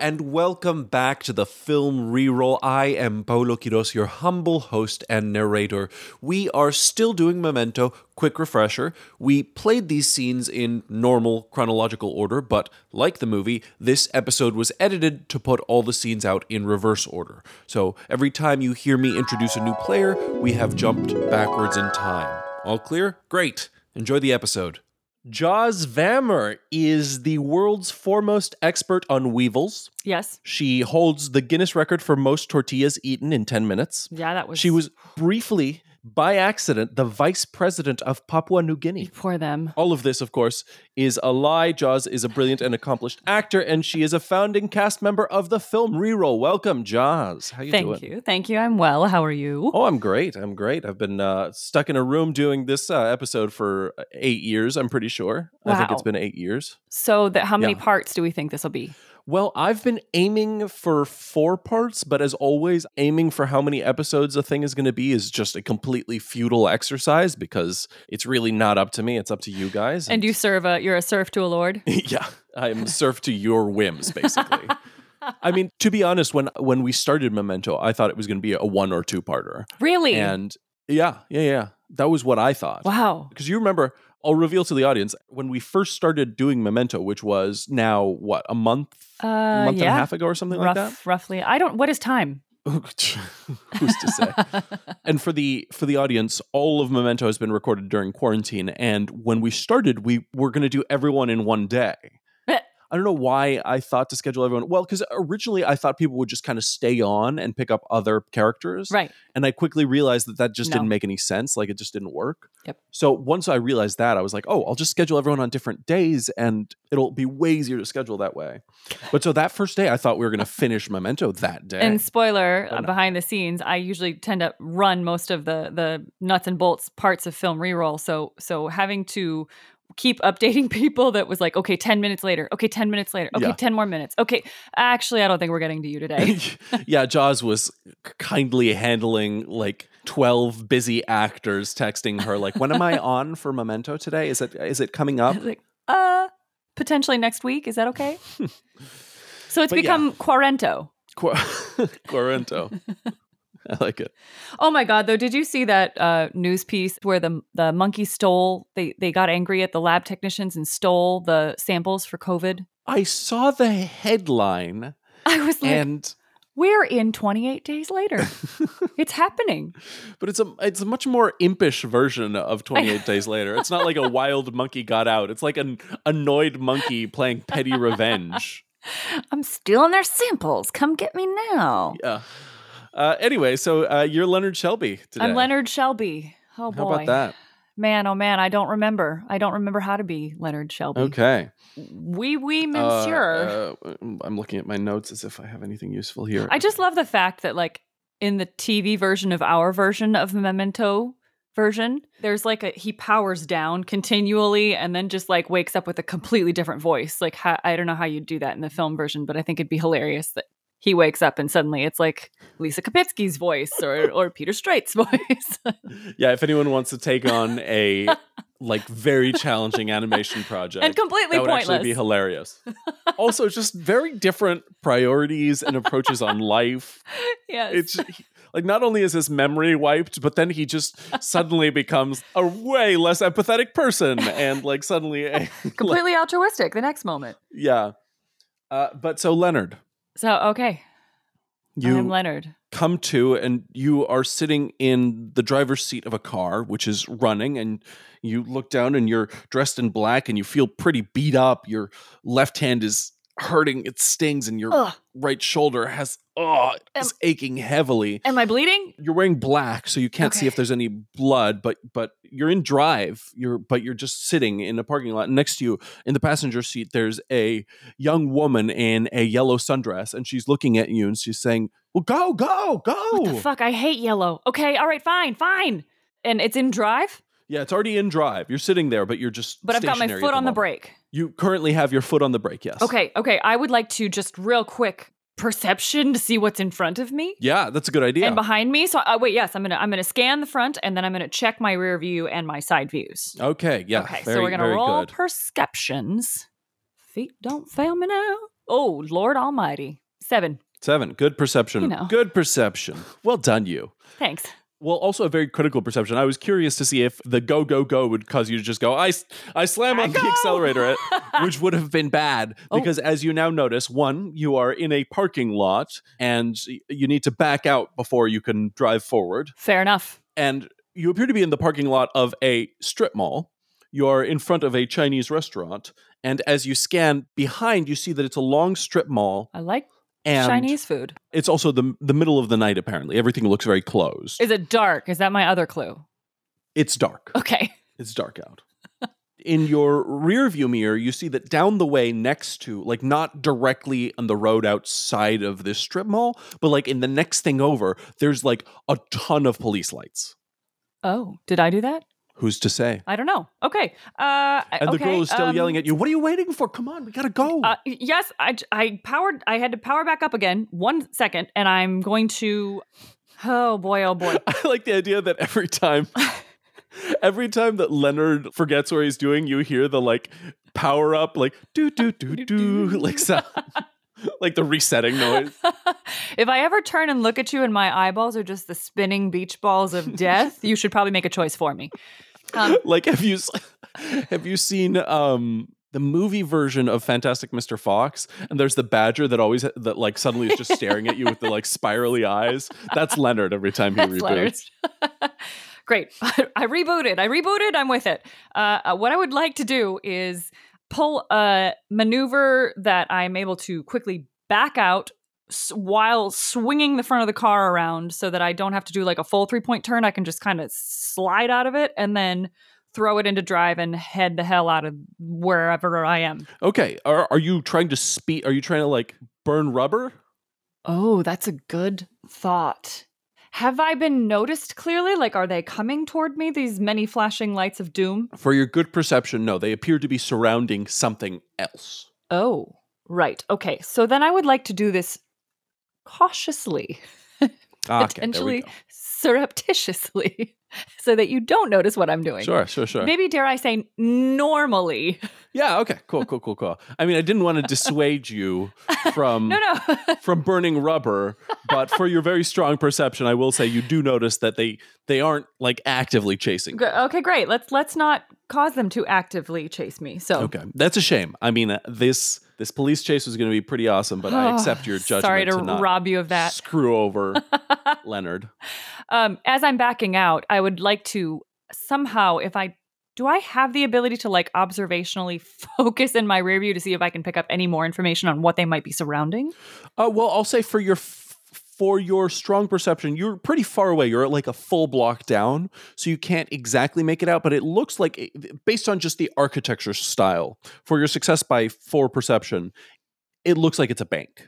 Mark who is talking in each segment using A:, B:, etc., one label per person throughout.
A: and welcome back to the film reroll. I am Paolo Quiros, your humble host and narrator. We are still doing Memento. Quick refresher we played these scenes in normal chronological order, but like the movie, this episode was edited to put all the scenes out in reverse order. So every time you hear me introduce a new player, we have jumped backwards in time. All clear? Great. Enjoy the episode. Jaws Vammer is the world's foremost expert on weevils.
B: Yes.
A: She holds the Guinness record for most tortillas eaten in 10 minutes.
B: Yeah, that was.
A: She was briefly, by accident, the vice president of Papua New Guinea.
B: Poor them.
A: All of this, of course, is a lie. Jaws is a brilliant and accomplished actor, and she is a founding cast member of the film Reroll. Welcome, Jaws. How you
B: Thank
A: doing?
B: you. Thank you. I'm well. How are you?
A: Oh, I'm great. I'm great. I've been uh, stuck in a room doing this uh, episode for eight years. I'm pretty sure. I think
B: Wow.
A: it's been eight years.
B: So, that how many
A: Yeah.
B: parts do we think this will be?
A: Well, I've been aiming for four parts, but as always, aiming for how many episodes a thing is going to be is just a completely futile exercise because it's really not up to me. It's up to you guys.
B: And you serve a, you're a serf to a lord.
A: yeah, I'm served to your whims, basically. I mean, to be honest, when when we started Memento, I thought it was going to be a one or two parter,
B: Really?
A: and yeah, yeah, yeah, that was what I thought.
B: wow.
A: Because you remember, I'll reveal to the audience when we first started doing Memento, which was now what a month,
B: Uh,
A: month
B: yeah.
A: and a half ago or something
B: Rough,
A: like
B: Roughly. I don't. What is time?
A: that. Oh, Who's to say? and for the for the audience, all of Memento has been recorded during quarantine. And when we started, we were going to do everyone in one day.
B: Eh.
A: I don't know why I thought to schedule everyone. Well, because originally I thought people would just kind of stay on and pick up other characters.
B: right.
A: And I quickly realized that that just
B: No.
A: didn't make any sense. Like it just didn't work.
B: Yep.
A: So once I realized that, I was like, oh, I'll just schedule everyone on different days and it'll be way easier to schedule that way. But so that first day, I thought we were going to finish Memento that day.
B: And spoiler
A: Oh,
B: uh,
A: no.
B: behind the scenes, I usually tend to run most of the the nuts and bolts parts of film reroll. So so having to keep updating people that was like, okay, ten minutes later, okay, ten minutes later, okay,
A: Yeah.
B: ten more minutes, okay. Actually, I don't think we're getting to you today.
A: yeah, Jaws was k- kindly handling like 12 busy actors texting her like when am I on for Memento today? Is it is it coming up?
B: like, uh, potentially next week. Is that okay? so it's
A: But yeah.
B: become Quarento.
A: Qu- Quarento. I like it.
B: Oh my God, though, did you see that uh, news piece where the the monkey stole? They they got angry at the lab technicians and stole the samples for COVID.
A: I saw the headline
B: I was like,
A: and
B: we're in 28 days later. it's happening.
A: But it's a it's a much more impish version of 28 Days Later. It's not like a wild monkey got out. It's like an annoyed monkey playing petty revenge.
B: I'm stealing their samples. Come get me now.
A: Yeah. Uh, anyway, so uh, you're Leonard Shelby today.
B: I'm Leonard Shelby. Oh boy,
A: How about that?
B: man! Oh man, I don't remember. I don't remember how to be Leonard Shelby.
A: Okay.
B: Wee wee,
A: Uh,
B: monsieur.
A: uh, I'm looking at my notes as if I have anything useful here.
B: I just love the fact that like in the TV version of our version of Memento version, there's like a he powers down continually and then just like wakes up with a completely different voice. Like how, I don't know how you'd do that in the film version, but I think it'd be hilarious that he wakes up and suddenly it's like Lisa Kapitsky's voice or or Peter Strait's voice.
A: yeah, if anyone wants to take on a like very challenging animation project,
B: and completely
A: that would
B: pointless.
A: actually be hilarious. also, just very different priorities and approaches on life.
B: yes.
A: it's he- like not only is his memory wiped, but then he just suddenly becomes a way less empathetic person, and like suddenly, a,
B: completely altruistic the next moment.
A: yeah. Uh, but so Leonard,
B: So okay,
A: you
B: I'm Leonard.
A: come to, and you are sitting in the driver's seat of a car, which is running, and you look down, and you're dressed in black, and you feel pretty beat up. Your left hand is hurting; it stings, and your
B: Ugh,
A: right shoulder has oh, it's aching heavily.
B: am I bleeding?
A: you're wearing black so you can't see
B: Okay.
A: if there's any blood but but you're in drive you're but you're just sitting in a parking lot next to you in the passenger seat there's a young woman in a yellow sundress and she's looking at you and she's saying well go go
B: What the
A: go
B: fuck? I hate yellow. Okay, all right, fine, fine. And it's in drive,
A: yeah it's already in drive you're sitting there but you're just
B: but I've got my
A: stationary at
B: foot on the
A: moment.
B: brake.
A: you currently have your foot on the brake yes
B: Okay, okay. I would like to just real quick perception to see what's in front of me
A: yeah that's a good idea
B: and behind me. So uh, wait, yes, I'm gonna I'm gonna scan the front and then I'm gonna check my rear view and my side views.
A: okay yeah
B: okay,
A: very,
B: so we're gonna
A: very
B: roll
A: good.
B: perceptions. Feet don't fail me now. Oh, Lord Almighty. Seven.
A: Seven. Good perception.
B: You know.
A: Good perception. Well done, you.
B: Thanks.
A: Well, also a very critical perception. I was curious to see if the go go go would cause you to just go. I s- I slam on the
B: Go!
A: accelerator, at, which would have been bad
B: Oh.
A: because, as you now notice, one you are in a parking lot and y- you need to back out before you can drive forward,
B: Fair enough.
A: and you appear to be in the parking lot of a strip mall. You are in front of a Chinese restaurant, and as you scan behind, you see that it's a long strip mall
B: I like
A: and
B: Chinese food.
A: it's also the the middle of the night. Apparently, everything looks very closed.
B: Is it dark? Is that my other clue?
A: It's dark.
B: Okay.
A: It's dark out. In your rear view mirror, you see that down the way next to, like not directly on the road outside of this strip mall, but like in the next thing over, there's like a ton of police lights.
B: Oh, did I do that?
A: Who's to say?
B: I don't know. Okay. Uh,
A: And the girl is still yelling at you, What are you waiting for? Come on, we gotta go.
B: Uh, yes, I, j- I powered. I had to power back up again one second, and I'm going to. Oh boy! Oh boy!
A: I like the idea that every time every time that Leonard forgets where he's doing, you hear the like power up like do do do do like sound. like the resetting noise.
B: if I ever turn and look at you, and my eyeballs are just the spinning beach balls of death, you should probably make a choice for me. Um,
A: like have you s- have you seen um the movie version of Fantastic Mr. Fox and there's the badger that always that like suddenly is just staring at you with the like spirally eyes. That's Leonard every time he
B: That's
A: reboots.
B: Leonard. Great. I rebooted. I rebooted. I'm with it. Uh, uh, what I would like to do is pull a maneuver that I'm able to quickly back out s- while swinging the front of the car around so that I don't have to do like a full three point turn. I can just kind of slide out of it and then throw it into drive and head the hell out of wherever I am.
A: Okay, are are you trying to speed are you trying to like burn rubber?
B: Oh, that's a good thought. Have I been noticed clearly? Like, are they coming toward me, these many flashing lights of doom?
A: For your good perception, no, they appear to be surrounding something else.
B: Oh, right. Okay. So then I would like to do this cautiously,
A: Ah, Okay, there we
B: potentially
A: go.
B: surreptitiously, so that you don't notice what I'm doing.
A: Sure, sure, sure.
B: Maybe, dare I say, normally.
A: Yeah, okay. Cool, cool, cool, cool. I mean, I didn't want to dissuade you from
B: No, no.
A: from burning rubber, but for your very strong perception, I will say you do notice that they they aren't like actively chasing.
B: Gr- okay, great. Let's let's not cause them to actively chase me. So
A: Okay, that's a shame. I mean, uh, this this police chase was going to be pretty awesome, but I accept your judgment.
B: Ah, Sorry to,
A: not
B: rob you of that.
A: Screw over Leonard.
B: Um, as I'm backing out, I would like to somehow, if I do, I have the ability to like observationally focus in my rear view to see if I can pick up any more information on what they might be surrounding.
A: Uh, well, I'll say for your. F- for your strong perception, you're pretty far away. You're like a full block down, so you can't exactly make it out, but it looks like, it- based on just the architecture style, for your success by four perception, it looks like it's a bank.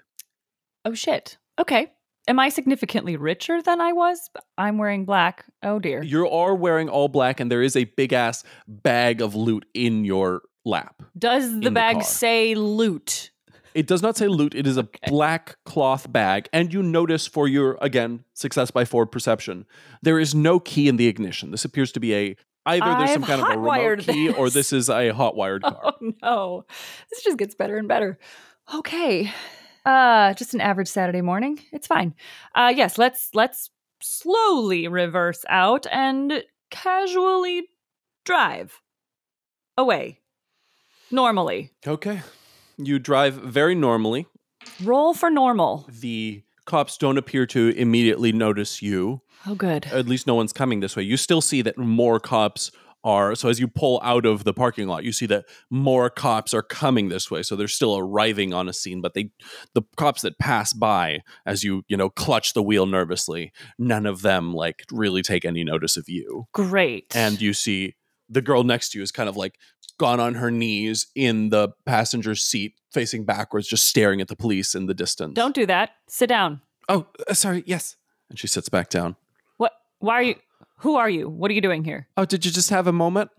B: Oh shit. Okay. Am I significantly richer than I was? I'm wearing black. Oh dear.
A: You are wearing all black, and there is a big ass bag of loot in your lap.
B: Does the
A: the
B: bag
A: car.
B: say loot?
A: It does not say loot, it is a black cloth bag. And you notice for your, again, success by forward perception, there is no key in the ignition. This appears to be a either there's some
B: I've
A: kind of a remote
B: hot-wired
A: key or
B: this.
A: this is a hot wired car.
B: Oh no. This just gets better and better. Okay. Uh just an average Saturday morning. It's fine. Uh yes, let's let's slowly reverse out and casually drive away. Normally.
A: Okay. You drive very normally.
B: Roll for normal.
A: The cops don't appear to immediately notice you.
B: Oh good.
A: at least no one's coming this way. You still see that more cops are. So as you pull out of the parking lot, you see that more cops are coming this way. So they're still arriving on a scene, but they, the cops that pass by as you you know clutch the wheel nervously, none of them like really take any notice of you.
B: Great.
A: And you see the girl next to you is kind of like gone on her knees in the passenger seat, facing backwards, just staring at the police in the distance.
B: don't do that. Sit down.
A: Oh, uh, sorry. Yes. And she sits back down.
B: What why are you who are you? What are you doing here?
A: Oh, did you just have a moment?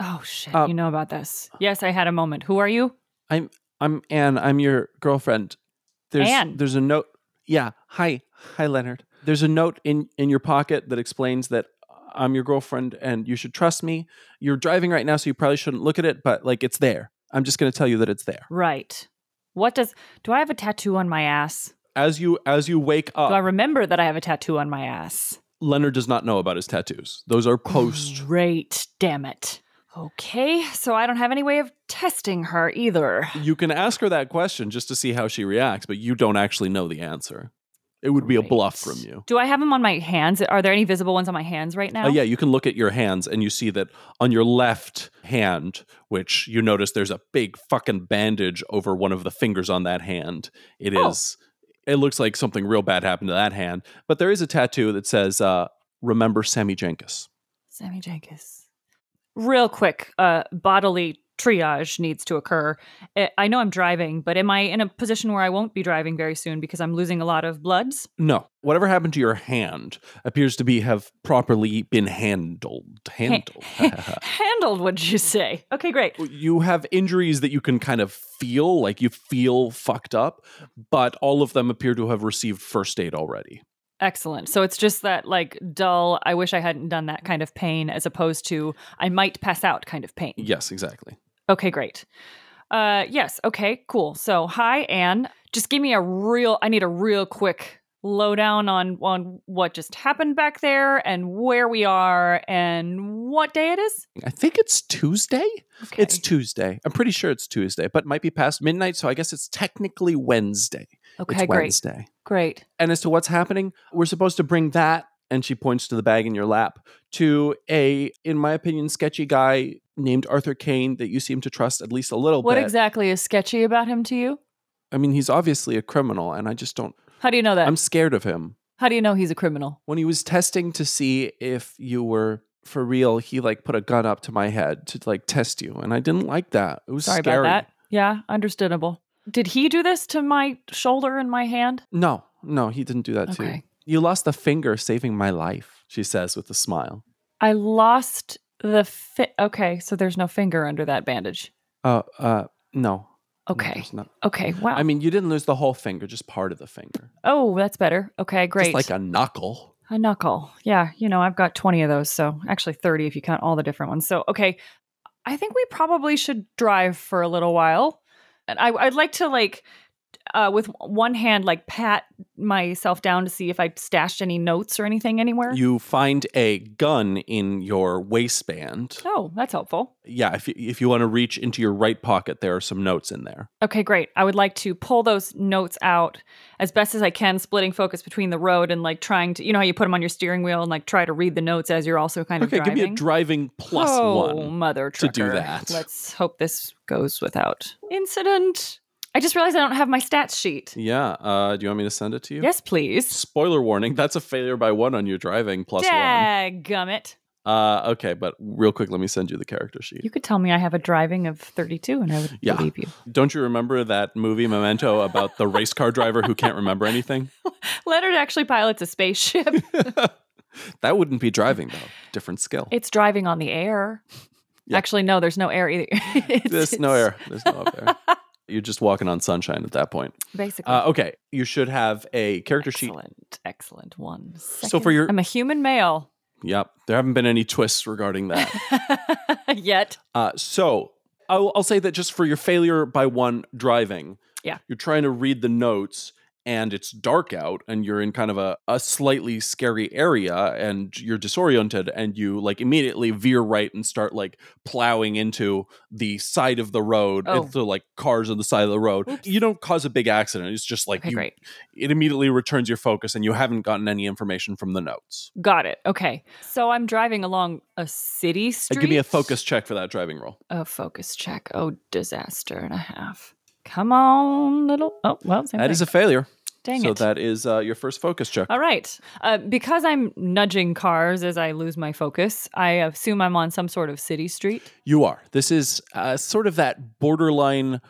B: Oh shit,
A: Uh,
B: you know about this. Yes, I had a moment. Who are you?
A: I'm I'm Anne. I'm your girlfriend. There's
B: Anne.
A: there's a note. Yeah. Hi. Hi Leonard. There's a note in in your pocket that explains that I'm your girlfriend and you should trust me. You're driving right now so you probably shouldn't look at it, but like it's there. I'm just going to tell you that it's there.
B: Right. What does do I have a tattoo on my ass?
A: As you as you wake
B: Do I
A: up,
B: remember that I have a tattoo on my ass?
A: Leonard does not know about his tattoos. Those are post.
B: Great, damn it. Okay, so I don't have any way of testing her either.
A: you can ask her that question just to see how she reacts, but you don't actually know the answer. It would be a bluff
B: Right.
A: from you.
B: Do I have them on my hands? Are there any visible ones on my hands right now?
A: Uh, yeah, you can look at your hands and you see that on your left hand, which you notice there's a big fucking bandage over one of the fingers on that hand. It is.
B: Oh.
A: It looks like something real bad happened to that hand, but there is a tattoo that says uh, "Remember Sammy Jenkins."
B: Sammy Jenkins. Real quick, uh, bodily triage needs to occur. I- I know I'm driving, but am I in a position where I won't be driving very soon because I'm losing a lot of bloods?
A: No, whatever happened to your hand appears to be have properly been handled. Handled. Uh.
B: Handled, would you say? Okay, great.
A: you have injuries that you can kind of feel, like you feel fucked up, but all of them appear to have received first aid already.
B: Excellent. So it's just that like dull, I wish I hadn't done that kind of pain as opposed to I might pass out kind of pain.
A: Yes, exactly.
B: Okay, great. Uh yes, okay, cool. So hi Anne. Just give me a real I need a real quick lowdown on on what just happened back there and where we are and what day it is.
A: I think it's Tuesday.
B: Okay.
A: It's Tuesday. I'm pretty sure it's Tuesday, but it might be past midnight, so I guess it's technically Wednesday.
B: okay,
A: it's
B: great.
A: Wednesday.
B: Great.
A: And as to what's happening, we're supposed to bring that, and she points to the bag in your lap, to a, in my opinion, sketchy guy named Arthur Kane that you seem to trust at least a little
B: What
A: bit.
B: exactly is sketchy about him to you?
A: I mean, he's obviously a criminal, and I just don't,
B: How do you know that?
A: I'm scared of him.
B: How do you know he's a criminal?
A: when he was testing to see if you were for real, he like put a gun up to my head to like test you, and I didn't like that. It was
B: Sorry
A: scary.
B: about that. Yeah, understandable. Did he do this to my shoulder and my hand?
A: No, no, he didn't do that to you.
B: Okay.
A: You lost a finger saving my life, she says with a smile.
B: I lost the fi- Okay, so there's no finger under that bandage.
A: Uh, uh, no. no,
B: Okay. Uh,
A: there's not.
B: Okay. Wow.
A: I mean, you didn't lose the whole finger, just part of the finger,
B: oh, that's better. Okay, great.
A: just like a knuckle.
B: a-, knuckle. Yeah, you know, I've got 20 of those, so actually 30 if you count all the different ones. So, okay. I think we probably should drive for a little while. And I I'd like to like uh, with one hand, like pat myself down to see if I stashed any notes or anything anywhere.
A: You find a gun in your waistband.
B: oh, that's helpful.
A: Yeah, if you, if you want to reach into your right pocket, there are some notes in there.
B: Okay, great. I would like to pull those notes out as best as I can, splitting focus between the road and like trying to, you know, how you put them on your steering wheel and like try to read the notes as you're also kind of
A: Okay,
B: driving.
A: give me a driving plus
B: oh,
A: one.
B: mother
A: to do
B: trucker.
A: that.
B: Let's hope this goes without incident. I just realized I don't have my stats sheet.
A: Yeah. Uh, do you want me to send it to you?
B: Yes, please.
A: Spoiler warning: that's a failure by one on your driving plus
B: Dadgummit.
A: one. Uh, okay, but real quick, let me send you the character sheet.
B: You could tell me I have a driving of 32 and I would
A: Yeah.
B: believe you.
A: Don't you remember that movie Memento about the race car driver who can't remember anything?
B: Leonard actually pilots a spaceship.
A: That wouldn't be driving though. Different skill.
B: it's driving on the air.
A: Yeah.
B: Actually, no, there's no air either. It's-
A: There's no
B: it's-
A: air. There's no up air. You're just walking on sunshine at that point.
B: Basically.
A: Uh, okay, you should have a character sheet.
B: Excellent, excellent. One.
A: So for your
B: I'm a human male
A: yep, there haven't been any twists regarding that.
B: yet.
A: Uh, so I'll, I'll say that just for your failure by one driving,
B: Yeah.
A: you're trying to read the notes and it's dark out and you're in kind of a, a slightly scary area and you're disoriented and you like immediately veer right and start like plowing into the side of the road
B: Oh.
A: into like cars on the side of the road
B: Oops.
A: you don't cause a big accident it's just like
B: Okay,
A: you,
B: great.
A: it immediately returns your focus and you haven't gotten any information from the notes
B: Got it. Okay. So I'm driving along a city
A: Uh,
B: street.
A: give me a focus check for that driving roll
B: A focus check. Oh, disaster and a half. Come on, little. Oh, well, same
A: that is a failure
B: Dang
A: so
B: it.
A: that is uh, your first focus check.
B: All right. Uh, because I'm nudging cars as I lose my focus, I assume I'm on some sort of city street.
A: You are. This is uh, sort of that borderline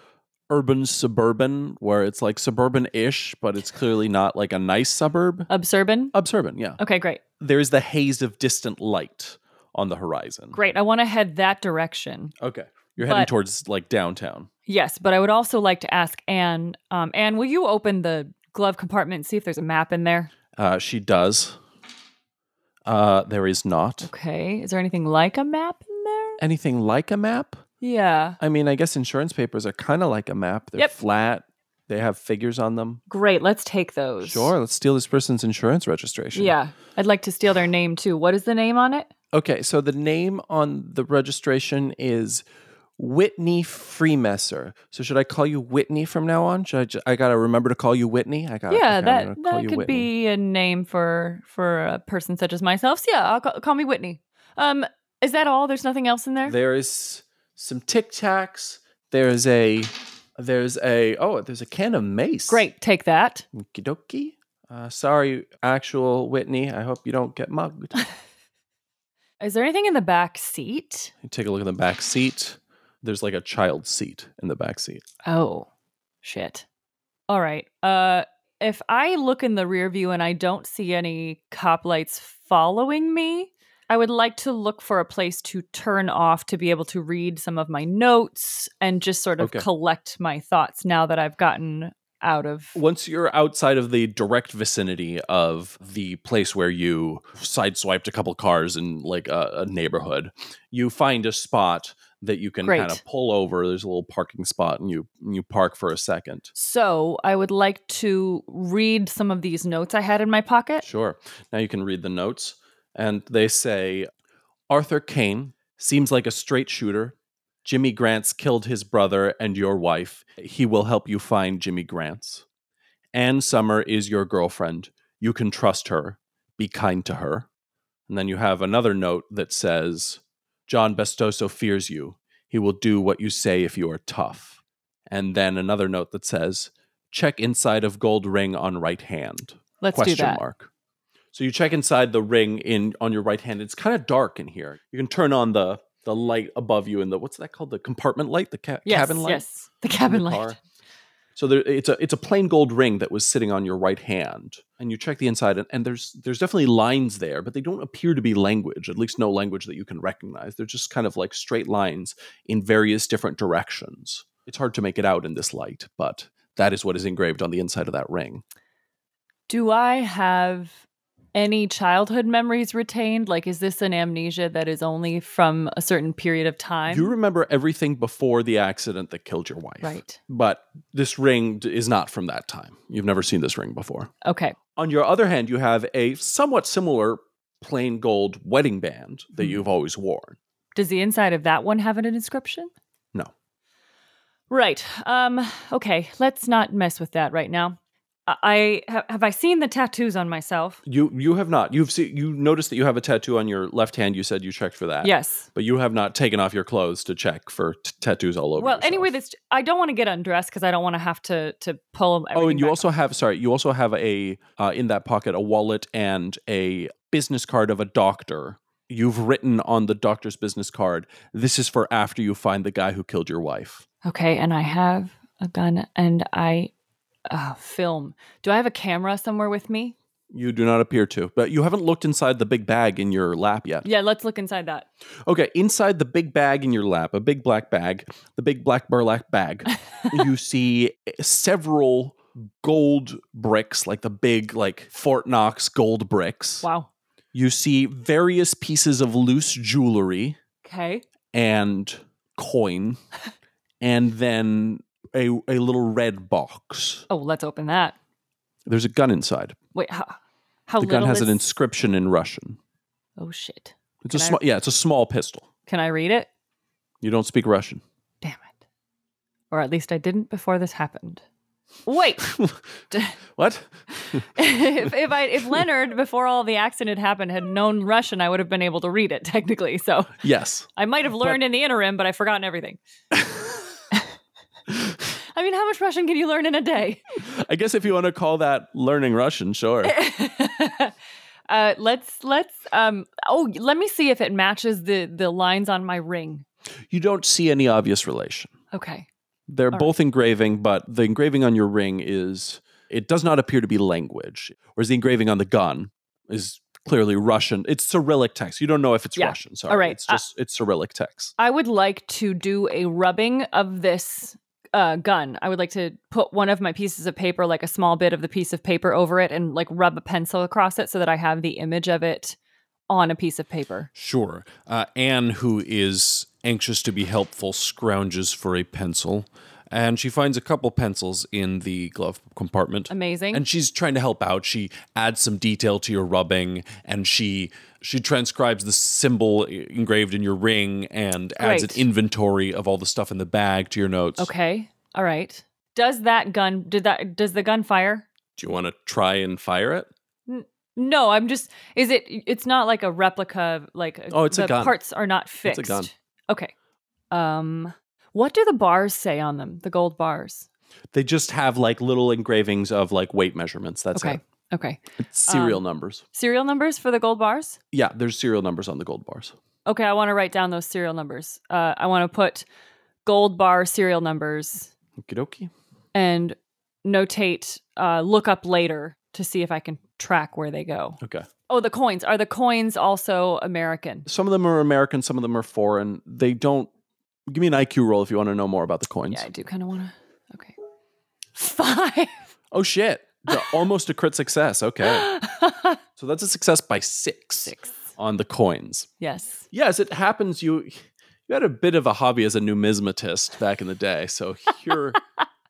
A: urban suburban where it's like suburban ish, but it's clearly not like a nice suburb.
B: Absurban.
A: Suburban, yeah.
B: Okay, great.
A: There is the haze of distant light on the horizon.
B: Great. I want to head that direction.
A: Okay. You're heading
B: But-
A: towards like downtown.
B: Yes, but I would also like to ask Anne. Um, Anne, will you open the glove compartment and see if there's a map in there?
A: Uh, she does. Uh, there is not
B: Okay. Is there anything like a map in there?
A: anything like a map.
B: Yeah.
A: I mean, I guess insurance papers are kind of like a map. They're
B: Yep.
A: flat. They have figures on them.
B: Great. Let's take those.
A: Sure, let's steal this person's insurance registration.
B: Yeah. I'd like to steal their name too. What is the name on it?
A: Okay, so the name on the registration is Whitney Freemesser. So should I call you Whitney from now on? Should I? Ju- I gotta remember to call you Whitney. I got. Uh,
B: yeah,
A: okay, I'm
B: that
A: gonna call
B: that
A: you
B: could
A: Whitney.
B: be a name for for a person such as myself. So yeah, I'll call, call me Whitney. Um, is that all? There's nothing else in there.
A: There is some Tic Tacs. There's a. There's a. Oh, there's a can of mace.
B: Great. Take that.
A: Okie Uh, sorry, actual Whitney. I hope you don't get mugged.
B: Is there anything in the back seat?
A: You take a look in the back seat. There's like a child seat in the back seat.
B: Oh, shit. All right. Uh, if I look in the rear view and I don't see any cop lights following me, I would like to look for a place to turn off to be able to read some of my notes and just sort of
A: Okay.
B: collect my thoughts now that I've gotten out of.
A: Once you're outside of the direct vicinity of the place where you sideswiped a couple cars in like a, a neighborhood, you find a spot that you can
B: Great.
A: kind of pull over. There's a little parking spot, and you you park for a second.
B: So I would like to read some of these notes I had in my pocket.
A: Sure. Now you can read the notes. And they say Arthur Kane seems like a straight shooter. Jimmy Grants killed his brother and your wife. He will help you find Jimmy Grants. Anne Summer is your girlfriend. You can trust her. Be kind to her. And then you have another note that says John Bestoso fears you. He will do what you say if you are tough. And then another note that says check inside of gold ring on right hand
B: Let's
A: question
B: do that.
A: mark. So you check inside the ring in on your right hand. It's kind of dark in here. You can turn on the the light above you in the what's that called? The compartment light, the ca-
B: Yes,
A: cabin light.
B: yes, the
A: in the
B: cabin light.
A: car. So there, it's a it's a plain gold ring that was sitting on your right hand, and you check the inside, and, and there's there's definitely lines there, but they don't appear to be language. At least no language that you can recognize. They're just kind of like straight lines in various different directions. It's hard to make it out in this light, but that is what is engraved on the inside of that ring.
B: Do I have any childhood memories retained? Like, is this an amnesia that is only from a certain period of time?
A: You remember everything before the accident that killed your wife.
B: right.
A: But this ring d- is not from that time. You've never seen this ring before.
B: Okay.
A: On your other hand, you have a somewhat similar plain gold wedding band that
B: Hmm.
A: you've always worn.
B: Does the inside of that one have an inscription?
A: No.
B: Right. Um. Okay. Let's not mess with that right now. I I- ha- have I seen the tattoos on myself.
A: You you have not. You've seen you noticed that you have a tattoo on your left hand. You said you checked for that.
B: Yes.
A: But you have not taken off your clothes to check for t- tattoos all over.
B: Well,
A: yourself.
B: anyway, this I don't want to get undressed because I don't want to have to to pull.
A: Oh,
B: everything
A: and you
B: back
A: also have sorry, you also have a uh, in that pocket a wallet and a business card of a doctor. You've written on the doctor's business card, "This is for after you find the guy who killed your wife."
B: Okay, and I have a gun and I uh, film. Do I have a camera somewhere with me?
A: You do not appear to, but you haven't looked inside the big bag in your lap yet.
B: Yeah, let's look inside that.
A: Okay, inside the big bag in your lap, a big black bag, the big black burlap bag, you see eh, several gold bricks, like the big like Fort Knox gold bricks.
B: Wow.
A: You see various pieces of loose jewelry.
B: Okay.
A: and coin, and then a a little red box.
B: Oh, let's open that.
A: There's a gun inside.
B: Wait, how, how
A: the gun
B: little
A: has an
B: is-
A: inscription in Russian.
B: Oh shit.
A: It's a
B: Can I-
A: small, yeah, it's a small pistol.
B: Can I read it?
A: You don't speak Russian.
B: Damn it. Or at least I didn't before this happened. Wait.
A: What?
B: if if I if Leonard before all the accident happened had known Russian, I would have been able to read it technically. So,
A: Yes.
B: I might have learned in the interim, but I've forgotten everything. I mean, how much Russian can you learn in a day?
A: I guess if you want to call that learning Russian, sure.
B: uh, let's let's um oh let me see if it matches the the lines on my ring.
A: You don't see any obvious relation.
B: Okay.
A: They're
B: right.
A: both engraving, but the engraving on your ring is it does not appear to be language, whereas the engraving on the gun is clearly Russian. It's Cyrillic text. You don't know if it's
B: Yeah.
A: Russian. Sorry,
B: right.
A: it's
B: Uh,
A: just it's Cyrillic text.
B: I would like to do a rubbing of this uh, gun. I would like to put one of my pieces of paper, like a small bit of the piece of paper over it, and like rub a pencil across it so that I have the image of it on a piece of paper.
C: Sure. Uh, Anne, who is anxious to be helpful, scrounges for a pencil
D: and she finds a couple pencils in the glove compartment.
B: Amazing.
D: And she's trying to help out. She adds some detail to your rubbing, and she she transcribes the symbol i- engraved in your ring and adds
B: Great.
D: an inventory of all the stuff in the bag to your notes.
B: okay. All right. Does that gun did that does the gun fire?
D: Do you want to try and fire it?
B: No, I'm just is it it's not like a replica like uh,
D: Oh, it's a
B: the
D: gun.
B: parts are not fixed.
D: a gun.
B: Okay. Um what do the bars say on them? The gold bars.
A: They just have like little engravings of like weight measurements. That's
B: okay. Um,
A: it.
B: Okay.
A: It's serial numbers.
B: Serial numbers for the gold bars?
A: Yeah, there's serial numbers on the gold bars.
B: Okay, I want to write down those serial numbers. Uh, I want to put gold bar serial numbers
A: Okie dokie.
B: and notate, uh, look up later to see if I can track where they go.
A: Okay.
B: Oh, the coins. Are the coins also American?
A: Some of them are American, some of them are foreign. They don't. Give me an IQ roll if you want to know more about the coins.
B: Yeah, I do kind of want to. Okay. Five.
A: Oh shit! The- Almost a crit success. Okay, so that's a success by six,
B: Six.
A: on the coins.
B: Yes.
A: Yes, it happens. You you had a bit of a hobby as a numismatist back in the day, so you're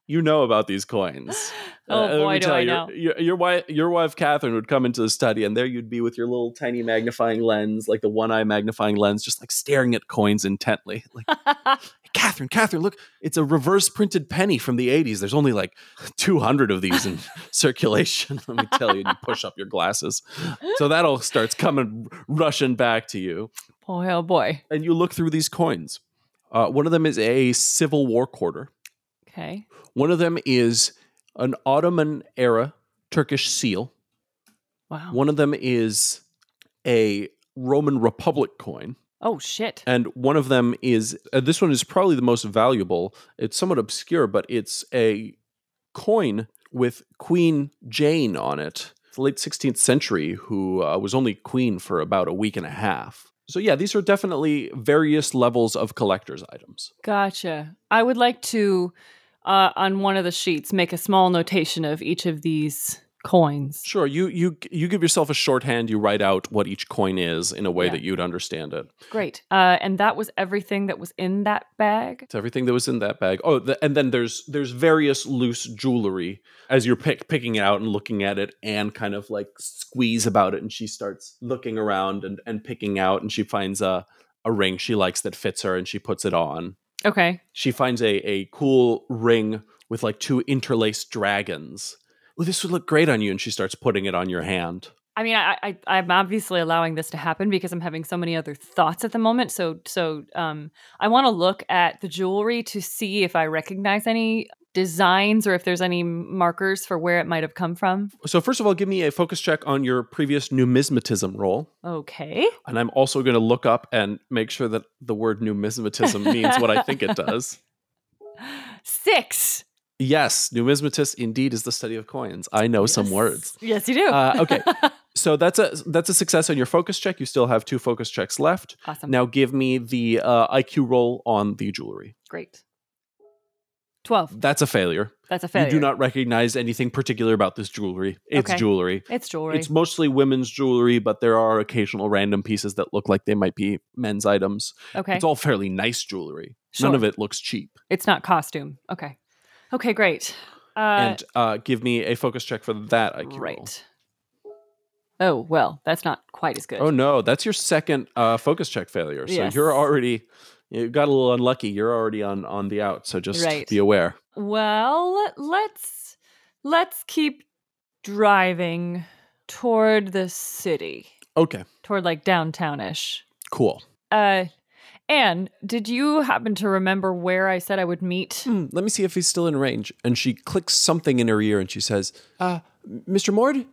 A: you know about these coins. Uh,
B: Oh,
A: let
B: boy,
A: me
B: do
A: tell
B: I
A: you,
B: know.
A: Your, your wife, your wife Catherine, would come into the study, and there you'd be with your little tiny magnifying lens, like the one eye magnifying lens, just like staring at coins intently. Like, Catherine, Catherine, look, it's a reverse printed penny from the 80s. There's only like 200 of these in circulation. Let me tell you, you push up your glasses. So that all starts coming rushing back to you.
B: Boy, oh boy.
A: And you look through these coins. Uh, one of them is a Civil War quarter,
B: Okay.
A: one of them is an Ottoman era Turkish seal,
B: Wow.
A: one of them is a Roman Republic coin.
B: Oh, shit.
A: And one of them is uh, this one is probably the most valuable. It's somewhat obscure, but it's a coin with Queen Jane on it. It's the late 16th century, who uh, was only queen for about a week and a half. So yeah, these are definitely various levels of collectors' items.
B: Gotcha. I would like to, uh, on one of the sheets, make a small notation of each of these coins.
A: Sure, you you you give yourself a shorthand. You write out what each coin is in a way
B: Yeah.
A: that you'd understand it.
B: Great. Uh, and that was everything that was in that bag.
A: It's everything that was in that bag. Oh, the, and then there's there's various loose jewelry as you're pick, picking it out and looking at it and kind of like squeeze about it. And she starts looking around and, and picking out and she finds a a ring she likes that fits her and she puts it on.
B: Okay.
A: She finds a a cool ring with like two interlaced dragons. Oh, this would look great on you. And she starts putting it on your hand.
B: I mean, I, I I'm obviously allowing this to happen because I'm having so many other thoughts at the moment. So so um, I want to look at the jewelry to see if I recognize any designs or if there's any markers for where it might have come from.
A: So first of all, give me a focus check on your previous numismatism roll.
B: Okay.
A: And I'm also going to look up and make sure that the word numismatism means what I think it does.
B: Six.
A: Yes, numismatist indeed is the study of coins. I know some
B: Yes.
A: words.
B: Yes, you do.
A: Uh, okay. So that's a that's a success on your focus check. You still have two focus checks left.
B: awesome.
A: Now give me the uh, IQ roll on the jewelry.
B: Great. Twelve.
A: That's a failure.
B: That's a failure.
A: You do not recognize anything particular about this jewelry. It's
B: Okay.
A: jewelry.
B: It's jewelry.
A: It's mostly women's jewelry, but there are occasional random pieces that look like they might be men's items.
B: okay.
A: It's all fairly nice jewelry.
B: Sure.
A: None of it looks cheap.
B: It's not costume. Okay. Okay, great. Uh,
A: and uh, give me a focus check for that IQ roll.
B: right. Oh, well, that's not quite as good.
A: Oh no, that's your second uh, focus check failure. So
B: Yes.
A: you're already you got a little unlucky. You're already on on the out. So just
B: Right.
A: be aware.
B: Well, let's let's keep driving toward the city,
A: Okay,
B: toward like downtownish.
A: cool.
B: Uh Anne, did you happen to remember where I said I would meet?
A: Mm.
D: Hmm, let me see if he's still in range. And she clicks something in her ear and she says, uh, Mr. Mord?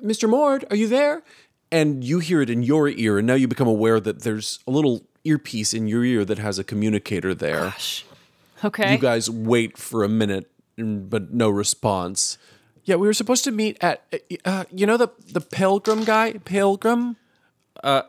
D: Mr. Mord, are you there? And you hear it in your ear, and now you become aware that there's a little earpiece in your ear that has a communicator there.
B: Okay.
D: You guys wait for a minute, mm, but no response. Yeah, we were supposed to meet at, uh, you know, the the pilgrim guy, pilgrim. Uh,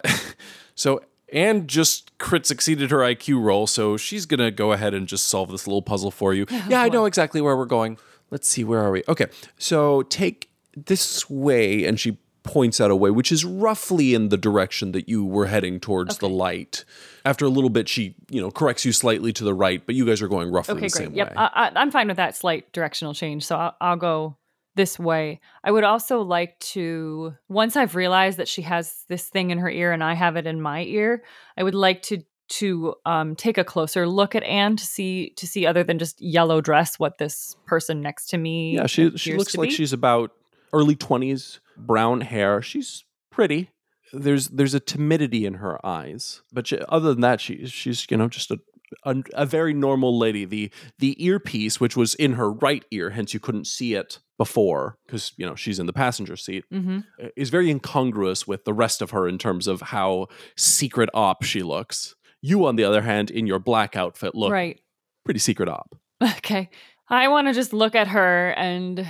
D: so Anne just crit succeeded her IQ roll, so she's gonna go ahead and just solve this little puzzle for you. yeah, I know exactly where we're going. Let's see, where are we? Okay, so take this way, and she
E: points out a way, which is roughly in the direction that you were heading towards the light. After a little bit, she, you know, corrects you slightly to the right, but you guys are going roughly
B: Okay,
E: the
B: great.
E: same
B: Yep,
E: way.
B: I, I, I'm fine with that slight directional change. So I'll, I'll go this way. I would also like to, once I've realized that she has this thing in her ear and I have it in my ear, I would like to to um, take a closer look at Anne to see to see other than just yellow dress what this person next to me.
A: Yeah, she she
B: appears
A: looks
B: to
A: like
B: be.
A: she's about early twenties, brown hair. She's pretty. There's there's a timidity in her eyes, but she, other than that, she she's you know just a, a a very normal lady. The the earpiece, which was in her right ear, hence you couldn't see it before because you know she's in the passenger seat,
B: Mm-hmm.
A: is very incongruous with the rest of her in terms of how secret op she looks. You, on the other hand, in your black outfit, look
B: Right.
A: pretty secret op.
B: Okay. I want to just look at her and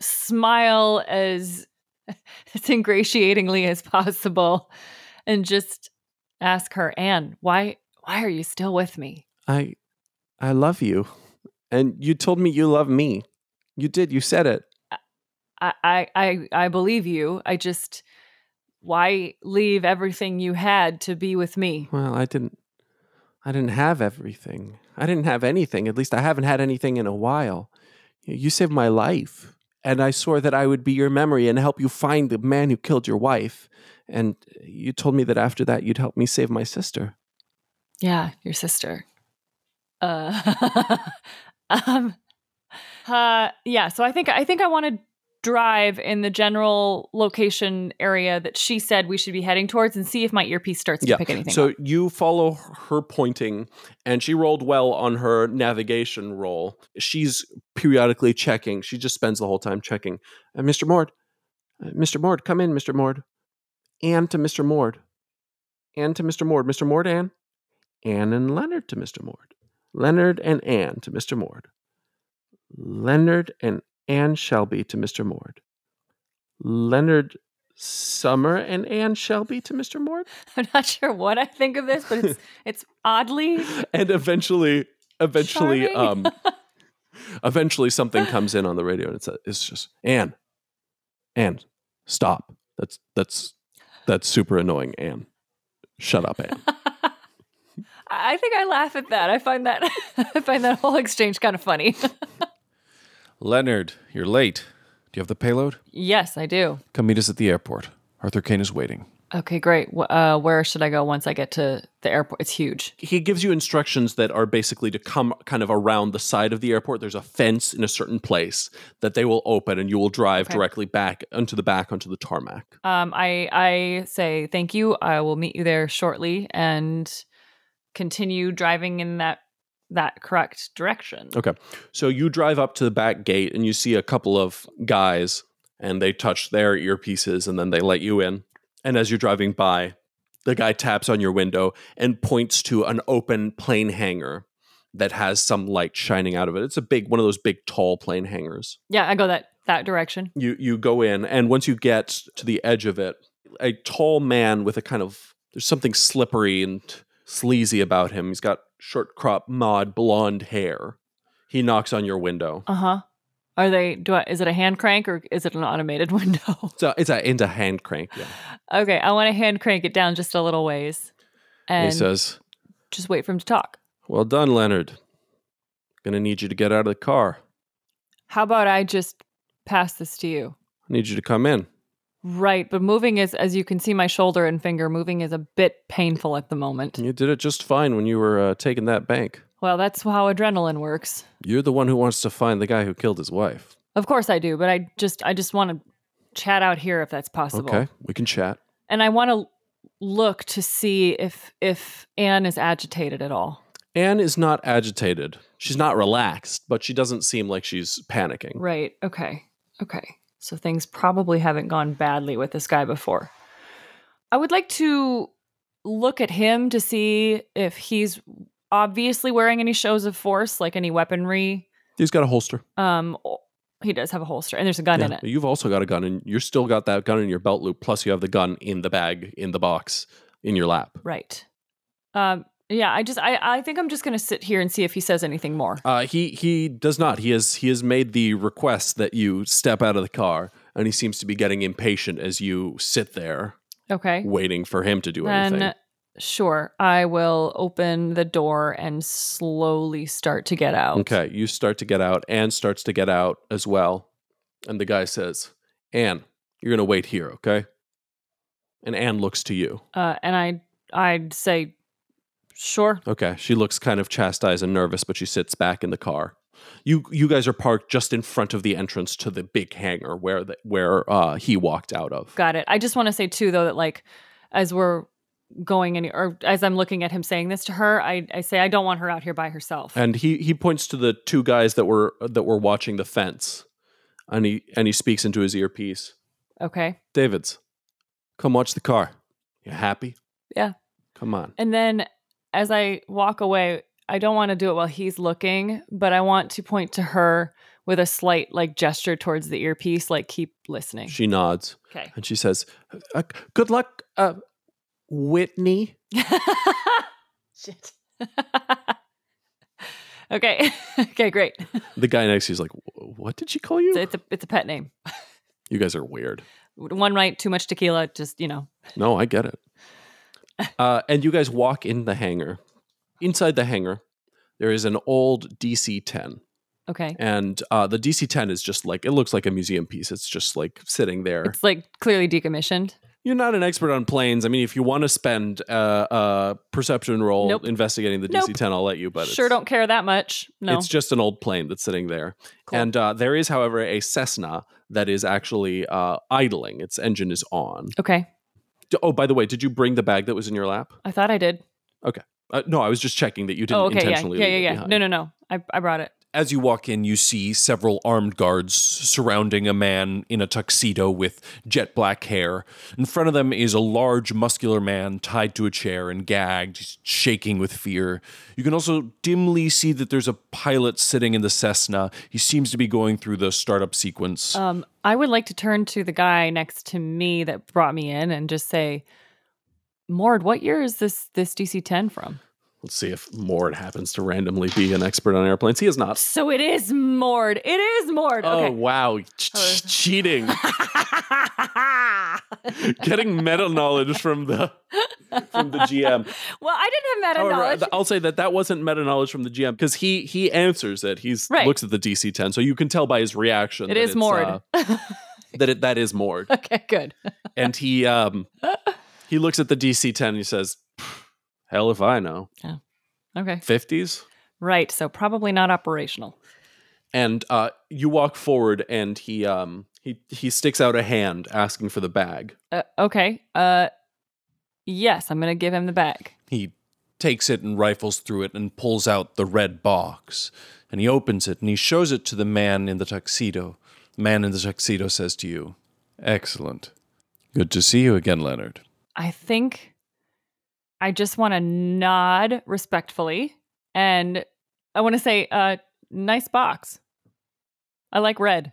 B: smile as, as ingratiatingly as possible and just ask her, Anne, why why are you still with me?
A: I I love you. And you told me you love me. You did, you said it.
B: I I I, I believe you. I just why leave everything you had to be with me?
A: Well, I didn't I didn't have everything. I didn't have anything. At least I haven't had anything in a while. You you saved my life. And I swore that I would be your memory and help you find the man who killed your wife. And you told me that after that you'd help me save my sister.
B: Yeah, your sister. Uh, um, uh, yeah. So I think I think I want to drive in the general location area that she said we should be heading towards, and see if my earpiece starts to pick anything.
A: So
B: up.
A: you follow her pointing, and she rolled well on her navigation roll. She's periodically checking. She just spends the whole time checking. Uh, Mr. Mord, uh, Mr. Mord, come in, Mr. Mord. Anne to Mr. Mord. Anne to Mr. Mord. Mr. Mord, Anne. Anne and Leonard to Mr. Mord. Leonard and Anne to Mr. Mord. Leonard and Anne Shelby to Mr. Mord. Leonard Summer and Anne Shelby to Mr. Mord
B: I'm not sure what I think of this, but it's it's oddly
A: and eventually eventually
B: Charming.
A: um eventually something comes in on the radio and it's it's just Anne Anne stop that's that's that's super annoying Anne shut up Anne
B: I I think I laugh at that. I find that I find that whole exchange kind of funny.
E: Leonard, you're late. Do you have the payload?
B: yes, I do.
E: Come meet us at the airport. Arthur Kane is waiting.
B: Okay, great. Wh- Uh, where should I go once I get to the airport? It's huge.
A: he gives you instructions that are basically to come kind of around the side of the airport there's a fence in a certain place that they will open and you will drive
B: Okay.
A: directly back onto the back onto the tarmac
B: Um, I I say thank you. I will meet you there shortly and continue driving in that that correct direction.
A: Okay. So you drive up to the back gate and you see a couple of guys and they touch their earpieces and then they let you in. And as you're driving by, the guy taps on your window and points to an open plane hangar that has some light shining out of it. It's a big one of those big tall plane hangars.
B: Yeah, I go that that direction.
A: You you go in and once you get to the edge of it, a tall man with a kind of there's something slippery and sleazy about him. He's got short crop mod blonde hair. He knocks on your window.
B: Uh huh. Are they? Do I? Is it a hand crank or is it an automated window?
A: So it's a it's a hand crank. Yeah.
B: okay, I want to hand crank it down just a little ways, and
A: he says,
B: just wait for him to talk.
A: "Well done, Leonard. Gonna need you to get out of the car.
B: How about I just pass this to you?
A: I need you to come in.
B: Right, but moving is, as you can see, my shoulder and finger moving is a bit painful at the moment.
A: You did it just fine when you were uh, taking that bank.
B: Well, that's how adrenaline works.
A: You're the one who wants to find the guy who killed his wife.
B: Of course I do, but I just I just want to chat out here if that's possible.
A: Okay, we can chat.
B: And I want to look to see if if Anne is agitated at all.
A: Anne is not agitated. She's not relaxed, but she doesn't seem like she's panicking.
B: Right. Okay. Okay. So things probably haven't gone badly with this guy before. I would like to look at him to see if he's obviously wearing any shows of force, like any weaponry.
A: He's got a holster.
B: Um he does have a holster and there's a gun in
A: Yeah,
B: it.
A: You've also got a gun, and you're still got that gun in your belt loop. Plus, you have the gun in the bag, in the box, in your lap.
B: Right. Um, yeah, I just I, I think I'm just gonna sit here and see if he says anything more.
A: Uh, he he does not. He has he has made the request that you step out of the car, and he seems to be getting impatient as you sit there
B: Okay.
A: waiting for him to do anything.
B: Then sure, I will open the door and slowly start to get out.
A: Okay, you start to get out. Anne starts to get out as well. And the guy says, Anne, you're going to wait here, okay? And Anne looks to you.
B: Uh, and I I'd say sure.
A: Okay, she looks kind of chastised and nervous, but she sits back in the car. You you guys are parked just in front of the entrance to the big hangar where the, where uh, he walked out of.
B: Got it. I just want to say too though that like as we're going any or as I'm looking at him saying this to her, I, I say I don't want her out here by herself.
A: And he he points to the two guys that were that were watching the fence, and he and he speaks into his earpiece.
B: okay.
A: David's, come watch the car. You happy?
B: Yeah.
A: Come on.
B: And then as I walk away, I don't want to do it while he's looking, but I want to point to her with a slight like gesture towards the earpiece, like keep listening.
A: She nods.
B: okay.
A: And she says, uh, "Good luck, uh, Whitney."
B: Shit. okay. okay, great.
A: The guy next to you's like, "Wh- "What did she call you?"
B: It's, it's a it's a pet name.
A: you guys are weird.
B: One right, too much tequila, just, you know.
A: No, I get it. Uh, and you guys walk in the hangar. Inside the hangar, there is an old DC 10.
B: Okay.
A: And uh, the DC 10 is just like, it looks like a museum piece. It's just like sitting there.
B: It's like clearly decommissioned.
A: You're not an expert on planes. I mean, if you want to spend a uh, uh, perception roll
B: Nope.
A: investigating the
B: Nope.
A: DC 10, I'll let you, but
B: sure
A: it's,
B: don't care that much. No.
A: it's just an old plane that's sitting there.
B: Cool.
A: And uh, there is, however, a Cessna that is actually uh, idling. Its engine is on.
B: okay.
A: D- Oh, by the way, did you bring the bag that was in your lap?
B: I thought I did.
A: Uh, no, I was just checking that you didn't
B: Oh, okay. Yeah.
A: intentionally
B: Yeah,
A: leave it
B: yeah, yeah.
A: behind.
B: No, no, no. I, I brought it.
F: As you walk in, you see several armed guards surrounding a man in a tuxedo with jet black hair. In front of them is a large, muscular man tied to a chair and gagged, he's shaking with fear. You can also dimly see that there's a pilot sitting in the Cessna. He seems to be going through the startup sequence.
B: Um, I would like to turn to the guy next to me that brought me in and just say, Mord, what year is this this DC ten from?
A: Let's see if Mord happens to randomly be an expert on airplanes. He is not.
B: So it is Mord. It is Mord.
A: Oh,
B: Okay.
A: wow. Ch- ch- cheating. Getting meta knowledge from the from the GM.
B: well, I didn't have meta
A: However,
B: knowledge.
A: th- I'll say that that wasn't meta knowledge from the GM because he he answers it. He's
B: Right.
A: looks at the DC ten, so you can tell by his reaction.
B: It
A: that
B: is
A: it's,
B: Mord.
A: uh, that it that is Mord,
B: okay, good.
A: and he um he looks at the DC ten. and He says, "Hell if I know,
B: Okay.
A: fifties."
B: Right. So probably not operational.
A: And uh, you walk forward, and he um he he sticks out a hand asking for the bag.
B: Uh, okay. Uh, yes, I'm gonna give him the bag.
F: He takes it and rifles through it and pulls out the red box. And he opens it and he shows it to the man in the tuxedo. The man in the tuxedo says to you, Excellent. Good to see you again, Leonard.
B: I think I just want to nod respectfully, and I want to say, uh, nice box. I like red.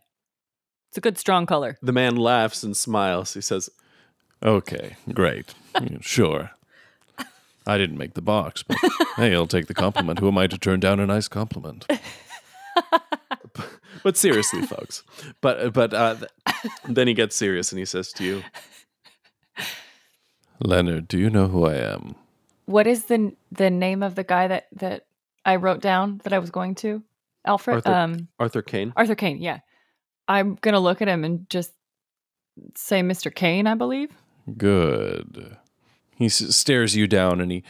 B: It's a good strong color.
A: The man laughs and smiles. He says,
F: Okay, great. Yeah, sure. I didn't make the box, but hey, I'll take the compliment. Who am I to turn down a nice compliment?
A: "But seriously, folks." But but uh, th- then he gets serious and he says to you,
F: Leonard, do you know who I am?
B: What is the the name of the guy that that I wrote down that I was going to? Alfred.
A: Arthur.
B: Um,
A: "Arthur Kane."
B: Arthur Kane. Yeah, I'm gonna look at him and just say, Mr. Kane, I believe.
F: Good. He s- stares you down and he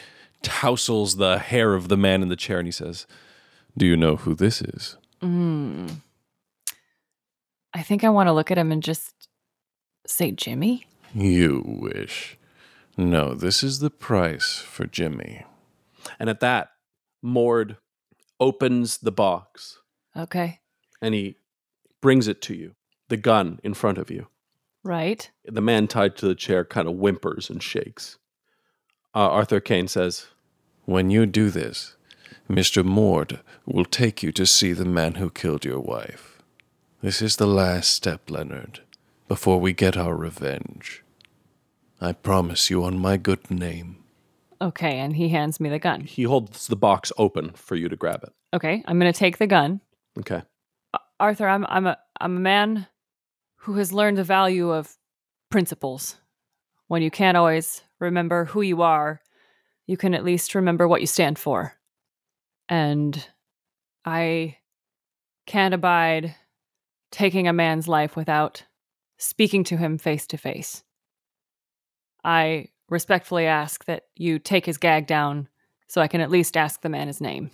F: tousles the hair of the man in the chair and he says, Do you know who this is?
B: Mm. I think I want to look at him and just say Jimmy.
F: You wish. No, this is the price for Jimmy.
A: And at that, Mord opens the box
B: Okay.
A: and he brings it to you, the gun in front of you.
B: Right.
A: The man tied to the chair kind of whimpers and shakes. Uh, Arthur Kane says,
F: When you do this, Mr. Mord will take you to see the man who killed your wife. This is the last step, Leonard, before we get our revenge. I promise you on my good name.
B: Okay. And he hands me the gun.
A: he holds the box open for you to grab it.
B: Okay. I'm going to take the gun.
A: Okay.
B: Arthur, I'm I'm a I'm a man who has learned the value of principles. When you can't always remember who you are, you can at least remember what you stand for. And I can't abide taking a man's life without speaking to him face to face. I respectfully ask that you take his gag down so I can at least ask the man his name.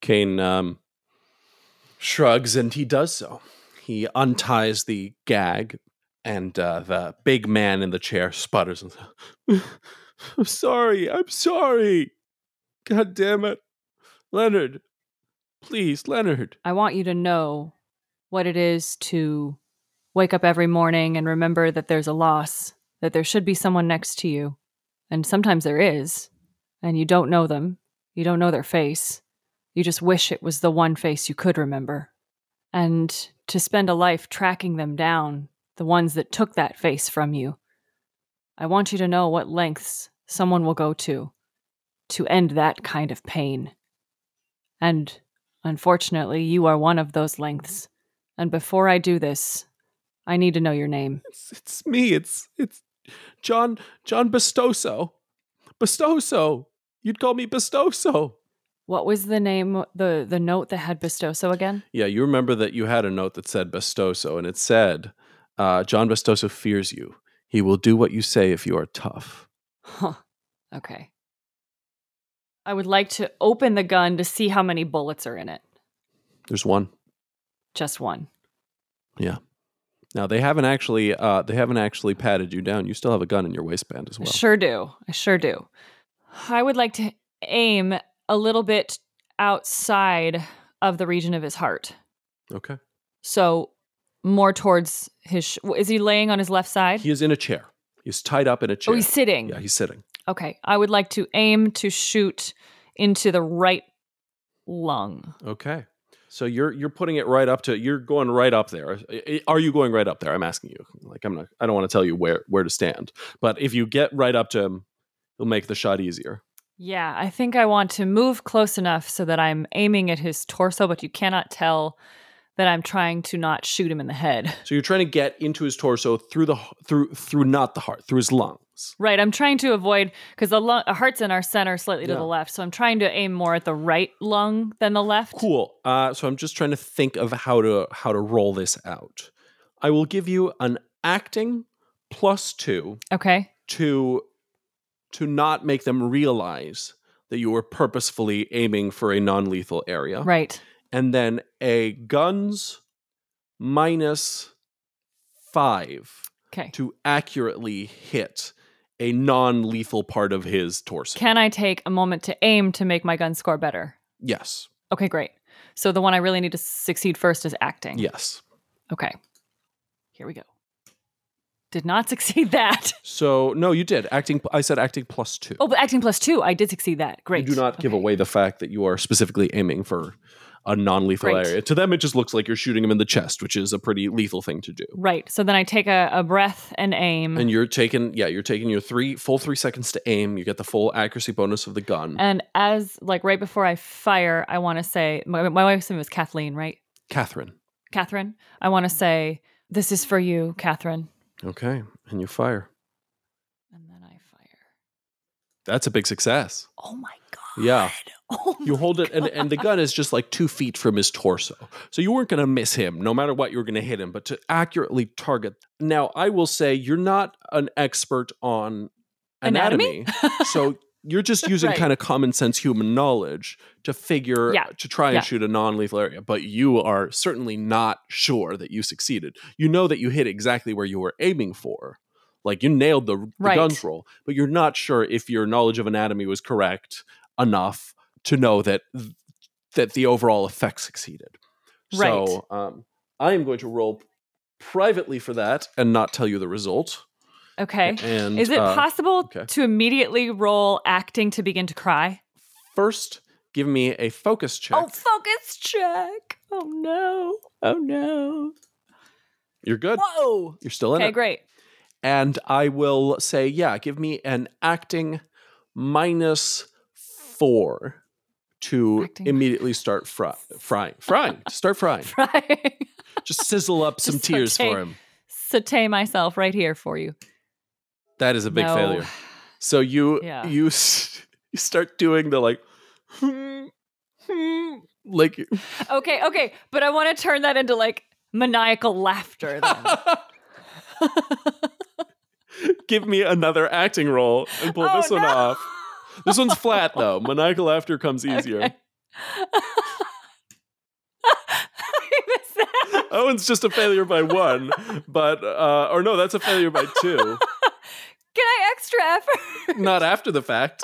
A: Kane um, shrugs and he does so. He unties the gag, and uh, the big man in the chair sputters and says, I'm sorry, I'm sorry. God damn it. Leonard, please, Leonard.
B: I want you to know what it is to wake up every morning and remember that there's a loss, that there should be someone next to you. And sometimes there is, and you don't know them, you don't know their face. You just wish it was the one face you could remember. And to spend a life tracking them down, the ones that took that face from you, I want you to know what lengths someone will go to to end that kind of pain. And unfortunately, you are one of those lengths. And before I do this, I need to know your name.
A: It's, it's me. It's it's John John Bestoso. Bestoso. You'd call me Bestoso.
B: What was the name the the note that had Bestoso again?
A: Yeah, you remember that you had a note that said Bestoso, and it said, uh, John Bestoso fears you. He will do what you say if you are tough.
B: Huh. Okay. I would like to open the gun to see how many bullets are in it.
A: There's one.
B: Just one.
A: Now they haven't actually uh, they haven't actually patted you down. You still have a gun in your waistband as well.
B: I sure do. I sure do. I would like to aim a little bit outside of the region of his heart.
A: Okay.
B: So more towards his. Sh- is he laying on his left side?
A: He is in a chair. He's tied up in a chair.
B: oh, he's sitting.
A: yeah, he's sitting.
B: Okay. I would like to aim to shoot into the right lung.
A: Okay. So you're you're putting it right up to you're going right up there. I- I- Are you going right up there? I'm asking you. Like I'm not I don't want to tell you where where to stand. But if you get right up to him, it'll make the shot easier.
B: Yeah, I think I want to move close enough so that I'm aiming at his torso, but you cannot tell that I'm trying to not shoot him in the head.
A: So you're trying to get into his torso through the h- through through not the heart, through his lungs.
B: Right, I'm trying to avoid because the lung, heart's in our center, slightly to
A: Yeah.
B: the left. So I'm trying to aim more at the right lung than the left.
A: Cool. Uh, so I'm just trying to think of how to how to roll this out. I will give you an acting plus 2
B: Okay.
A: to to not make them realize that you were purposefully aiming for a non-lethal area
B: Right.
A: and then a guns minus 5
B: Okay.
A: to accurately hit a non-lethal part of his torso
B: Can I take a moment to aim to make my gun score better?
A: yes
B: Okay, great. So the one I really need to succeed first is acting.
A: yes
B: Okay. Here we go. Did not succeed that.
A: so no you did acting i said acting plus 2
B: Oh, but acting plus two, I did succeed that. Great.
A: You do not give
B: Okay.
A: away the fact that you are specifically aiming for a non-lethal
B: Great.
A: area. To them, it just looks like you're shooting him in the chest, which is a pretty lethal thing to do.
B: Right. So then I take a, a breath and aim.
A: And you're taking, yeah, you're taking your three full three seconds to aim. You get the full accuracy bonus of the gun.
B: and as, like, right before I fire, I want to say, my, my wife's name was Kathleen, right?
A: Catherine.
B: Catherine, I
A: Mm-hmm.
B: want to say, this is for you, Catherine.
A: Okay, and you fire.
B: And then I fire.
A: That's a big success.
B: Oh my God.
A: Yeah,
B: Oh
A: you
B: my
A: hold it, and, and the gun is just like two feet from his torso, so you weren't going to miss him, no matter what. You were going to hit him, but to accurately target. Now, I will say you're not an expert on
B: Anatomy?
A: anatomy. so you're just using
B: Right.
A: kind of common sense human knowledge to figure
B: Yeah.
A: to try and
B: Yeah.
A: shoot a non-lethal area but you are certainly not sure that you succeeded you know that you hit exactly where you were aiming for like you nailed the, the
B: Right.
A: guns roll but you're not sure if your knowledge of anatomy was correct enough to know that that the overall effect succeeded so um, i am going to roll privately for that and not tell you the result
B: okay.
A: and
B: Is it
A: uh,
B: possible
A: okay.
B: to immediately roll acting to begin to cry?
A: first give me a focus check
B: Oh, focus check. Oh, no. Oh, no.
A: you're good
B: Whoa.
A: you're still in
B: Okay,
A: it
B: great.
A: and I will say, yeah, give me an acting minus four to
B: Acting
A: immediately start fry, frying, frying, to start frying.
B: Right.
A: Just sizzle up some
B: Just
A: tears
B: okay.
A: for him.
B: saute myself right here for you.
A: That is a big
B: No.
A: failure. So you
B: Yeah.
A: you s- you start doing the like like
B: Okay, okay, but I want to turn that into like maniacal laughter. Then.
A: give me another acting role and pull
B: Oh,
A: this one
B: no.
A: off. This one's flat though. Maniacal laughter comes easier.
B: Okay. I missed that.
A: That one's just a failure by one, but uh, or no, that's a failure by two.
B: Can I extra effort?
A: Not after the fact.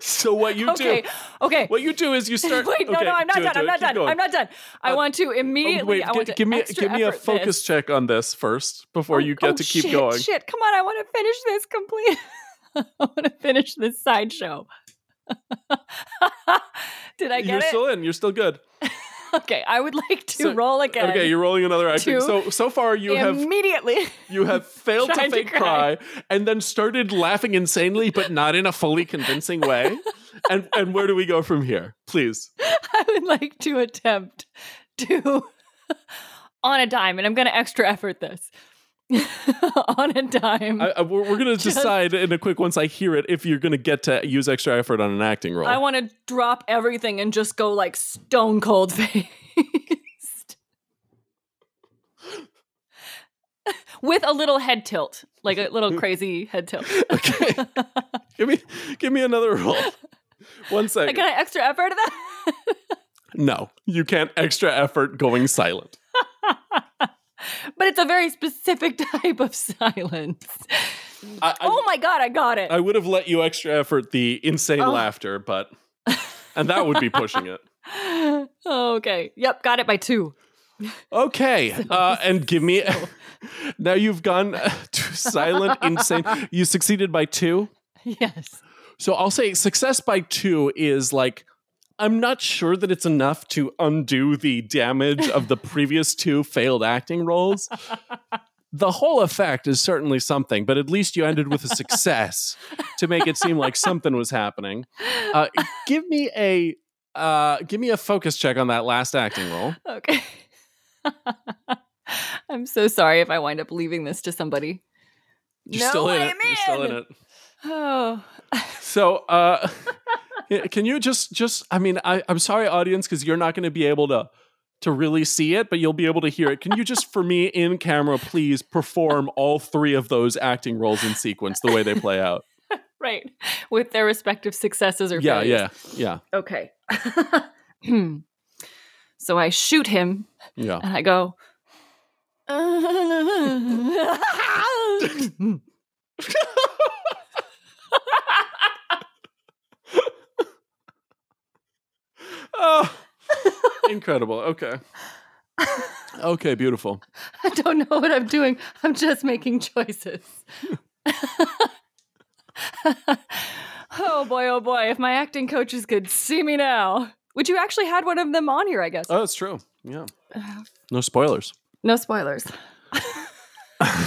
A: so what you
B: okay,
A: do?
B: okay.
A: What you do is you start.
B: Wait, no,
A: okay,
B: no, I'm not
A: do it,
B: done.
A: do
B: I'm
A: it,
B: not
A: keep
B: done.
A: going.
B: I'm not done. I
A: Uh,
B: want to immediately. I
A: gi-
B: want to
A: give me
B: extra
A: give me a
B: effort this.
A: focus check on this first before
B: Oh,
A: you get
B: oh,
A: to keep
B: shit,
A: going.
B: Shit, come on! I want to finish this complete. I want to finish this sideshow. Did I get
A: you're
B: it?
A: still in. You're still good.
B: okay, I would like to
A: So-
B: roll again.
A: Okay, you're rolling another acting.
B: Two.
A: So so far you have
B: immediately.
A: you have failed to
B: Tried to
A: fake cry.
B: cry.
A: and then started laughing insanely, but not in a fully convincing way. And and where do we go from here? Please.
B: I would like to attempt to, on a dime, and I'm going to extra effort this. on a dime,
A: I,
B: I,
A: I- we're we're gonna
B: Just-
A: decide in a quick once I hear it if you're gonna get to use extra effort on an acting role.
B: want to drop everything and just go like stone cold faced. With a little head tilt, like a little crazy head tilt.
A: okay. give me give me another roll. One second.
B: Can I extra effort that?
A: No, you can't extra effort going silent.
B: but it's a very specific type of silence.
A: I, I,
B: oh my god, I got it.
A: I would have let you extra effort the insane
B: Oh.
A: laughter, but and that would be pushing it.
B: Oh, okay. Yep, got it by two.
A: Okay, uh, and give me. now you've gone uh, to silent, insane. You succeeded by two.
B: Yes.
A: So I'll say success by two is like I'm not sure that it's enough to undo the damage of the previous two failed acting roles. The whole effect is certainly something, but at least you ended with a success to make it seem like something was happening. Uh, give me a uh, give me a focus check on that last acting role.
B: Okay. I'm so sorry if I wind up leaving this to somebody.
A: You're
B: No,
A: still in
B: I
A: it.
B: am
A: You're still in
B: in.
A: it.
B: Oh.
A: So, uh, can you just just? I mean, I, I'm sorry, audience, because you're not going to be able to to really see it, but you'll be able to hear it. Can you just, for me, in camera, please perform all three of those acting roles in sequence, the way they play out?
B: Right. With their respective successes or
A: Yeah,
B: failures.
A: yeah, yeah,
B: Okay. so I shoot him
A: yeah.
B: and I go.
A: Oh, incredible. Okay. Okay, beautiful.
B: I don't know what I'm doing. I'm just making choices. oh boy, oh boy. If my acting coaches could see me now. Which you actually had one of them on here, I guess.
A: Oh, that's true. Yeah. No spoilers.
B: No spoilers.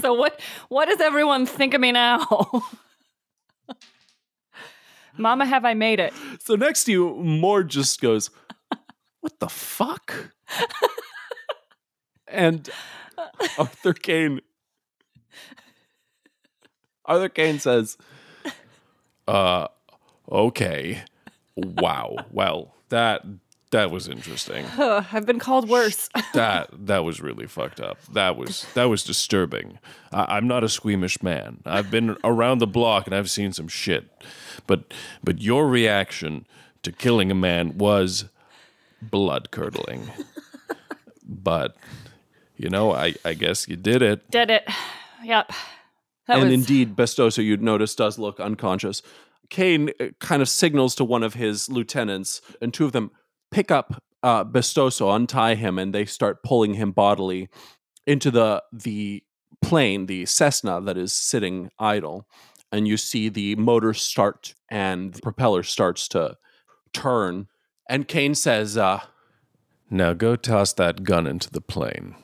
B: so what what does everyone think of me now? Mama, have I made it?
A: So next to you, Moore just goes, What the fuck? and Arthur Kane. Arthur Kane says,
F: Uh, okay. Wow. Well, that that was interesting.
B: Huh, I've been called worse.
F: That that was really fucked up. That was that was disturbing. I, I'm not a squeamish man. I've been around the block and I've seen some shit, but but your reaction to killing a man was blood curdling. but you know, I I guess you did it.
B: Did it. Yep. That
A: and
B: was
A: indeed, Bestoso, you'd notice, does look unconscious. Kane uh, kind of signals to one of his lieutenants, and two of them pick up uh, Bestoso, untie him, and they start pulling him bodily into the the plane, the Cessna that is sitting idle. And you see the motor start and the propeller starts to turn. And Kane says, uh,
F: Now go toss that gun into the plane.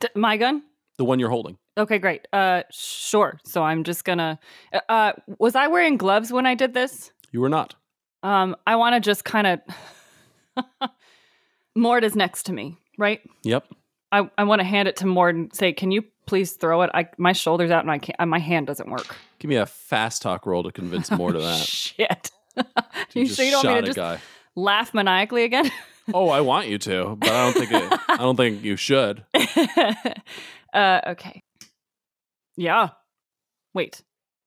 B: d- my gun?
A: "The one you're holding."
B: Okay, great. Uh, sure. So I'm just gonna. Uh, was I wearing gloves when I did this?
A: You were not.
B: Um, I want to just kind of. Mord is next to me, right?
A: Yep.
B: I, I want to hand it to Mord and say, "Can you please throw it? I my shoulders out and I can't. uh, My hand doesn't work."
A: Give me a fast talk roll to convince more to that.
B: Shit. you
A: just
B: sure you don't
A: shot
B: want me
A: a
B: to just
A: guy.
B: laugh maniacally again?
A: Oh, I want you to, but I don't think it, I don't think you should.
B: uh, okay. Yeah. Wait.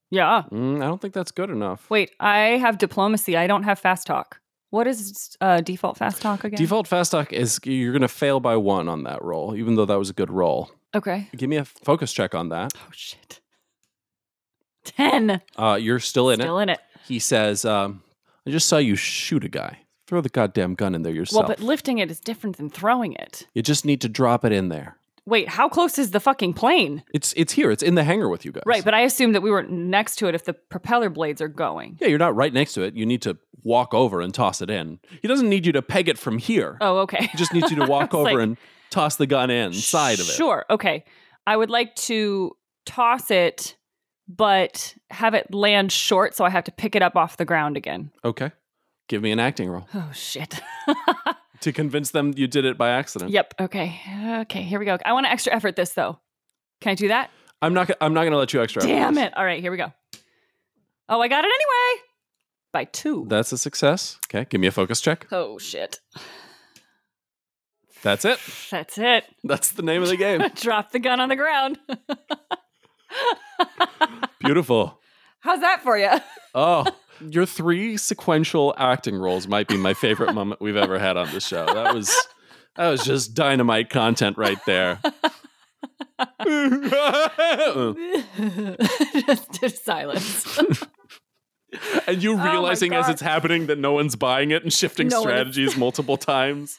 B: Yeah.
A: Mm, I don't think that's good enough.
B: Wait. I have diplomacy. I don't have fast talk. What is uh, default fast talk again?
A: Default fast talk is you're going to fail by one on that roll, even though that was a good roll.
B: Okay.
A: Give me a focus check on that.
B: Oh shit. Ten.
A: Uh, you're still in
B: Still
A: it.
B: in it.
A: He says, um, "I just saw you shoot a guy. Throw the goddamn gun in there yourself.
B: Well, but lifting it is different than throwing it.
A: you just need to drop it in there.
B: Wait, how close is the fucking plane?
A: It's it's here. It's in the hangar with you guys.
B: Right, but I assume that we were next to it if the propeller blades are going.
A: yeah, you're not right next to it. You need to walk over and toss it in. He doesn't need you to peg it from here.
B: Oh, okay.
A: He just needs you to walk
B: It's
A: over
B: like-
A: and toss the gun inside of it.
B: Sure. Okay. I would like to toss it, but have it land short so I have to pick it up off the ground again.
A: Okay. Give me an acting role
B: Oh, shit.
A: to convince them you did it by accident.
B: yep. Okay. Okay. Here we go. I want to extra effort this, though. Can I do that?
A: I'm not. go- I'm not going to let you extra.
B: Damn it. All right. Here we go. Oh, I got it anyway. By two.
A: That's a success. Okay. Give me a focus check.
B: oh, shit.
A: That's it.
B: That's it.
A: That's the name of the game.
B: Drop the gun on the ground.
A: Beautiful.
B: How's that for you?
A: Oh, your three sequential acting roles might be my favorite moment we've ever had on the show. That was that was just dynamite content right there. and
B: just, just silence.
A: you
B: Oh my
A: realizing as
B: God.
A: it's happening that no one's buying it and shifting
B: No one is.
A: strategies multiple times.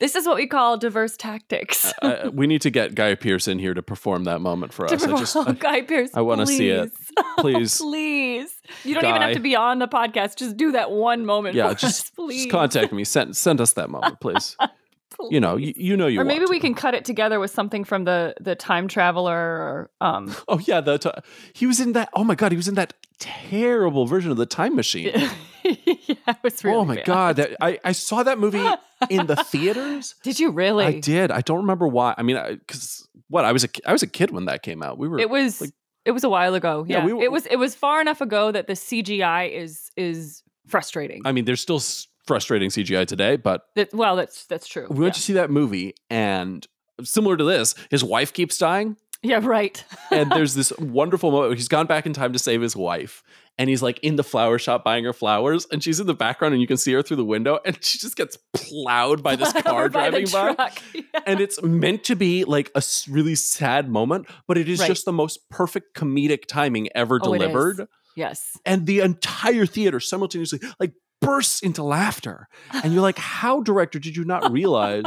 B: this is what we call diverse tactics.
A: Uh, we need to get Guy Pearce in here to perform that moment for us. I just
B: Oh, Guy Pierce.
A: I wanna see it. please.
B: please. You don't even
A: Guy.
B: have to be on the podcast. Just do that one moment.
A: yeah,
B: for us,
A: just,
B: please.
A: just contact me. Send send us that moment, please. You know, you, you know you
B: or
A: want
B: maybe
A: to.
B: we can cut it together with something from the the time traveler. Or, um,
A: Oh yeah, the t- he was in that. Oh my god, he was in that terrible version of the Time Machine.
B: yeah, it was really
A: oh my
B: bad.
A: god, that, I I saw that movie in the theaters.
B: Did you really?
A: I did. I don't remember why. I mean, because what I was a ki- I was a kid when that came out. We were
B: It was
A: like-
B: it was a while ago.
A: Yeah,
B: Yeah,
A: we were-
B: it was it was far enough ago that the CGI is is frustrating.
A: I mean, there's still s- frustrating CGI today, but
B: That, well, that's that's true.
A: we went to see that movie, and similar to this, his wife keeps dying.
B: yeah. yeah, right.
A: and there's this wonderful moment where he's gone back in time to save his wife and he's like in the flower shop buying her flowers and she's in the background and you can see her through the window and she just gets plowed by this car
B: Or by the
A: driving by
B: truck. Yeah.
A: and it's meant to be like a s- really sad moment but it is
B: Right.
A: just the most perfect comedic timing ever
B: Oh, it is.
A: delivered
B: Yes.
A: and the entire theater simultaneously like bursts into laughter and you're like how director did you not realize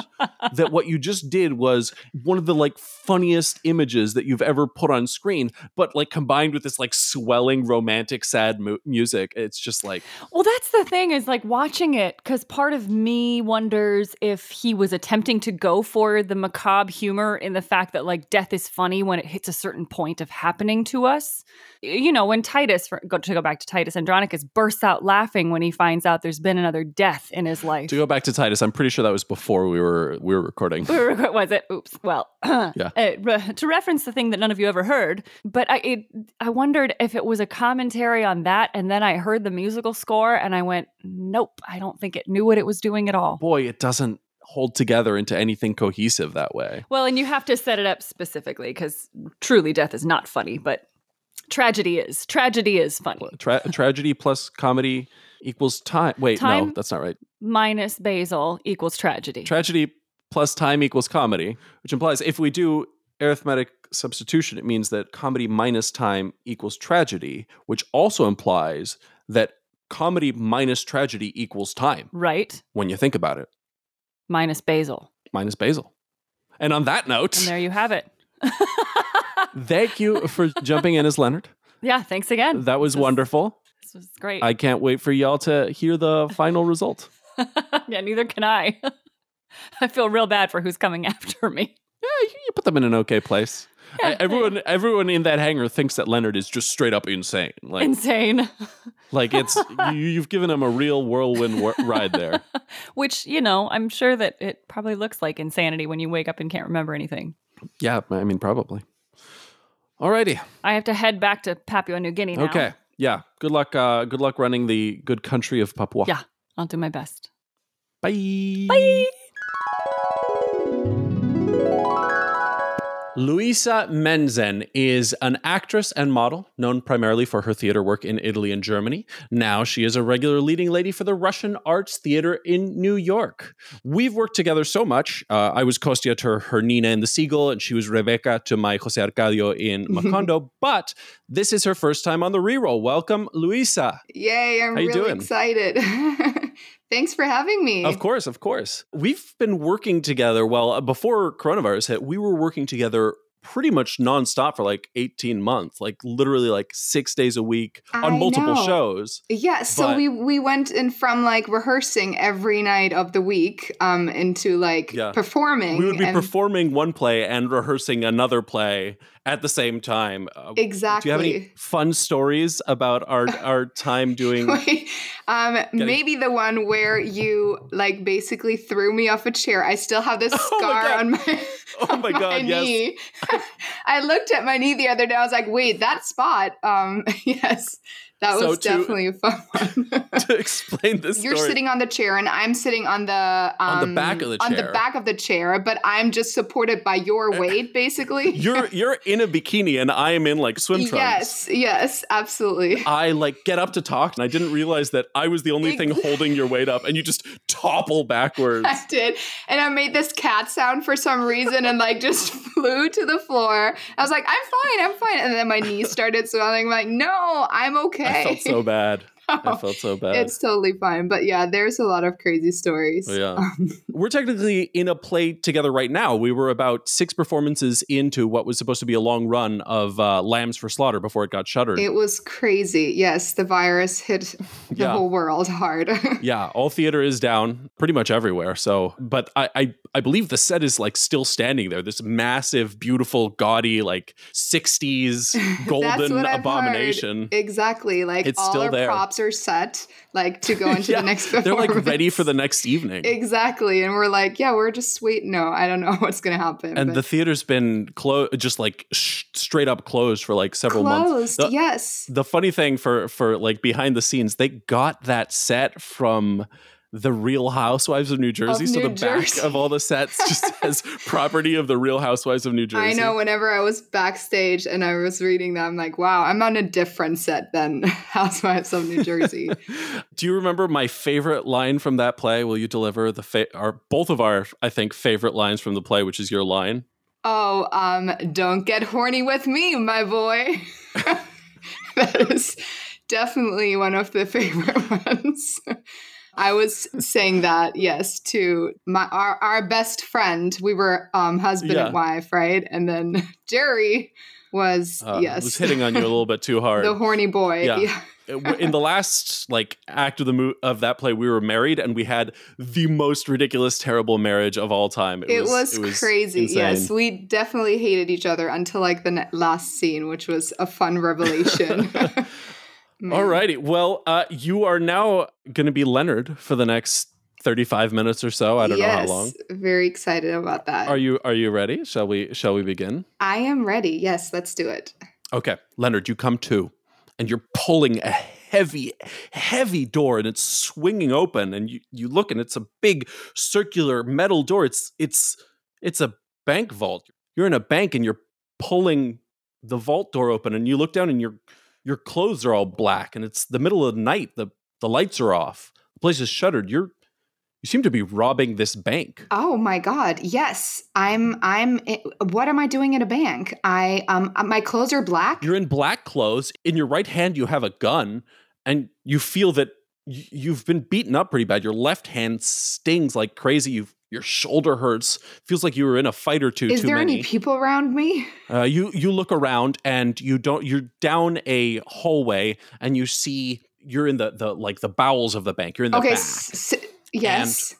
A: that what you just did was one of the like funniest images that you've ever put on screen but like combined with this like swelling romantic sad mu- music it's just like
B: Well, that's the thing is like watching it because part of me wonders if he was attempting to go for the macabre humor in the fact that like death is funny when it hits a certain point of happening to us. Y- You know, when Titus, for, go, to go back to Titus Andronicus, bursts out laughing when he finds out there's been another death in his life.
A: to go back to titus i'm pretty sure that was before we were we were recording
B: We were record- was it? Oops. Well, uh, re- to reference the thing that none of you ever heard, but I it, I wondered if it was a commentary on that, and then I heard the musical score, and I went, nope, I don't think it knew what it was doing at all.
A: boy it doesn't hold together into anything cohesive that way
B: Well, and you have to set it up specifically because truly death is not funny, but tragedy is. Tragedy is funny.
A: Tra- tragedy plus comedy equals time wait no
B: Time-
A: that's not right
B: Minus basil equals tragedy.
A: tragedy plus time equals comedy, which implies if we do arithmetic substitution, it means that comedy minus time equals tragedy, which also implies that comedy minus tragedy equals time
B: right?
A: when you think about it,
B: Minus basil.
A: minus Basil. And on that note,
B: And there you have it.
A: thank you for jumping in as Leonard.
B: Yeah, thanks again.
A: That was
B: This is-
A: wonderful.
B: This was great.
A: I can't wait for y'all to hear the final result.
B: yeah, neither can I. I feel real bad for who's coming after me.
A: Yeah, you you put them in an okay place.
G: I- E-, everyone, everyone in that hangar thinks that Leonard is just straight up insane. Like,
B: Insane.
G: like it's you, you've given him a real whirlwind wor- ride there.
B: Which, you know, I'm sure that it probably looks like insanity when you wake up and can't remember anything.
G: Yeah, I mean probably. Alrighty.
B: I have to head back to Papua New Guinea now.
G: Okay. Yeah. Good luck. Uh, good luck running the good country of Papua.
B: Yeah. I'll do my best.
G: Bye. Bye.
A: Luisa Menzen is an actress and model known primarily for her theater work in Italy and Germany. Now she is a regular leading lady for the Russian Arts Theater in New York. We've worked together so much. Uh, I was Kostia to her Nina in The Seagull, and she was Rebecca to my Jose Arcadio in Macondo. but this is her first time on the reroll. Welcome, Luisa.
H: Yay, I'm
A: How you
H: really
A: doing?
H: excited. Thanks for having me.
A: Of course, of course. We've been working together. Well, uh, before coronavirus hit, we were working together pretty much nonstop for like 18 months, like literally like six days a week on
H: I
A: multiple
H: know.
A: shows.
H: Yeah, so
A: But-
H: we we went in from like rehearsing every night of the week um into like
A: Yeah.
H: performing.
A: We would be
H: and-
A: performing one play and rehearsing another play at the same time. Uh, Do
H: Exactly.
A: you have any fun stories about our our time doing?
H: Wait, um, maybe the one where you like basically threw me off a chair. I still have this
A: Oh my
H: scar
A: God.
H: on my
A: Oh
H: on
A: my god! Yes,
H: knee. I looked at my knee the other day. I was like, wait, that spot. Um, yes, that
A: So
H: was
A: to-
H: definitely a fun one.
A: to explain this.
H: You're
A: story.
H: sitting on the chair and I'm sitting on the um,
A: On the back of the
H: on
A: chair. Eh,
H: the back of the chair, but I'm just supported by your weight, basically.
A: You're you're in a bikini and I am in like swim trunks.
H: yes, yes, absolutely.
A: I like get up to talk and I didn't realize that I was the only thing holding your weight up and you just topple backwards.
H: I did, and I made this cat sound for some reason, and like just flew to the floor. I was like, "I'm fine, I'm fine," and then my knee started swelling. I'm like, "No, I'm okay."
A: I felt so bad. I felt so bad.
H: Oh, It's totally fine, but yeah, there's a lot of crazy stories.
A: yeah.
H: um,
A: We're technically in a play together right now. We were about six performances into what was supposed to be a long run of uh, Lambs for Slaughter before it got shuttered.
H: It was crazy. Yes, the virus hit the
A: Yeah.
H: whole world hard.
A: yeah, all theater is down pretty much everywhere. So, but I, I I believe the set is like still standing there. This massive, beautiful, gaudy, like 60s golden
H: what I've heard.
A: abomination.
H: Exactly. Like
A: It's
H: all
A: still
H: our
A: there.
H: props are set, like to go into
A: Yeah,
H: the next
A: They're
H: performance.
A: like ready for the next evening.
H: Exactly. And we're like, yeah, we're just waiting. No, I don't know what's gonna happen.
A: and
H: but
A: the theater's been closed, just like sh- straight up closed for like several months.
H: closed,
A: The,
H: yes.
A: the funny thing for for like behind the scenes, they got that set from the Real Housewives of New Jersey. so
H: New
A: the
H: Jersey.
A: back of all the sets just says property of the Real Housewives of New Jersey.
H: I know whenever I was backstage and I was reading that, I'm like, wow, I'm on a different set than Housewives of New Jersey.
A: Do you remember my favorite line from that play? Will you deliver the fa- our both of our I think favorite lines from the play, which is your line.
H: Oh, um, don't get horny with me, my boy. that is definitely one of the favorite ones. I was saying that, yes, to my our, our best friend. We were um husband
A: Yeah.
H: and wife, right? And then Jerry was
A: Uh,
H: yes.
A: was hitting on you a little bit too hard.
H: the horny boy.
A: Yeah.
H: yeah.
A: Uh, in the last like act of the mo- of that play we were married and we had the most ridiculous terrible marriage of all time
H: It, was, crazy. Yes,
A: insane.
H: we definitely hated each other until like the ne- last scene, which was a fun revelation.
A: all righty well uh you are now gonna be leonard for the next 35 minutes or so i don't know how long
H: Very excited about that.
A: are you are you ready shall we shall we begin
H: I am ready. Yes, let's do it.
A: Okay, Leonard, you come to, and you're pulling a heavy, heavy door, and it's swinging open. And you, you look, and it's a big circular metal door. It's it's it's a bank vault. You're in a bank, and you're pulling the vault door open. And you look down, and your your clothes are all black, and it's the middle of the night. the The lights are off. The place is shuttered. You're you seem to be robbing this bank.
H: Oh my god. Yes. I'm I'm eh, what am I doing at a bank? I um my clothes are black.
A: You're in black clothes. In your right hand, you have a gun, and you feel that y- you've been beaten up pretty bad. Your left hand stings like crazy. You've, your shoulder hurts. Feels like you were in a fight or two
H: Is
A: too
H: there
A: many.
H: any people around me?
A: uh, you you look around and you don't. You're down a hallway, and you see you're in the the like the bowels of the bank. You're in the
H: okay.
A: back,
H: s- s- yes.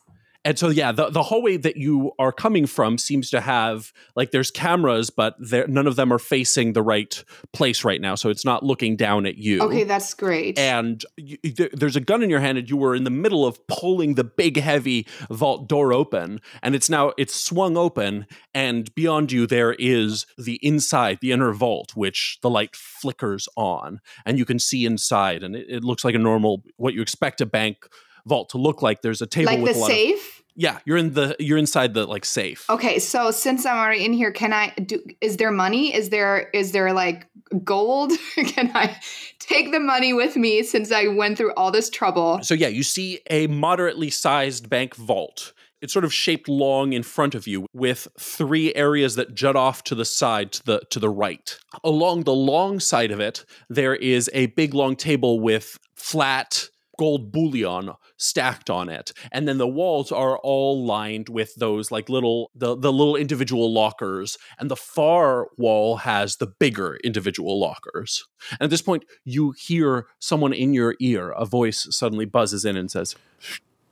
A: And so, yeah, the, the hallway that you are coming from seems to have like there's cameras, but there- none of them are facing the right place right now. So it's not looking down at you.
H: Okay, that's great.
A: And you, there, there's a gun in your hand, and you were in the middle of pulling the big, heavy vault door open, and it's now it's swung open, and beyond you there is the inside, the inner vault, which the light flickers on, and you can see inside, and it, it looks like a normal what you expect a bank vault to look like. There's a table
H: like
A: with
H: the
A: a lot of
H: safe?
A: yeah, you're in the you're inside the like safe.
H: Okay, so since I'm already in here, can I do is there money? Is there is there like gold? can I take the money with me since I went through all this trouble?
A: So yeah, you see a moderately sized bank vault. It's sort of shaped long in front of you with three areas that jut off to the side to the to the right. Along the long side of it, there is a big long table with flat gold bullion stacked on it and then the walls are all lined with those like little the, the little individual lockers and the far wall has the bigger individual lockers and at this point you hear someone in your ear a voice suddenly buzzes in and says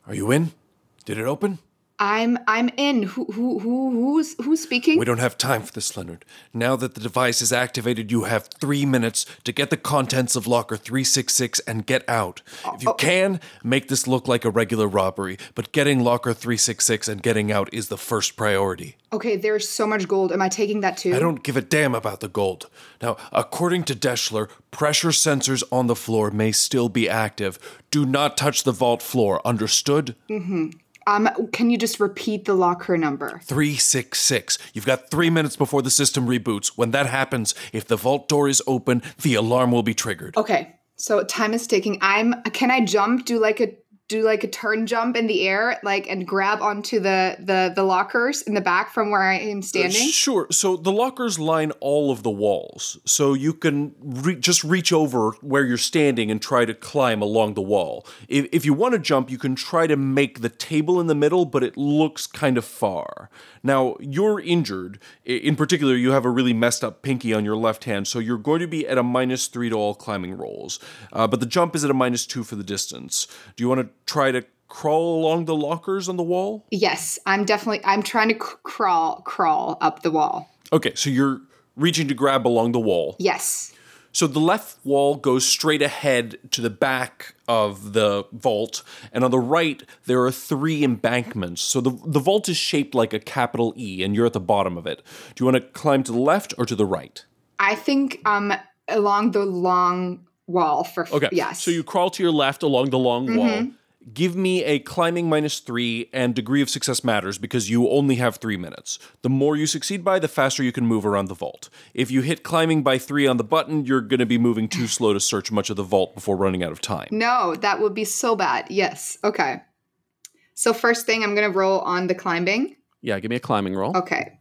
F: Are you in? Did it open?
H: I'm I'm in. Who who who who's who's speaking?
F: We don't have time for this, Leonard. Now that the device is activated, you have three minutes to get the contents of locker 366 and get out. If you can, make this look like a regular robbery, but getting locker 366 and getting out is the first priority.
H: Okay, there's so much gold. Am I taking that too?
F: I don't give a damn about the gold. Now, according to Deschler, pressure sensors on the floor may still be active. Do not touch the vault floor, understood?
H: um can you just repeat the locker number?
F: 366. You've got three minutes before the system reboots. When that happens, if the vault door is open, the alarm will be triggered.
H: Okay. So time is ticking. I'm can I jump, do like a do like a turn jump in the air, like and grab onto the the the lockers in the back from where I am standing?
F: Sure. So the lockers line all of the walls. So you can re- just reach over where you're standing and try to climb along the wall. If, if you want to jump, you can try to make the table in the middle, but it looks kind of far. Now, you're injured. I- In particular, you have a really messed up pinky on your left hand, so you're going to be at a minus three to all climbing rolls. Uh, but the jump is at a minus two for the distance. Do you want to try to crawl along the lockers on the wall?
H: Yes, I'm definitely I'm trying to c- crawl crawl up the wall.
F: Okay, so you're reaching to grab along the wall.
H: Yes.
F: So the left wall goes straight ahead to the back of the vault, and on the right there are three embankments. So the the vault is shaped like a capital E, and you're at the bottom of it. Do you want to climb to the left or to the right?
H: I think um along the long wall for
A: okay
H: yes.
A: so you crawl to your left along the long wall
F: Give me a climbing minus three, and degree of success matters because you only have three minutes. The more you succeed by, the faster you can move around the vault. If you hit climbing by three on the button, you're going to be moving too slow to search much of the vault before running out of time.
H: No, that would be so bad. Yes. Okay. So first thing I'm going to roll on the climbing.
A: yeah give me a climbing roll
H: Okay.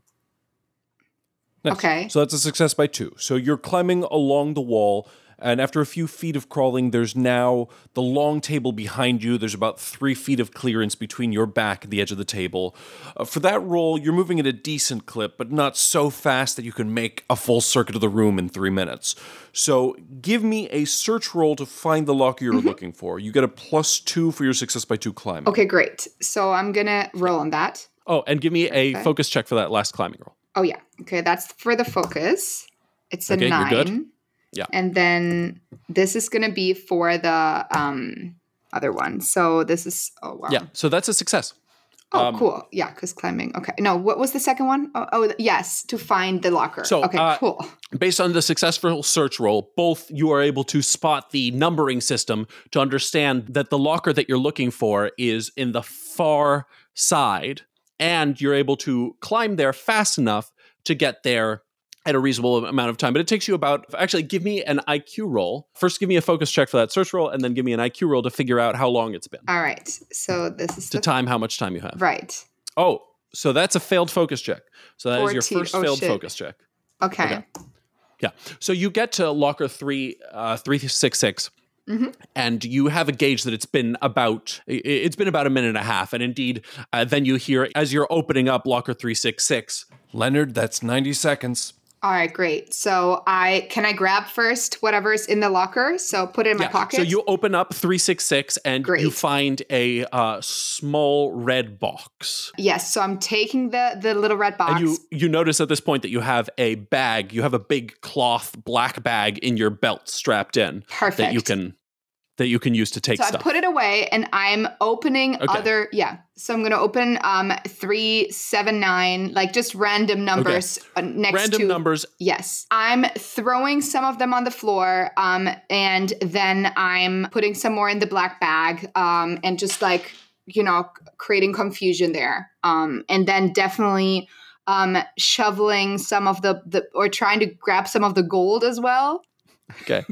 H: Okay.
F: So that's a success by two. So you're climbing along the wall, and after a few feet of crawling, there's now the long table behind you. There's about three feet of clearance between your back and the edge of the table. Uh, for that roll, you're moving at a decent clip, but not so fast that you can make a full circuit of the room in three minutes. So give me a search roll to find the locker you're looking for. You get a plus two for your success by two climbing.
H: Mm-hmm. Okay, great. So I'm going to roll on that.
A: oh and give me a
H: Okay.
A: focus check for that last climbing roll
H: Oh yeah. Okay, that's for the focus. It's a
A: Okay, you're
H: 9.
A: good. Yeah.
H: And then this is going to be for the um other one. So this is oh wow.
A: yeah so that's a success
H: Oh,
A: Um,
H: cool. Yeah, because climbing. Okay. No, what was the second one? Oh, oh yes, to find the locker.
A: So,
H: okay,
A: uh,
H: cool.
A: Based on the successful search roll, both you are able to spot the numbering system to understand that the locker that you're looking for is in the far side, and you're able to climb there fast enough to get there at a reasonable amount of time. But it takes you about actually give me an IQ roll. First, give me a focus check for that search roll, and then give me an IQ roll to figure out how long it's been
H: All right. So this is
A: to
H: the
A: time how much time you have.
H: right.
A: Oh, so that's a failed focus check. So that is your
H: 14.
A: first
H: Oh,
A: failed
H: shit.
A: focus check.
H: Okay.
A: Okay. So you get to locker three uh, three six six,
H: Mhm.
A: and you have a gauge that it's been about i- it's been about a minute and a half. And indeed, uh, then you hear as you're opening up locker three six six.
F: Leonard, that's 90 seconds.
H: All right, great. So I can I grab first whatever's in the locker? So put it in my pocket.
A: So you open up 366 and you
H: Great.
A: find a uh, small red box.
H: yes. So I'm taking the the little red box.
A: And you you notice at this point that you have a bag, you have a big cloth black bag in your belt strapped in
H: Perfect.
A: that you can that you can use to take
H: So I
A: stuff.
H: put it away and I'm opening other yeah. So I'm gonna open um three seven nine like just random numbers uh, next
A: Random
H: to
A: numbers.
H: Yes. I'm throwing some of them on the floor um, and then I'm putting some more in the black bag um, and just like, you know, c- creating confusion there. Um, and then definitely um, shoveling some of the, the, or trying to grab some of the gold as well.
A: Okay.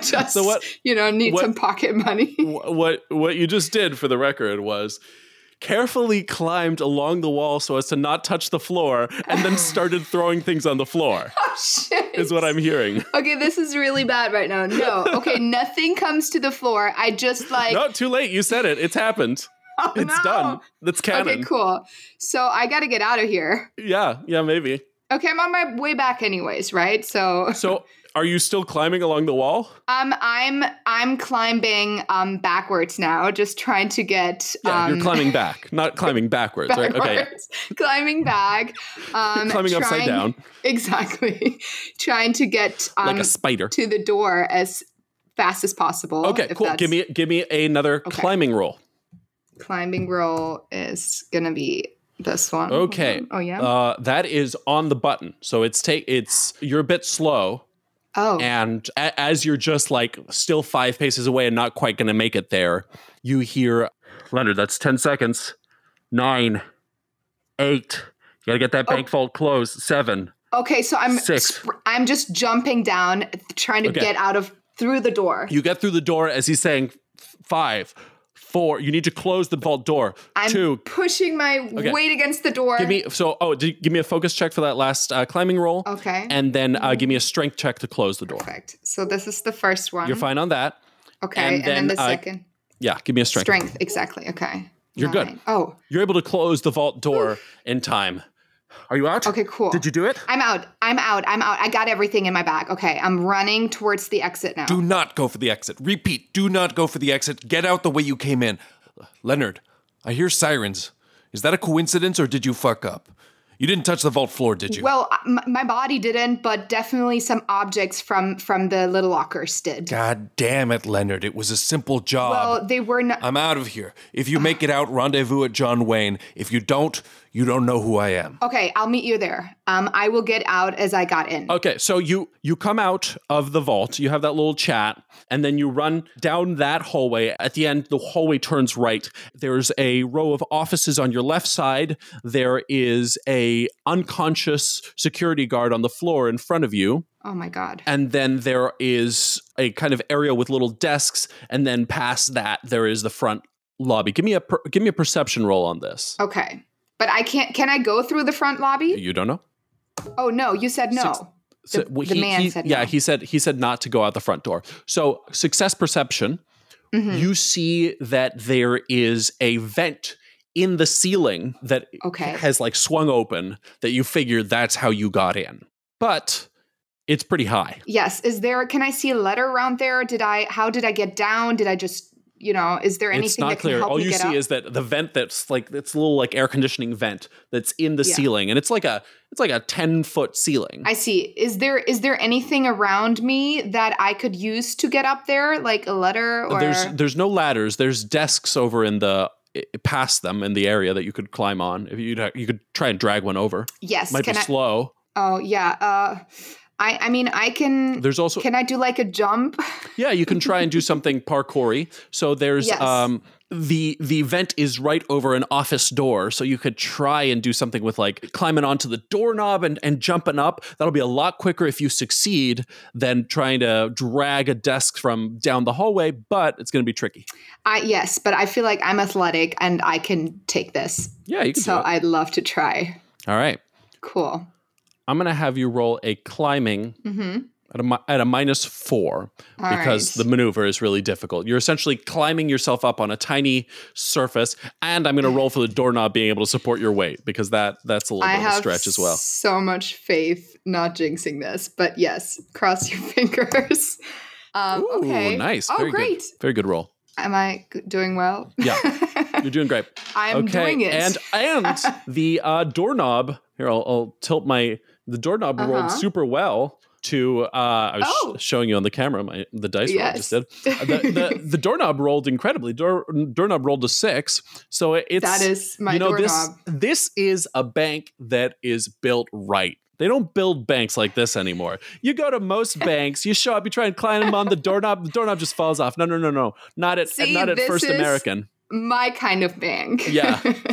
H: just,
A: So what-
H: you know, need
A: what-
H: some pocket money.
A: Wh- what what you just did for the record was carefully climbed along the wall so as to not touch the floor and then started throwing things on the floor
H: oh, shit.
A: is what I'm hearing.
H: Okay, this is really bad right now. No. Okay, nothing comes to the floor. I just like.
A: no, too late. You said it. It's happened.
H: Oh,
A: It's
H: no.
A: done. That's canon.
H: Okay, cool. So I got to get out of here.
A: Yeah, yeah, maybe.
H: Okay, I'm on my way back anyways, right? So
A: So, are you still climbing along the wall?
H: um I'm I'm climbing um backwards now, just trying to get
A: Yeah,
H: um
A: you're climbing back, not climbing backwards, right? Okay, yeah.
H: backwards, climbing back. Um
A: climbing upside
H: trying-
A: down
H: Exactly. trying to get um
A: like a spider.
H: to the door as fast as possible.
A: okay,
H: if
A: cool.
H: that's-
A: Give me give me another
H: Okay.
A: climbing roll.
H: climbing roll is gonna be this one. Hold
A: Okay.
H: on. Oh yeah.
A: Uh, that is on the button, so it's take it's you're a bit slow,
H: oh.
A: and a- as you're just like still five paces away and not quite going to make it there, you hear Leonard. That's ten seconds. Nine, eight. You gotta get that
H: Oh.
A: bank vault closed. Seven.
H: Okay, so I'm
A: Six.
H: spr- I'm just jumping down, trying to
A: Okay.
H: get out of through the door.
A: You get through the door as he's saying f- five, four. You need to close the vault door.
H: I'm
A: Two.
H: pushing my
A: Okay.
H: weight against the door.
A: Give me so. Oh, did, give me a focus check for that last uh, climbing roll,
H: okay,
A: and then uh, give me a strength check to close the door.
H: perfect. So this is the first one.
A: You're fine on that.
H: Okay,
A: and
H: and, then,
A: then,
H: the
A: uh,
H: second
A: Yeah, give me a strength.
H: strength. exactly. Okay,
A: You're good.
H: Nine. Oh,
A: You're able to close the vault door in time. Are you out?
H: okay, cool.
A: Did you do it?
H: I'm out. I'm out. I'm out. I got everything in my bag. Okay, I'm running towards the exit now.
F: Do not go for the exit. Repeat, do not go for the exit. Get out the way you came in. Leonard, I hear sirens. Is that a coincidence or did you fuck up? You didn't touch the vault floor, did you?
H: well, I- my, my body didn't, but definitely some objects from from the little lockers did.
F: God damn it, Leonard. It was a simple job.
H: Well, they were not.
F: I'm out of here. If you make it out, rendezvous at John Wayne. If you don't, you don't know who I am.
H: Okay, I'll meet you there. Um, I will get out as I got in.
A: Okay, so you you come out of the vault, you have that little chat, and then you run down that hallway. At the end, the hallway turns right. There's a row of offices on your left side. There is a unconscious security guard on the floor in front of you,
H: Oh my god.
A: and then there is a kind of area with little desks, and then past that there is the front lobby. Give me a per, give me a perception roll on this.
H: Okay. But I can't. Can I go through the front lobby?
A: You don't know.
H: Oh no, you said no. The-
A: well,
H: the man
A: he,
H: said
A: yeah
H: no.
A: he said he said not to go out the front door so success perception
H: Mhm.
A: you see that there is a vent in the ceiling that
H: Okay.
A: has like swung open that you figured that's how you got in but it's pretty high
H: Yes. Is there? Can I see a letter around there? Did I? How did I get down? Did I just? You know? Is there anything
A: it's not
H: that can
A: clear
H: help
A: all
H: me
A: you
H: get
A: see
H: up?
A: is that the vent that's like it's a little like air conditioning vent that's in the
H: Yeah.
A: ceiling and it's like a it's like a 10 foot ceiling
H: I see. Is there? Is there anything around me that I could use to get up there, like a letter or?
A: there's there's no ladders. There's desks over in the i- past them in the area that you could climb on. If you you could try and drag one over.
H: yes.
A: Might
H: Can
A: be
H: I?
A: slow.
H: Oh yeah. Uh, I. I mean, I can.
A: There's also
H: Can I do like a jump?
A: yeah, you can try and do something parkoury. So there's
H: Yes.
A: um the the vent is right over an office door, so you could try and do something with like climbing onto the doorknob and and jumping up. That'll be a lot quicker if you succeed than trying to drag a desk from down the hallway, but it's going to be tricky.
H: I yes, but I feel like I'm athletic and I can take this.
A: Yeah, you can.
H: So
A: do it.
H: I'd love to try.
A: All right.
H: Cool.
A: I'm going to have you roll a climbing
H: hmm
F: at a, mi- at a minus four
H: All
F: because
H: right.
F: the maneuver is really difficult. You're essentially climbing yourself up on a tiny surface, and I'm going to roll for the doorknob being able to support your weight because that that's a little
H: I
F: bit of a
H: have
F: stretch as well.
H: So much faith, not jinxing this, but yes, cross your fingers. Um,
F: Ooh,
H: okay.
F: nice.
H: Oh,
F: Very
H: great.
F: good. Very good roll.
H: Am I g- doing well?
F: Yeah. You're doing great.
H: I'm
F: okay,
H: doing it.
F: and and the uh, doorknob here. I'll, I'll tilt my the doorknob
H: Uh-huh.
F: rolled super well to. Uh, I was
H: Oh.
F: sh- showing you on the camera my the dice roll I just
H: Yes.
F: did. Uh, the, the, the doorknob rolled incredibly. Door, doorknob rolled a six, so it, it's
H: that is my
F: you know
H: doorknob.
F: this this is a bank that is built right. They don't build banks like this anymore. You go to most banks, you show up, you try and climb on the doorknob, the doorknob just falls off. No, no, no, no, not at
H: See,
F: not at
H: this
F: First
H: is-
F: American.
H: my kind of bank.
F: Yeah.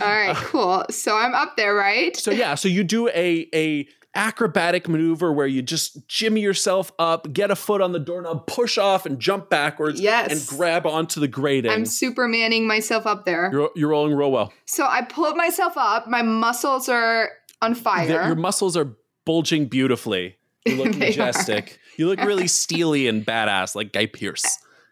F: Uh,
H: All right, cool. So I'm up there, right?
F: So yeah, so you do a a acrobatic maneuver where you just jimmy yourself up, get a foot on the doorknob, push off, and jump backwards.
H: Yes.
F: and grab onto the grating.
H: I'm supermaning myself up there.
F: you're, you're rolling real well.
H: So I pulled myself up. My muscles are on
F: The-
H: fire.
F: your muscles are bulging beautifully. You look
H: They are.
F: majestic. You look really steely and badass, like Guy Pierce.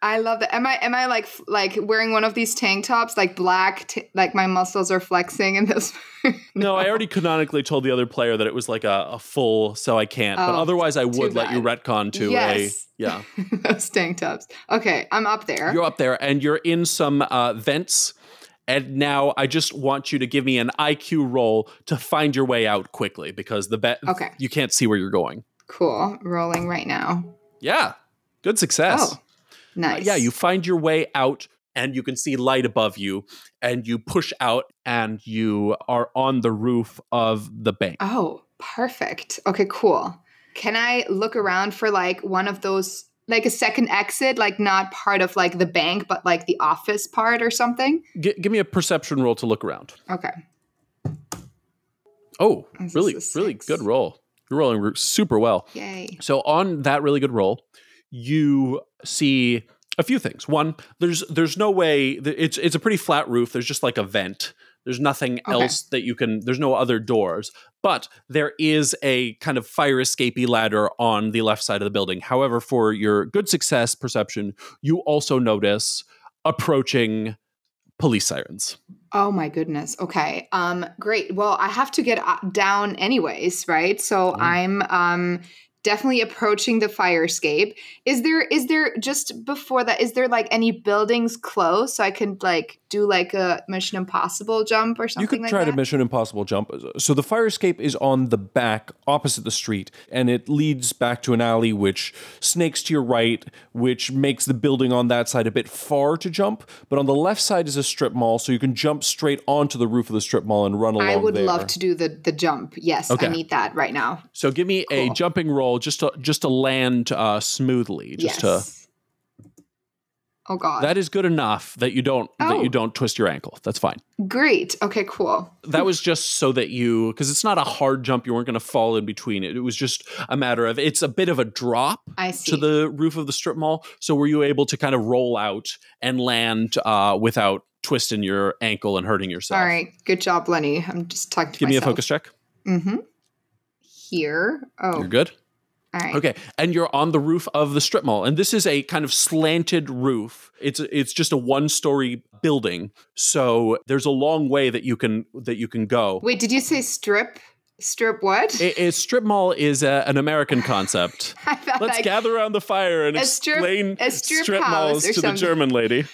H: I love that. Am I am I like f- like wearing one of these tank tops, like black, t- like my muscles are flexing in this?
F: No, I already canonically told the other player that it was like a, a full, so I can't. but
H: Oh,
F: otherly, I would let you retcon to
H: Yes.
F: a yeah.
H: Those tank tops. Okay, I'm up there.
F: You're up there and you're in some uh, vents. And now I just want you to give me an IQ roll to find your way out quickly because the bet
H: Okay.
F: you can't see where you're going.
H: cool. Rolling right now.
F: Yeah. Good success.
H: Oh,
F: Uh,
H: nice.
F: yeah, you find your way out and you can see light above you and you push out and you are on the roof of the bank.
H: Oh, perfect. Okay, cool. Can I look around for like one of those, like a second exit, like not part of like the bank, but like the office part or something?
F: G- give me a perception roll to look around.
H: Okay.
F: Oh,
H: This is
F: really
H: a
F: really
H: six.
F: good roll. You're rolling re- super well.
H: Yay.
F: So on that really good roll, you see a few things. One, there's there's no way th- it's it's a pretty flat roof. There's just like a vent. There's nothing
H: Okay.
F: else that you can. There's no other doors, but there is a kind of fire escapey ladder on the left side of the building. However, for your good success perception, you also notice approaching police sirens.
H: Oh my goodness. Okay. Um great. Well, I have to get uh, down anyways, right? So
F: Mm.
H: I'm um definitely approaching the fire escape. Is there is there just before that is there like any buildings close so I can like do like a Mission Impossible jump or something
F: You could
H: like
F: try
H: that?
F: to Mission Impossible jump. So the fire escape is on the back, opposite the street, and it leads back to an alley which snakes to your right, which makes the building on that side a bit far to jump. But on the left side is a strip mall, so you can jump straight onto the roof of the strip mall and run along
H: I would
F: there.
H: love to do the the jump. Yes,
F: Okay.
H: I need that right now.
F: So give me a
H: Cool.
F: jumping roll just to just to land uh, smoothly. Just to
H: yes. oh God.
F: that is good enough that you don't that
H: Oh.
F: you don't twist your ankle. That's fine.
H: Great. Okay. Cool.
F: that was just so that you because it's not a hard jump you weren't going to fall in between it it was just a matter of it's a bit of a drop
H: I see.
F: to the roof of the strip mall so were you able to kind of roll out and land uh, without twisting your ankle and hurting yourself
H: All right. Good job, Lenny. I'm just talking to
F: give me a
H: myself.
F: focus check
H: Mm-hmm. Here. Oh.
F: you're good
H: All right.
F: Okay, and you're on the roof of the strip mall, and this is a kind of slanted roof. It's it's just a one story building, so there's a long way that you can that you can go.
H: Wait, did you say strip? Strip what?
F: A, a strip mall is a, an American concept.
H: I thought
F: Let's
H: I-
F: gather around the fire and
H: A strip-
F: explain
H: a strip
F: strip
H: house
F: malls
H: or
F: to the
H: something.
F: German lady.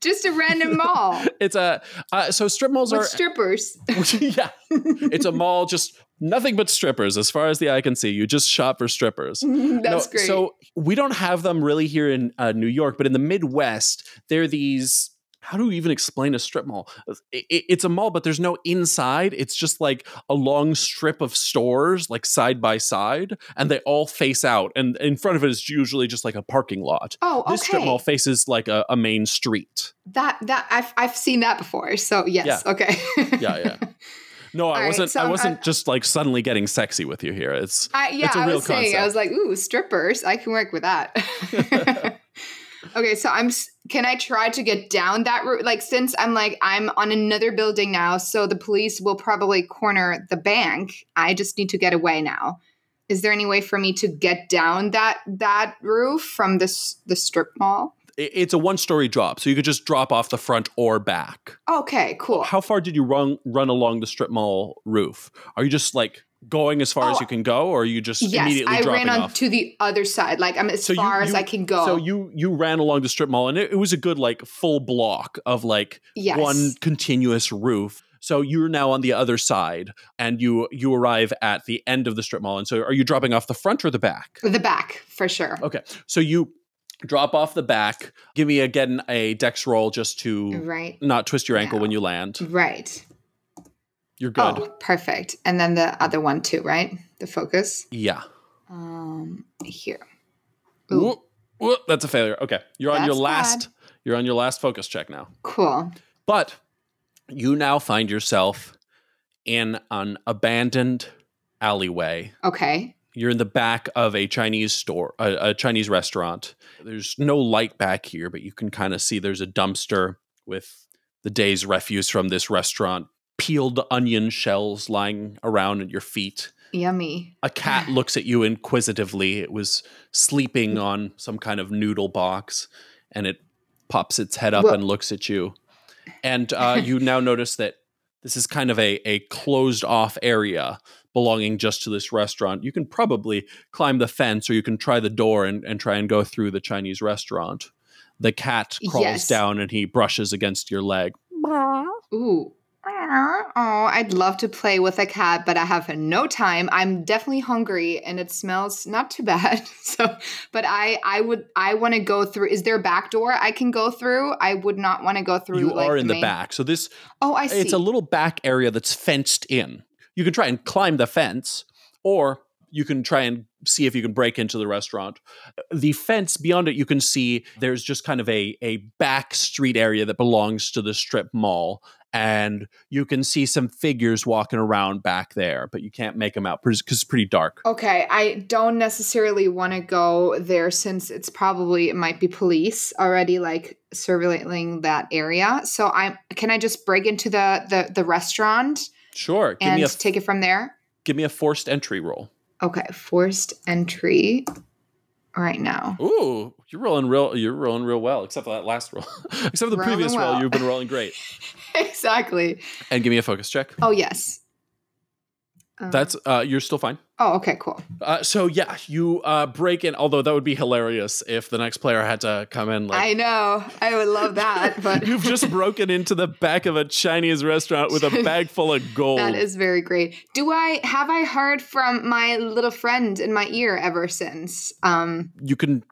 H: just a random mall
F: It's a uh, so strip malls
H: with
F: are
H: strippers.
F: yeah. It's a mall just nothing but strippers as far as the eye can see. You just shop for strippers.
H: That's
F: No,
H: great.
F: So we don't have them really here in uh, New York, but in the Midwest, they're these. How do you even explain a strip mall? I- I- It's a mall, but there's no inside. It's just like a long strip of stores, like side by side, and they all face out. And in front of it is usually just like a parking lot.
H: oh, okay.
F: This strip mall faces like a, a main street.
H: that that I've I've seen that before. So yes. Okay.
F: Yeah, yeah. No, I
H: right,
F: wasn't.
H: so
F: I
H: I'm-
F: wasn't
H: I'm-
F: just like suddenly getting sexy with you here. It's
H: I, yeah,
F: It's a
H: I
F: real
H: was saying, I was like, ooh, strippers. I can work with that. okay, so I'm. s- Can I try to get down that route? Like, since I'm like I'm on another building now, so the police will probably corner the bank. I just need to get away now. Is there any way for me to get down that that roof from this the strip mall?
F: I- It's a one story drop, so you could just drop off the front or back.
H: Okay, cool.
F: How far did you run, run along the strip mall roof? Are you just like going as far as
H: Oh.
F: you can go, or are you just
H: yes,
F: immediately
H: I
F: dropping
H: ran on
F: off?
H: to the other side. Like I'm as
F: So you-
H: far as
F: you-
H: I can go.
F: So you you ran along the strip mall, and it, it was a good like full block of like
H: yes.
F: one continuous roof. So you're now on the other side, and you you arrive at the end of the strip mall. And so, are you dropping off the front or the back?
H: the back for sure.
F: Okay, so you drop off the back. Give me again a dex roll just to
H: Right.
F: not twist your ankle
H: Now.
F: when you land.
H: Right.
F: You're good.
H: Oh, perfect. And then the other one too, right? The focus.
F: Yeah.
H: Um here. Ooh.
F: Whoop, whoop, that's a failure. Okay, you're on your
H: That's
F: last.
H: bad.
F: You're on your last focus check now.
H: Cool.
F: But you now find yourself in an abandoned alleyway.
H: Okay.
F: You're in the back of a Chinese store, a, a Chinese restaurant. There's no light back here, but you can kind of see there's a dumpster with the day's refuse from this restaurant, peeled onion shells lying around at your feet.
H: Yummy.
F: A cat looks at you inquisitively. It was sleeping on some kind of noodle box, and it pops its head up
H: Whoa.
F: and looks at you. And uh, you now notice that this is kind of a, a closed off area belonging just to this restaurant. You can probably climb the fence or you can try the door and, and try and go through the Chinese restaurant. The cat crawls
H: Yes.
F: down and he brushes against your leg.
H: Ooh. Oh, I'd love to play with a cat, but I have no time. I'm definitely hungry and it smells not too bad. So, but I I would I want to go through is there a back door I can go through? I would not want to go through
F: You
H: like,
F: are in the
H: main-
F: back. So this
H: Oh, I see.
F: it's a little back area that's fenced in. You can try and climb the fence, or you can try and see if you can break into the restaurant. The fence beyond it, you can see there's just kind of a a back street area that belongs to the strip mall, and you can see some figures walking around back there, but you can't make them out because it's pretty dark.
H: Okay, I don't necessarily want to go there since it's probably it might be police already like surveilling that area. So I can I just break into the the, the restaurant
F: Sure, give
H: and
F: me a
H: take it from there?
F: give me a forced entry roll.
H: Okay, forced entry right now.
F: Ooh, you're rolling real. You're rolling real well, except for that last roll. except for the
H: Rolling
F: previous roll,
H: well.
F: you've been rolling great.
H: exactly.
F: And give me a focus check.
H: Oh yes. Um,
F: That's uh, you're still fine.
H: Oh, okay, cool.
F: Uh, so yeah, you uh, break in. Although that would be hilarious if the next player had to come in. Like
H: I know. I would love that, but
F: you've just broken into the back of a Chinese restaurant with a bag full of gold.
H: That is very great. Do I have I heard from my little friend in my ear ever since? Um,
F: you can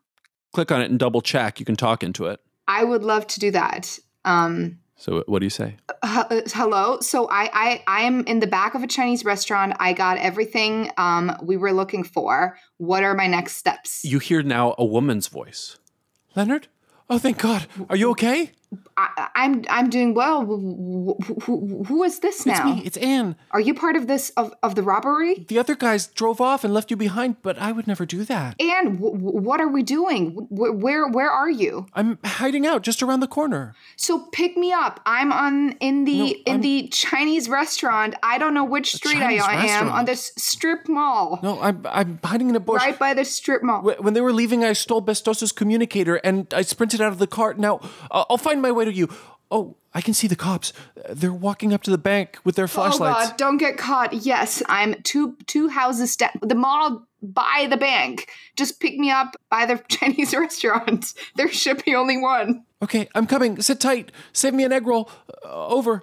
F: click on it and double check. You can talk into it.
H: I would love to do that. Um,
F: So uh, what do you say?
H: h- uh, hello. So I I I am in the back of a Chinese restaurant. I got everything um, we were looking for. What are my next steps?
F: You hear now a woman's voice. Leonard, oh thank God, are you okay?
H: I, I'm I'm doing well. Wh- wh- wh- who is this now?
F: It's me. It's Anne.
H: Are you part of this of, of the robbery?
F: The other guys drove off and left you behind, but I would never do that.
H: And wh- wh- what are we doing? Wh- where where are you?
F: I'm hiding out just around the corner.
H: So pick me up. I'm on in the
F: No,
H: in
F: I'm-
H: the Chinese restaurant. I don't know which street I
F: Chinese
H: am on
F: restaurant?
H: this strip mall.
F: No, I'm I'm hiding in a bush.
H: Right by the strip mall.
F: Wh- When they were leaving, I stole Bestos's communicator and I sprinted out of the cart. Now, uh, I'll find my way to you. Oh, I can see the cops. Uh, They're walking up to the bank with their
H: oh
F: flashlights.
H: god, don't get caught. Yes, I'm two two houses down the mall by the bank. Just pick me up by the Chinese restaurant. There should be only one.
F: okay, I'm coming. Sit tight. Save me an egg roll. Uh, over.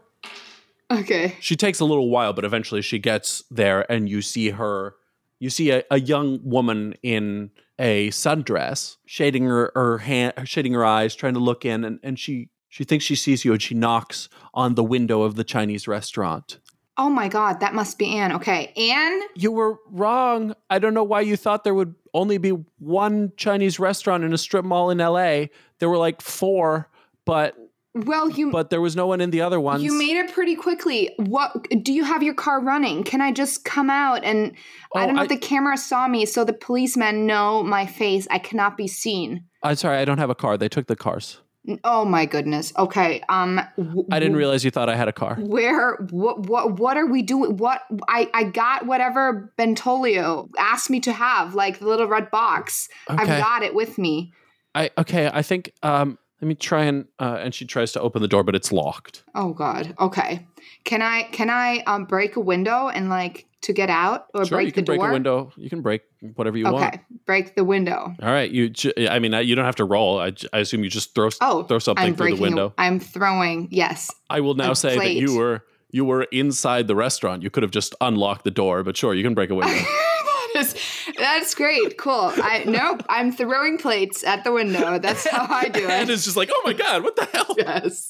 H: Okay.
F: She takes a little while, but eventually she gets there, and you see her. You see a, a young woman in a sundress, shading her, her hand, shading her eyes, trying to look in, and, and she she thinks she sees you, and she knocks on the window of the Chinese restaurant.
H: Oh my god, that must be Anne. Okay. Anne?
F: you were wrong. I don't know why you thought there would only be one Chinese restaurant in a strip mall in LA. There were like four, but
H: Well you
F: but there was no one in the other ones.
H: You made it pretty quickly. What do you have your car running? Can I just come out and I
F: Oh,
H: don't know
F: I-
H: if the camera saw me, so the policemen know my face. I cannot be seen.
F: I'm sorry, I don't have a car. They took the cars.
H: Oh my goodness. Okay. Um. w-
F: I didn't realize you thought I had a car.
H: Where what what what are we doing? What I I got whatever Bentolio asked me to have, like the little red box.
F: Okay.
H: I've got it with me.
F: I okay. I think um, let me try and uh, and she tries to open the door, but it's locked.
H: Oh God. Okay. Can I can I um break a window and like to get out or
F: sure,
H: break
F: you can
H: the door?
F: break a window. You can break whatever you
H: okay.
F: want.
H: Break the window.
A: All right, you. ju- I mean, I- you don't have to roll. I, j- I assume you just throw s-
H: Oh,
A: throw something
H: I'm
A: through
H: breaking.
A: the window.
H: i I'm throwing. Yes.
A: I will now
H: a
A: say that
H: plate.
A: you were you were inside the restaurant. You could have just unlocked the door, but sure, you can break a window.
H: that is that's great. Cool. I nope. I'm throwing plates at the window. That's how I do
A: and
H: it.
A: it's just like, oh my god, what the hell?
H: yes.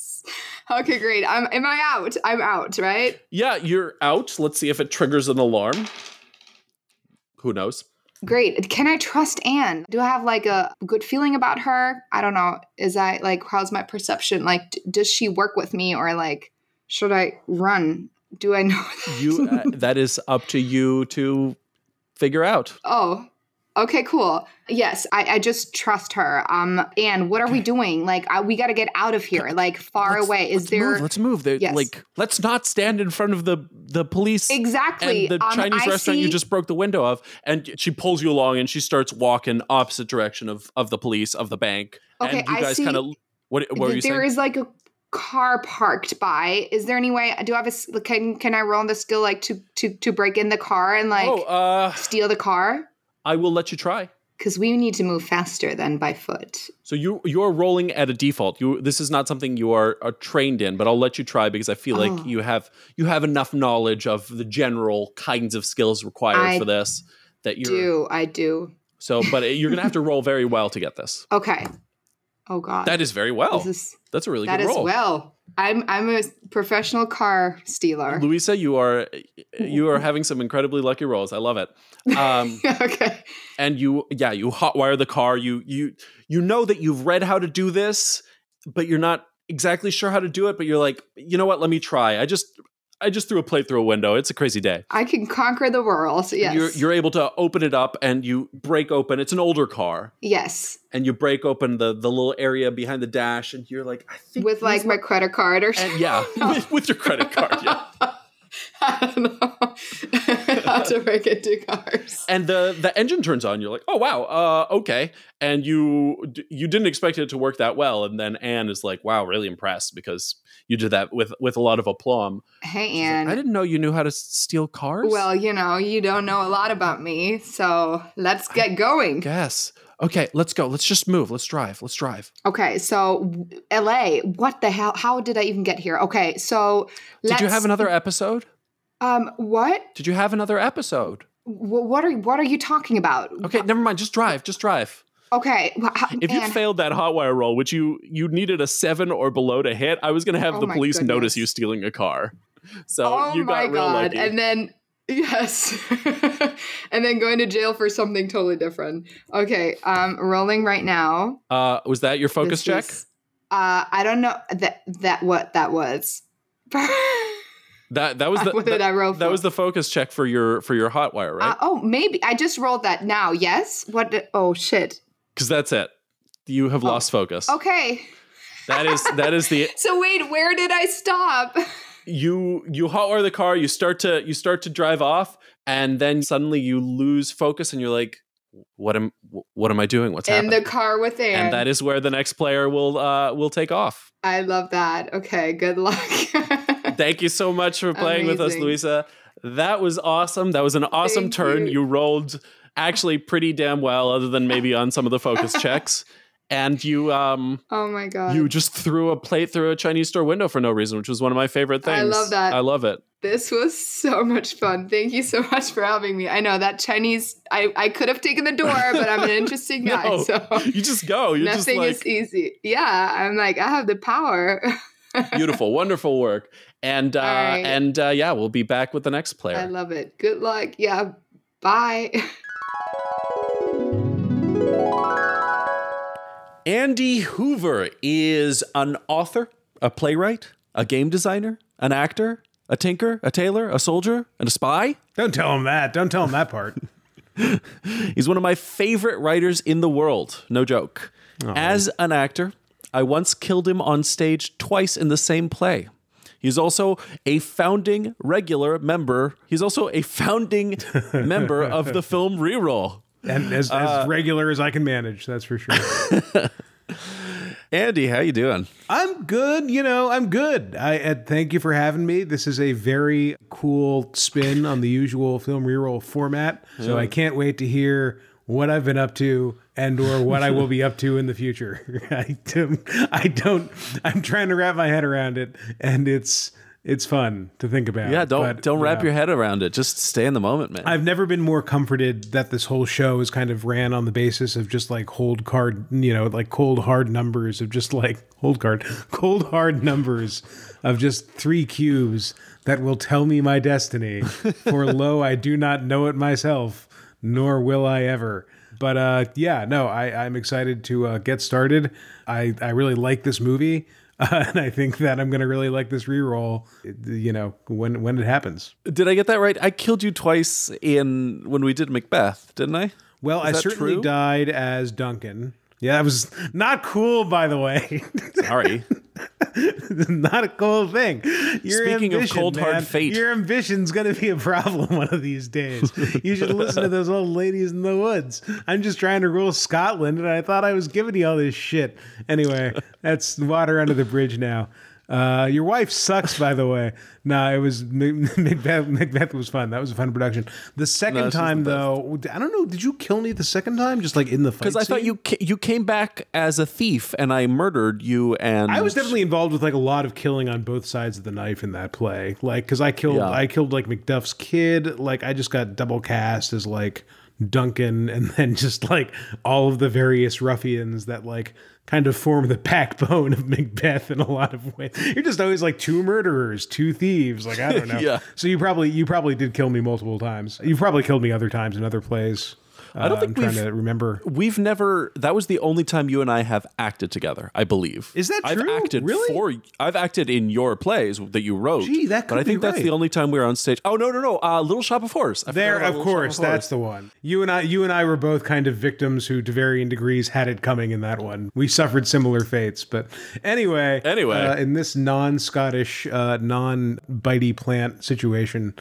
H: Okay. Great. I'm. Am I out? I'm out. Right.
A: Yeah, you're out. Let's see if it triggers an alarm. Who knows?
H: Great. Can I trust Anne? Do I have like a good feeling about her? I don't know. Is I like how's my perception? Like, d- does she work with me or like should I run? Do I know?
F: You uh, that is up to you to figure out.
H: oh, okay, cool. Yes, I, I just trust her. Um, Anne, what are we doing? Like, I, we got to get out of here. Like, far
F: Let's-
H: away. Is
F: let's
H: there
F: Move, let's move. They-
H: Yes.
F: Like let's not stand in front of the the police.
H: exactly
A: And the
H: Um,
A: Chinese
H: I
A: restaurant you
H: see-
A: just broke the window of, and she pulls you along, and she starts walking opposite direction of of the police of the bank.
H: Okay,
A: and you
H: I
A: guys
H: see-
A: kind of what, what were you
H: Th- There
A: saying?
H: is like a car parked by. Is there any way? Do I have a s- can? Can I roll on the skill like to to to break in the car and like
A: oh, uh,
H: steal the car?
A: I will let you try.
H: Because we need to move faster than by foot.
A: So you you're rolling at a default. You this is not something you are, are trained in, but I'll let you try because I feel
H: Oh.
A: like you have you have enough knowledge of the general kinds of skills required
H: I
A: for this that you're
H: Do I do?
A: so. But you're gonna have to roll very well to get this.
H: Okay. Oh God.
A: That is very well.
H: This is
A: That's a really
H: that
A: good
H: is
A: roll.
H: well. I'm I'm a professional car stealer.
A: Luisa, you are you are having some incredibly lucky rolls. I love it. Um,
H: okay.
A: and you, yeah, you hotwire the car. You you you know that you've read how to do this, but you're not exactly sure how to do it. But you're like, you know what? Let me try. I just I just threw a plate through a window. It's a crazy day.
H: I can conquer the world. Yes.
A: And You're you're able to open it up and you break open. It's an older car,
H: yes.
A: and you break open the the little area behind the dash, and you're like, I think
H: With
A: these
H: like my credit card or
A: and yeah, with, with your credit card, yeah.
H: I don't know how to break into cars.
A: and the the engine turns on you're like oh wow uh okay and you d- you didn't expect it to work that well and then anne is like wow really impressed because you did that with with a lot of aplomb
H: Hey,
A: She's like,
H: Anne.
A: i didn't know you knew how to s- steal cars
H: Well, you know, you don't know a lot about me, so let's get going.
A: guess okay let's go let's just move let's drive let's drive
H: Okay, so w- LA, what the hell? How did I even get here? Okay, so let's,
A: did you have another episode
H: Um, what?
A: did you have another episode
H: Wh- What are what are you talking about?
A: okay never mind just drive just drive
H: Okay, wh- how,
A: if
H: Anne,
A: you failed that hotwire roll which you you needed a seven or below to hit i was gonna have
H: Oh
A: the
H: my
A: police notice
H: goodness.
A: you stealing a car so
H: oh
A: you
H: my
A: got real
H: god!
A: lucky.
H: And then yes, and then going to jail for something totally different. Okay, um, rolling right now.
A: Uh, was that your focus
H: This
A: check?
H: is- uh, I don't know that that what that was. what
A: that that was the
H: did
A: that,
H: I roll?
A: that
H: for?
A: was the focus check for your for your hotwire,
H: Uh,
A: right?
H: oh, maybe I just rolled that now. Yes. What? Did, oh shit.
A: Because that's it. You have lost focus.
H: oh, Okay.
A: That is that is the
H: So wait, where did I stop?
A: you you hotwire the car. You start to you start to drive off, and then suddenly you lose focus, and you're like, "What am what am I doing? What's
H: In the
A: happening?"
H: car with Aaron.
A: and that is where the next player will uh will take off.
H: I love that. Okay. Good luck.
A: Thank you so much for playing with us,
H: Amazing.
A: Luisa. That was awesome. That was an awesome
H: Thank
A: turn.
H: you.
A: You. rolled actually pretty damn well, other than maybe on some of the focus checks. And you um
H: oh my god.
A: you just threw a plate through a Chinese store window for no reason, which was one of my favorite things.
H: I love that.
A: I love it.
H: this was so much fun. Thank you so much for having me. I know that Chinese. I I could have taken the door, but I'm an interesting guy.
A: No.
H: So.
A: You just go. You're
H: Nothing
A: just
H: is
A: like
H: easy. Yeah, I'm like I have the power.
A: beautiful, wonderful work. And uh
H: All right.
A: and uh yeah, we'll be back with the next player.
H: I love it. Good luck. Yeah. Bye.
I: Andy Hoover is an author, a playwright, a game designer, an actor, a tinker, a tailor, a soldier, and a spy.
J: Don't tell him that. Don't tell him that part.
I: He's one of my favorite writers in the world, no joke. As an actor,
A: I once killed him on stage twice in the same play. He's also a founding regular member. He's also a founding member of the film Reroll.
J: And as, as regular as I can manage, that's for sure.
A: Andy, how you doing?
J: I'm good, you know, I'm good. I uh, thank you for having me. This is a very cool spin on the usual film reroll format. So I can't wait to hear what I've been up to and or what I will be up to in the future. I don't, I don't I'm trying to wrap my head around it and it's it's fun to think about.
A: Yeah, don't
J: but,
A: don't wrap
J: yeah.
A: your head around it. Just stay in the moment, man.
J: I've never been more comforted that this whole show is kind of ran on the basis of just like hold card, you know, like cold hard numbers of just like hold card, cold hard numbers of just three cubes that will tell me my destiny. For lo, I do not know it myself, nor will I ever. But uh, yeah, no, I, I'm excited to uh, get started. I, I really like this movie. Uh, and I think that I'm going to really like this reroll, you know, when when it happens.
A: Did I get that right? I killed you twice in when we did Macbeth, didn't I?
J: Well, I
A: that
J: certainly
A: true?
J: died as Duncan. Yeah, that was not cool, by the way.
A: Sorry.
J: not a cool thing. Your
A: Speaking of
J: ambition,
A: cold, hard
J: man,
A: fate.
J: your ambition's going to be a problem one of these days. you should listen to those old ladies in the woods. I'm just trying to rule Scotland, and I thought I was giving you all this shit. Anyway, that's water under the bridge now. Uh, your wife sucks, by the way. Nah, it was Mac- Macbeth. Macbeth was fun. That was a fun production. The second
A: she's the
J: time,
A: best.
J: though, I don't know. Did you kill me the second time? Just like in the fight?
A: Because I thought
J: scene?
A: you ca- you came back as a thief and I murdered you and
J: I was definitely involved with like a lot of killing on both sides of the knife in that play. Like, because I killed,
A: Yeah.
J: I killed like McDuff's kid. Like, I just got double cast as like Duncan, and then just like all of the various ruffians that like kind of form the backbone of Macbeth in a lot of ways. You're just always like two murderers, two thieves. Like I don't know.
A: Yeah.
J: So you probably you probably did kill me multiple times. You've probably killed me other times in other plays. I
A: don't think
J: I'm trying
A: we've-
J: to remember.
A: We've never. That was the only time you and I have acted together. I believe.
J: Is that
A: I've
J: true?
A: acted
J: Really?
A: for. I've acted in your plays that you wrote.
J: Gee, that
A: But
J: could
A: I think
J: be
A: that's
J: right.
A: the only time we were on stage. Oh no, no, no! Uh, Little Shop of Horrors. I forgot
J: There,
A: about
J: of
A: Little Shop
J: course,
A: Horrors.
J: that's the one. You and I, you and I were both kind of victims who, to varying degrees, had it coming in that one. We suffered similar fates, but anyway,
A: Anyway.
J: uh, in this non-Scottish, uh, non-bitey plant situation,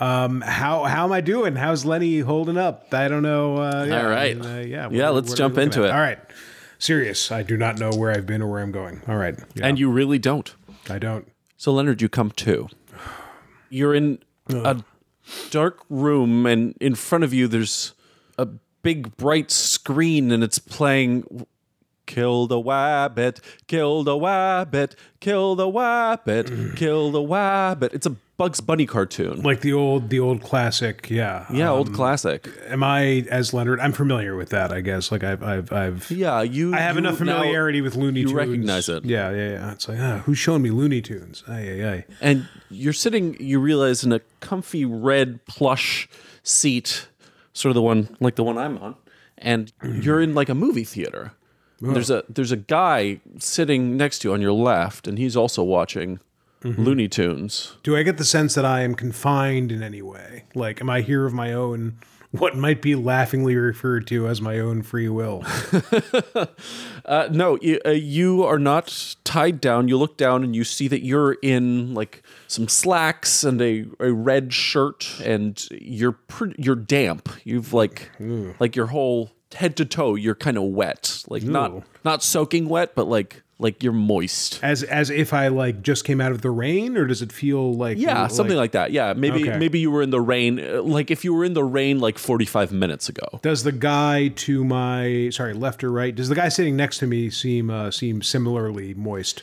J: um, how how am I doing? How's Lenny holding up? I don't know. Uh, yeah,
A: All right.
J: I mean, uh, yeah,
A: Yeah, let's
J: what- what are we
A: jump
J: looking
A: into
J: at?
A: it.
J: All right, serious. I do not know where I've been or where I'm going. All right, yeah,
A: And you really don't.
J: I don't.
A: So Leonard, you come too. You're in a dark room, and in front of you, there's a big bright screen, and it's playing. Kill the wabbit, kill the wabbit, kill the
J: Mm.
A: wabbit, kill the wabbit. It's a Bugs Bunny cartoon.
J: Like the old, the old classic. Yeah,
A: yeah, old classic.
J: Am I as Leonard? I'm familiar with that. I guess. Like I've, I've, I've.
A: Yeah, you.
J: I have
A: you
J: enough
A: now-
J: familiarity with Looney Tunes.
A: recognize it.
J: Yeah, yeah, yeah. It's like, ah, who's showing me Looney Tunes? Ay, ay, ay.
A: And you're sitting, you realize, in a comfy red plush seat, sort of the one like the one I'm on, and you're in like a movie theater. There's a there's a guy sitting next to you on your left, and he's also watching Looney Tunes.
J: Do I get the sense that I am confined in any way? Like, am I here of my own, what might be laughingly referred to as my own free will?
A: Uh, no, you, uh, you are not tied down. You look down and you see that you're in like some slacks and a, a red shirt, and you're pre- you're damp. You've like like your whole head to toe. You're kind of wet, like not not soaking wet, but like like you're moist.
J: As as if I like just came out of the rain, or does it feel like
A: Yeah, something like that. Yeah, maybe
J: Okay.
A: maybe you were in the rain. uh, Like if you were in the rain like 45 minutes ago.
J: Does the guy to my sorry left or right? Does the guy sitting next to me seem uh, seem similarly moist,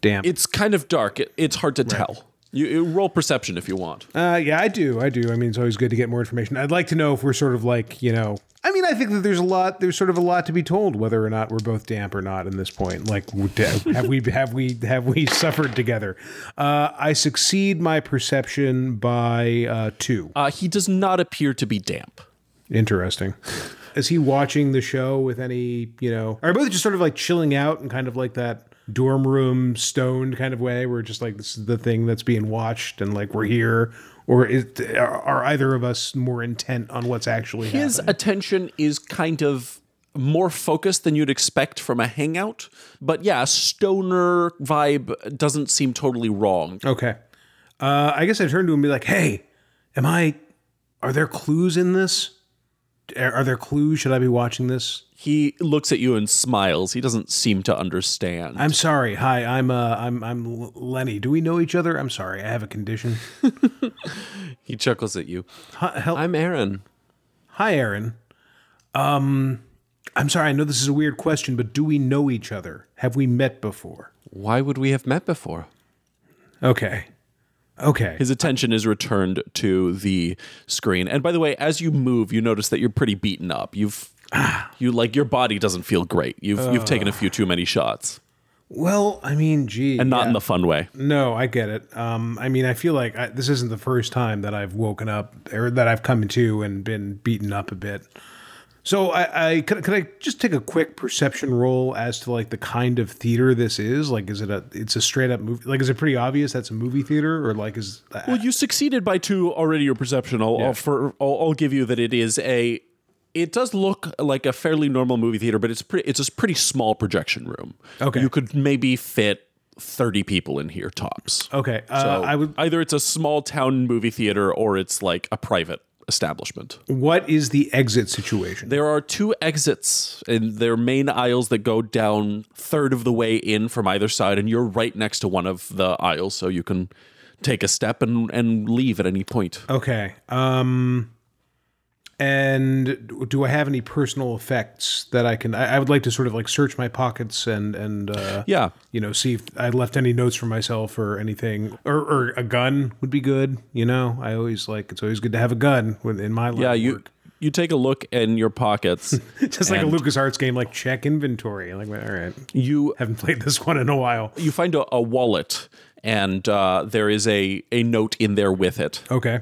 J: damp?
A: It's kind of dark. It, it's hard to tell. You, you roll perception if you want.
J: Uh, yeah, I do. I do. I mean, it's always good to get more information. I'd like to know if we're sort of like, you know, I mean, I think that there's a lot, there's sort of a lot to be told whether or not we're both damp or not in this point. Like, w- d- have we, have we, have we suffered together? Uh, I succeed my perception by uh, two.
A: Uh, he does not appear to be damp.
J: Interesting. Is he watching the show with any, you know, are both just sort of like chilling out and kind of like that dorm room stoned kind of way where just like this is the thing that's being watched and like we're here or is, are either of us more intent on what's actually
A: His
J: happening?
A: attention is kind of more focused than you'd expect from a hangout. But yeah, stoner vibe doesn't seem totally wrong.
J: Okay. Uh, I guess I turn to him and be like, "Hey, am I? Are there clues in this? Are, are there clues? Should I be watching this?
A: He looks at you and smiles. He doesn't seem to understand.
J: I'm sorry. Hi, I'm uh, I'm I'm L- Lenny. Do we know each other? I'm sorry. I have a condition.
A: he chuckles at you.
J: Hi, help.
A: I'm Aaron.
J: Hi, Aaron. Um, I'm sorry. I know this is a weird question, but do we know each other? Have we met before?
A: Why would we have met before?
J: Okay. Okay.
A: His attention is returned to the screen. And by the way, as you move, you notice that you're pretty beaten up. You've you like your body doesn't feel great. You've you've taken a few too many shots.
J: well, I mean, gee,
A: And not
J: yeah.
A: in the fun way.
J: No, I get it. Um, I mean, I feel like I, this isn't the first time that I've woken up or that I've come into and been beaten up a bit. So I, I could, could I just take a quick perception roll as to like the kind of theater this is? Like, is it a it's a straight up movie? Like, is it pretty obvious that's a movie theater or like is
A: Well, you succeeded by two already. Your perception. I'll, I'll, for, I'll, I'll give you that it is a. It does look like a fairly normal movie theater, but it's pretty. It's a pretty small projection room.
J: Okay.
A: you could maybe fit thirty people in here tops.
J: okay? Uh,
A: So
J: I would.
A: either it's a small town movie theater or it's like a private establishment.
J: What is the exit situation?
A: There are two exits and their main aisles that go down third of the way in from either side, and you're right next to one of the aisles, so you can take a step and and leave at any point.
J: Okay. Um and do I have any personal effects that I can I, I would like to sort of like search my pockets and and uh
A: Yeah.
J: you know, see if I left any notes for myself or anything or or a gun would be good, you know. I always like it's always good to have a gun when- in my life.
A: Yeah, you you take a look in your pockets.
J: just like a
A: and-
J: LucasArts game like check inventory. Like all right.
A: you
J: Haven't played this one in a while.
A: you find a, a wallet, and uh, there is a a note in there with it.
J: Okay.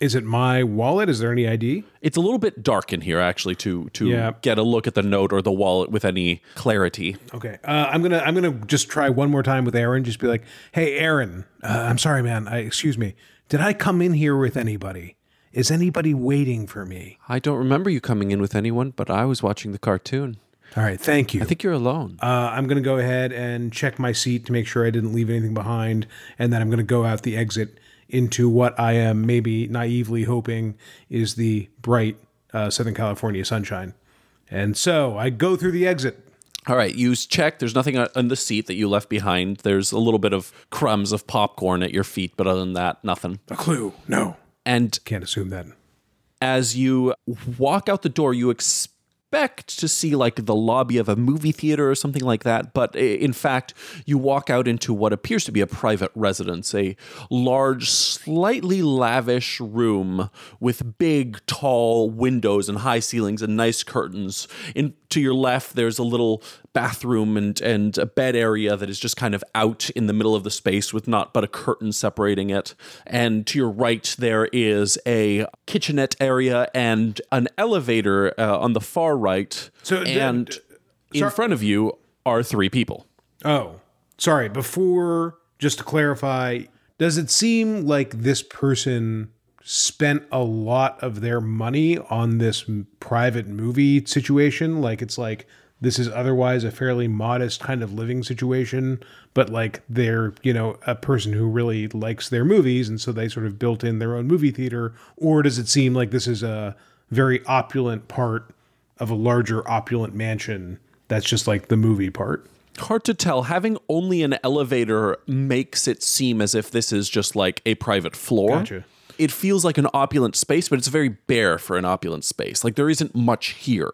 J: Is it my wallet? Is there any ID?
A: It's a little bit dark in here, actually, to to
J: Yeah.
A: get a look at the note or the wallet with any clarity.
J: Okay, uh, I'm gonna I'm gonna just try one more time with Aaron. Just be like, "Hey, Aaron, uh, I'm sorry, man. I excuse me. Did I come in here with anybody? Is anybody waiting for me?
F: I don't remember you coming in with anyone, but I was watching the cartoon.
J: All right, thank you.
F: I think you're alone.
J: uh, I'm gonna go ahead and check my seat to make sure I didn't leave anything behind, and then I'm gonna go out the exit into what I am maybe naively hoping is the bright uh, Southern California sunshine. And so I go through the exit.
A: All right, you check. There's nothing on on the seat that you left behind. There's a little bit of crumbs of popcorn at your feet, but other than that, nothing.
J: A clue? No,
A: And
J: can't assume that.
A: as you walk out the door, you expect to see like the lobby of a movie theater or something like that. But i- in fact, you walk out into what appears to be a private residence, a large, slightly lavish room with big, tall windows and high ceilings and nice curtains. In to your left, there's a little bathroom and and a bed area that is just kind of out in the middle of the space with not but a curtain separating it. And to your right, there is a kitchenette area and an elevator uh, on the far right.
J: So, d-
A: and
J: d-
A: in front of you are three people.
J: Oh, sorry. Before, just to clarify, does it seem like this person spent a lot of their money on this m- private movie situation? Like, it's like this is otherwise a fairly modest kind of living situation, but like they're, you know, a person who really likes their movies. And so they sort of built in their own movie theater. Or does it seem like this is a very opulent part of a larger opulent mansion that's just like the movie part?
A: Hard to tell. Having only an elevator makes it seem as if this is just like a private floor.
J: Gotcha.
A: It feels like an opulent space, but it's very bare for an opulent space. Like there isn't much here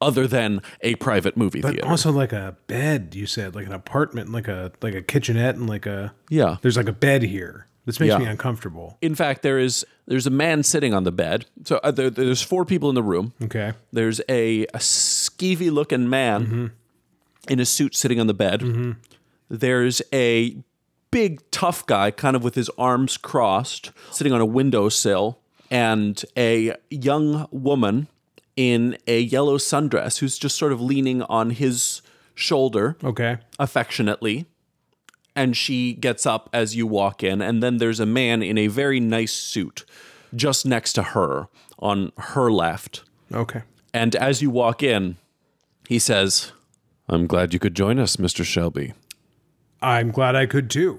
A: other than a private movie
J: But
A: theater.
J: also like a bed, you said, like an apartment, like a like a kitchenette, and like a
A: Yeah.
J: There's like a bed here. This makes
A: Yeah.
J: me uncomfortable.
A: In fact, there is there's a man sitting on the bed. So uh, there, there's four people in the room.
J: Okay.
A: There's a, a skeevy looking man in a suit sitting on the bed. There's a big tough guy, kind of with his arms crossed, sitting on a windowsill, and a young woman in a yellow sundress who's just sort of leaning on his shoulder
J: Okay.
A: affectionately. And she gets up as you walk in. And then there's a man in a very nice suit just next to her on her left.
J: Okay.
A: And as you walk in,
F: He says, I'm glad you could join us, Mr. Shelby.
J: I'm glad I could too.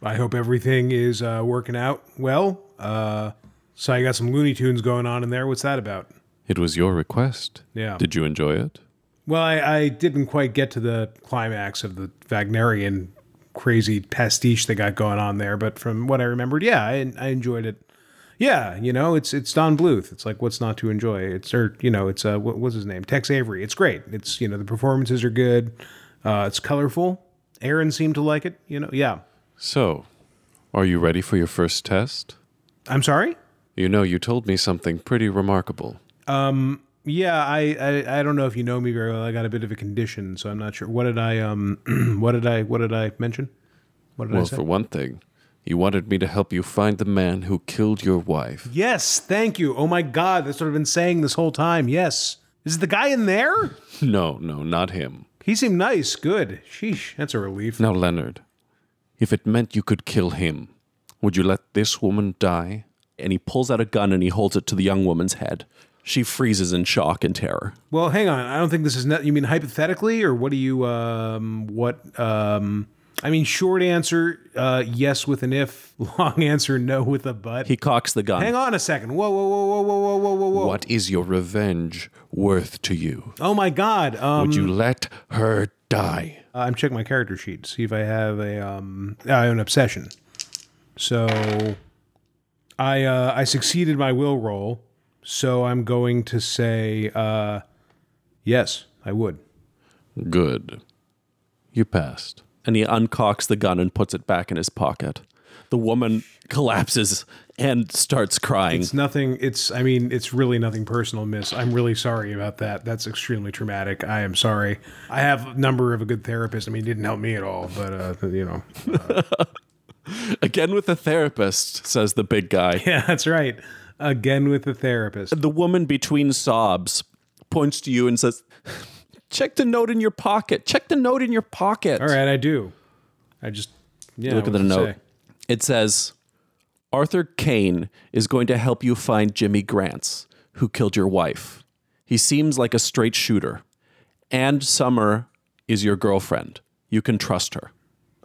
J: I hope everything is uh, working out well. Uh, so I got some Looney Tunes going on in there. What's that about?
F: It was your request.
J: Yeah.
F: Did you enjoy it?
J: Well, I, I didn't quite get to the climax of the Wagnerian crazy pastiche they got going on there, but from what I remembered, yeah, I, I enjoyed it. Yeah, you know, it's it's Don Bluth. It's like what's not to enjoy? It's or you know, it's uh, what was his name? Tex Avery. It's great. It's you know, the performances are good. Uh, it's colorful. Aaron seemed to like it. You know, yeah.
F: So, are you ready for your first test?
J: I'm sorry.
F: You know, you told me something pretty remarkable.
J: Yeah, I, I I don't know if you know me very well. I got a bit of a condition, so I'm not sure. What did I um what did I what did I mention? What did I
F: Well,
J: say?
F: for one thing, you wanted me to help you find the man who killed your wife.
J: Yes, thank you. Oh my god, that's what I've been saying this whole time. Yes. Is the guy in there?
F: No, no, not him.
J: He seemed nice. Good. Sheesh, that's a relief.
F: Now, Leonard, if it meant you could kill him, would you let this woman die?
A: And he pulls out a gun and he holds it to the young woman's head. She freezes in shock and terror.
J: Well, hang on. I don't think this is net. You mean hypothetically, or what do you um what um? I mean, short answer, uh, yes with an if. Long answer, no with a but.
A: He cocks the gun.
J: hang on a second. Whoa, whoa, whoa, whoa, whoa, whoa, whoa, whoa, whoa.
F: What is your revenge worth to you?
J: Oh my god. Um,
F: Would you let her die?
J: Uh, I'm checking my character sheet to see if I have a um I have an obsession. So I uh I succeeded my will roll, so I'm going to say uh yes, I would.
F: Good. You passed.
A: and he uncocks the gun and puts it back in his pocket. The woman collapses and starts crying.
J: It's nothing it's I mean, it's really nothing personal, miss. I'm really sorry about that. That's extremely traumatic. I am sorry. I have a number of a good therapist. I mean, he didn't help me at all, but uh you know.
A: Again with the therapist, says the big guy.
J: Yeah, that's right. Again with the therapist.
A: The woman between sobs points to you and says, Check the note in your pocket. Check the note in your pocket.
J: All right, I do. I just yeah,
A: Look at the
J: what's it
A: note.
J: say?
A: It says, Arthur Kane is going to help you find Jimmy Grants, who killed your wife. He seems like a straight shooter. And Summer is your girlfriend. You can trust her.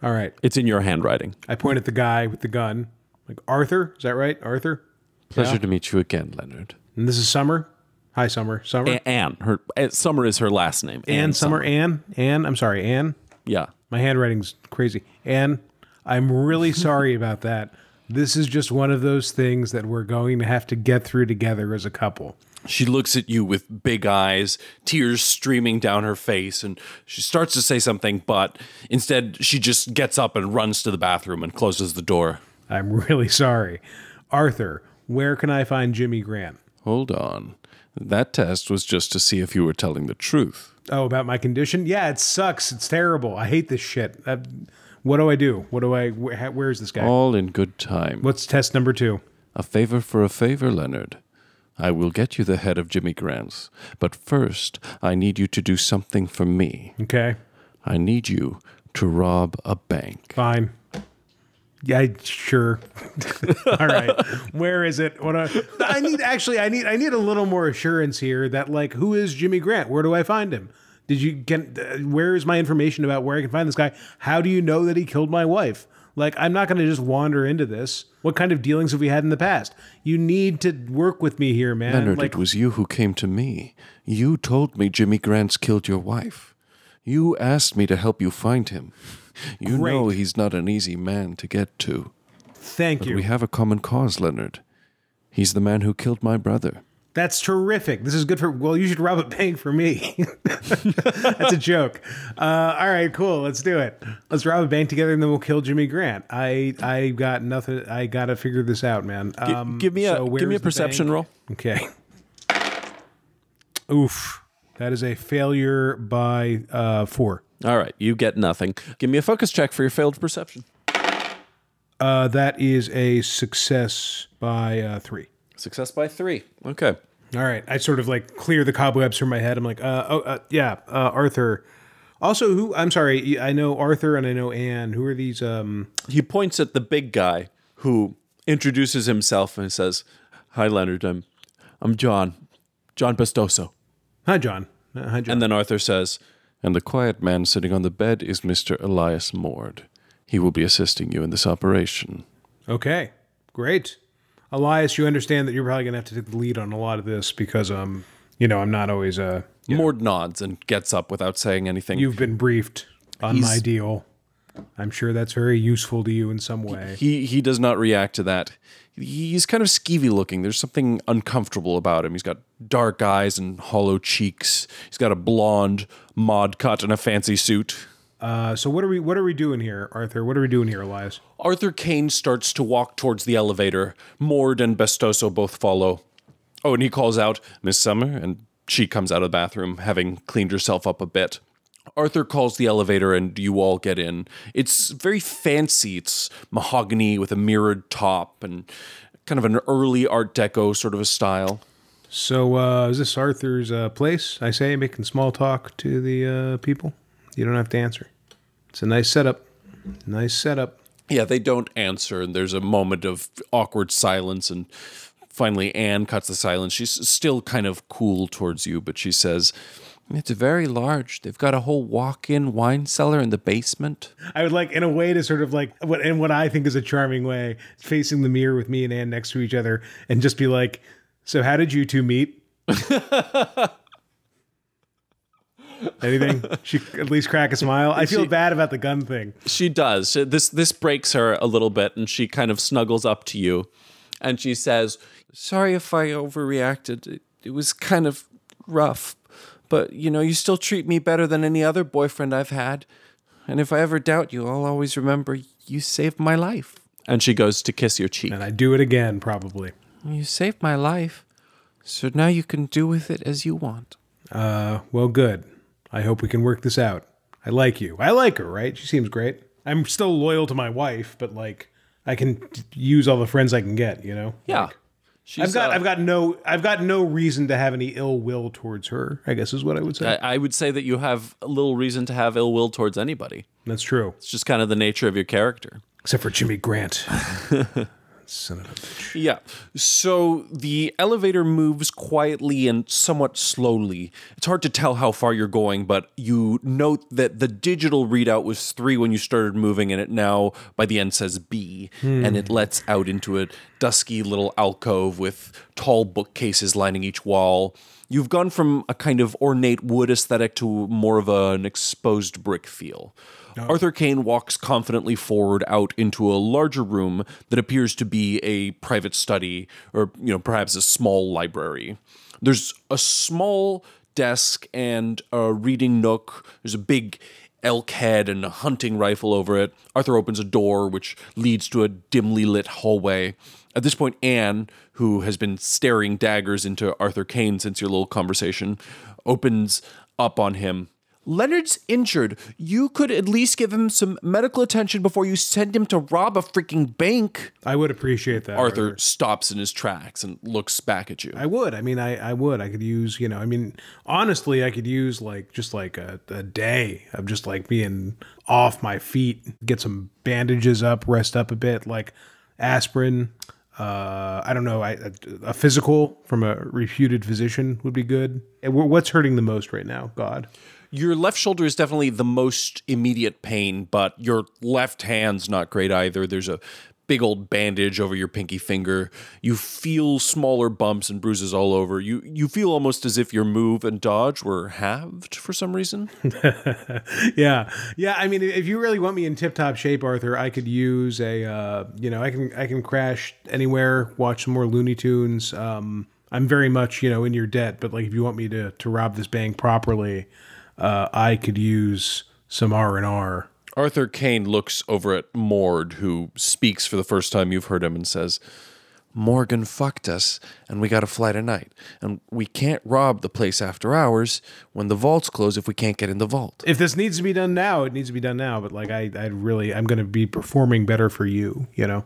J: All right.
A: It's in your handwriting.
J: I point at the guy with the gun. Like Arthur, is that right? Arthur?
F: Pleasure to meet you again, Leonard.
J: And this is Summer. Hi, Summer. Summer.
A: A- Anne. Her uh, Summer is her last name.
J: Ann
A: Anne
J: Summer. Ann. Ann. I'm sorry, Ann.
A: Yeah.
J: My handwriting's crazy. Ann, I'm really sorry about that. This is just one of those things that we're going to have to get through together as a couple.
F: She looks at you with big eyes, tears streaming down her face, and she starts to say something, but instead she just gets up and runs to the bathroom and closes the door.
J: I'm really sorry. Arthur, where can I find Jimmy Grant?
F: Hold on. That test was just to see if you were telling the truth.
J: Oh, about my condition? Yeah, it sucks. It's terrible. I hate this shit. That, what do I do? What do I? Where, how- where is this guy?
F: All in good time.
J: What's test number two?
F: A favor for a favor, Leonard. I will get you the head of Jimmy Grants, but first I need you to do something for me.
J: Okay,
F: I need you to rob a bank.
J: fine. Yeah, I- sure. All right. Where is it? What do I, I need? Actually, I need. I need a little more assurance here. That like, who is Jimmy Grant? Where do I find him? Did you can? Uh, where is my information about where I can find this guy? How do you know that he killed my wife? Like, I'm not going to just wander into this. What kind of dealings have we had in the past? You need to work with me here, man.
F: Leonard,
J: like,
F: it was you who came to me. You told me Jimmy Grants killed your wife. You asked me to help you find him. You know
J: Great.
F: he's not an easy man to get to.
J: thank you.
F: We have a common cause, Leonard. He's the man who killed my brother.
J: That's terrific. This is good for. Well, you should rob a bank for me. That's a joke. Uh, all right, cool. Let's do it. Let's rob a bank together, and then we'll kill Jimmy Grant. I I got nothing. I gotta figure this out, man. Um,
A: give me a give me
J: so
A: a
J: where's the
A: perception
J: bank?
A: roll.
J: Okay. Oof, that is a failure by uh, four.
A: All right, you get nothing. Give me a focus check for your failed perception.
J: Uh, that is a success by uh, three.
A: Success by three. Okay.
J: All right, I sort of like clear the cobwebs from my head. I'm like, uh, oh, uh, yeah, uh, Arthur. Also, who? I'm sorry, I know Arthur and I know Anne. Who are these? Um,
A: He points at the big guy who introduces himself and says, "Hi, Leonard. I'm I'm John. John Bastoso."
J: hi, John. Uh, hi, John.
K: And then Arthur says,
F: And the quiet man sitting on the bed is Mr. Elias Mord. He will be assisting you in this operation.
J: Okay, great. Elias, you understand that you're probably gonna have to take the lead on a lot of this because um, you know, I'm not always uh
A: Mord nods and gets up without saying anything.
J: you've been briefed on my deal. I'm sure that's very useful to you in some way.
A: he he does not react to that. He's kind of skeevy looking. There's something uncomfortable about him. He's got dark eyes and hollow cheeks. He's got a blonde mod cut and a fancy suit.
J: Uh, so what are we what are we doing here, Arthur? What are we doing here, Elias?
A: Arthur Kane starts to walk towards the elevator. Mord and Bestoso both follow. Oh, and he calls out, Miss Summer, and she comes out of the bathroom, having cleaned herself up a bit. Arthur calls the elevator, and you all get in. It's very fancy. It's mahogany with a mirrored top and kind of an early Art Deco sort of a style.
J: So uh, is this Arthur's uh, place? I say making small talk to the uh, people. You don't have to answer. It's a nice setup. Nice setup.
A: Yeah, they don't answer, and there's a moment of awkward silence, and finally Anne cuts the silence. She's still kind of cool towards you, but she says, It's very large. They've got a whole walk in wine cellar in the basement.
J: I would like, in a way, to sort of like what in what I think is a charming way, facing the mirror with me and Anne next to each other, and just be like, "So, how did you two meet?" Anything? She could at least crack a smile. I feel bad about the gun thing.
K: She does. This this breaks her a little bit and she kind of snuggles up to you and she says,
A: Sorry if I overreacted. It, it was kind of rough, but you know, you still treat me better than any other boyfriend I've had. And if I ever doubt you, I'll always remember you saved my life.
K: and she goes to kiss your cheek.
J: And I do it again, probably.
A: You saved my life. So now you can do with it as you want.
J: Uh, well, good. I hope we can work this out. I like you. I like her, right? She seems great. I'm still loyal to my wife, but like, I can t- use all the friends I can get. You know?
K: Yeah. uh,
J: I've
A: uh,
J: got I've got no I've got no reason to have any ill will towards her. I guess is what I would
A: Uh,
J: say.
K: I I would say that you have little reason to have ill will towards anybody.
J: That's true,
K: It's just kind of the nature of your character.
J: except for Jimmy Grant. Son of a bitch.
A: Yeah. So the elevator moves quietly and somewhat slowly. It's hard to tell how far you're going, but you note that the digital readout was three when you started moving, and it now by the end says B, and it lets out into a dusky little alcove with tall bookcases lining each wall. You've gone from a kind of ornate wood aesthetic to more of an exposed brick feel. Arthur Kane walks confidently forward out into a larger room that appears to be a private study or you know perhaps a small library. There's a small desk and a reading nook. There's a big elk head and a hunting rifle over it. Arthur opens a door which leads to a dimly lit hallway. At this point, Anne, who has been staring daggers into Arthur Kane since your little conversation, opens up on him. Leonard's injured. You could at least give him some medical attention before you send him to rob a freaking bank.
J: I would appreciate that,
A: Arthur stops in his tracks and looks back at you.
J: I would. I mean, I, I would. I could use, you know, I mean, honestly, I could use like just like a, a day of just like being off my feet, get some bandages up, rest up a bit, like aspirin. Uh, I don't know. I, a, a physical from a reputed physician would be good. And wh- What's hurting the most right now? God.
A: Your left shoulder is definitely the most immediate pain, but your left hand's not great either. There's a big old bandage over your pinky finger. You feel smaller bumps and bruises all over. You you feel almost as if your move and dodge were halved for some reason.
J: yeah yeah i mean if you really want me in tip-top shape arthur i could use a uh, you know i can i can crash anywhere watch some more looney tunes um, i'm very much you know in your debt but like if you want me to to rob this bank properly uh, i could use some r&r
A: Arthur Kane looks over at Mord, who speaks for the first time you've heard him, and says, Morgan fucked us, and we gotta fly tonight. And we can't rob the place after hours when the vaults close if we can't get in the vault.
J: if this needs to be done now it needs to be done now but like i i really i'm gonna be performing better for you you know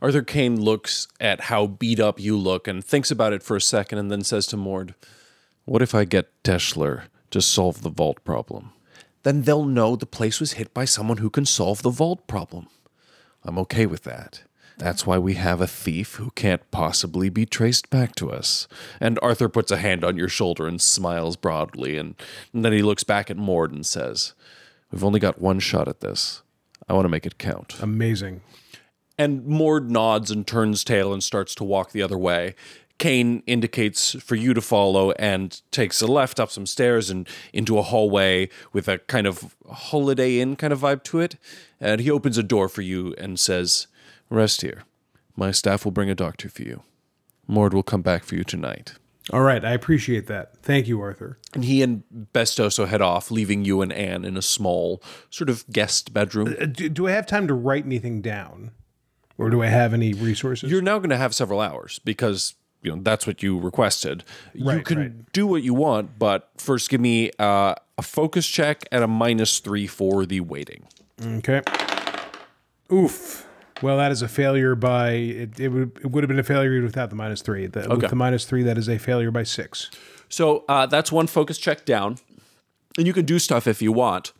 A: Arthur Kane looks at how beat up you look and thinks about it for a second and then says to Mord, What if I get Teschler to solve the vault problem? Then they'll know the place was hit by someone who can solve the vault problem. I'm okay with that. That's why we have a thief who can't possibly be traced back to us. And Arthur puts a hand on your shoulder and smiles broadly, and, and then he looks back at Mord and says, We've only got one shot at this. I want to make it count.
J: Amazing.
A: And Mord nods and turns tail and starts to walk the other way. Kane indicates for you to follow and takes a left up some stairs and into a hallway with a kind of holiday inn kind of vibe to it. And he opens a door for you and says, Rest here. My staff will bring a doctor for you. Mord will come back for you tonight.
J: All right, I appreciate that. Thank you, Arthur.
A: And he and Bestoso head off, leaving you and Anne in a small sort of guest bedroom.
J: Uh, Do, do I have time to write anything down, or do I have any resources?
A: you're now going to have several hours because you know that's what you requested. you
J: Right,
A: can
J: right.
A: do what you want, but first give me uh, a focus check and a minus three for the waiting.
J: okay. Oof. Well, that is a failure by it. It would, it would have been a failure without the minus three. The, With the minus three, that is a failure by six.
A: So uh, that's one focus check down, and you can do stuff if you want.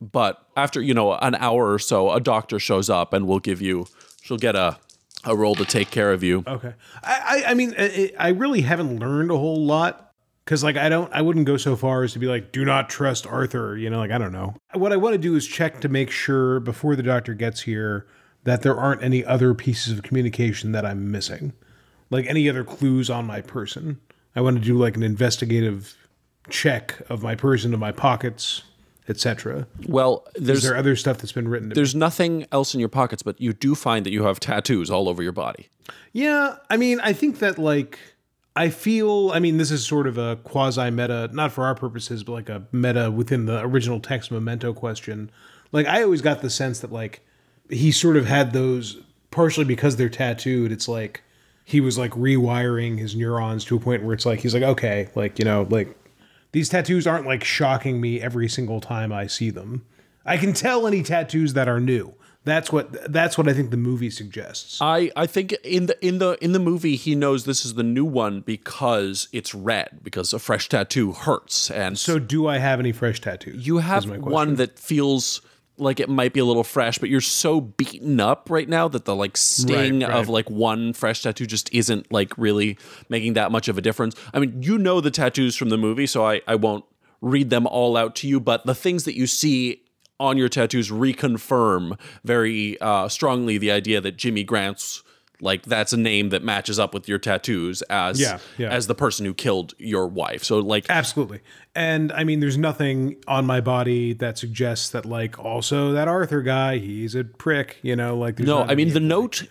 A: But after you know an hour or so, a doctor shows up and will give you. She'll get a a roll to take care of you.
J: Okay. I, I, I mean, I, I really haven't learned a whole lot because, like, I don't, I wouldn't go so far as to be like, do not trust Arthur, you know, like, I don't know. What I want to do is check to make sure before the doctor gets here that there aren't any other pieces of communication that I'm missing, like any other clues on my person. I want to do like an investigative check of my person, of my pockets, etc.
A: Well,
J: Is
A: there's
J: there other stuff that's been written? To
A: there's nothing else in your pockets, but you do find that you have tattoos all over your body.
J: Yeah, I mean, I think that like I feel. I mean, this is sort of a quasi meta, not for our purposes, but like a meta within the original text memento question. Like I always got the sense that like he sort of had those partially because they're tattooed. It's like he was like rewiring his neurons to a point where it's like he's like okay, like you know, like these tattoos aren't like shocking me every single time I see them. I can tell any tattoos that are new. That's what that's what I think the movie suggests.
A: I, I think in the in the in the movie he knows this is the new one because it's red because a fresh tattoo hurts and
J: So, do I have any fresh tattoos?
A: you have one that feels like it might be a little fresh but you're so beaten up right now that the like sting
J: Right,
A: of
J: right.
A: like one fresh tattoo just isn't like really making that much of a difference. I mean you know the tattoos from the movie so I I won't read them all out to you but the things that you see on your tattoos reconfirm very uh, strongly the idea that Jimmy Grant's like that's a name that matches up with your tattoos as
J: Yeah, yeah.
A: as the person who killed your wife. So like
J: Absolutely. And I mean, there's nothing on my body that suggests that, like, also that Arthur guy, he's a prick, you know, like, there's
A: No,
J: not
A: I mean
J: any-
A: the note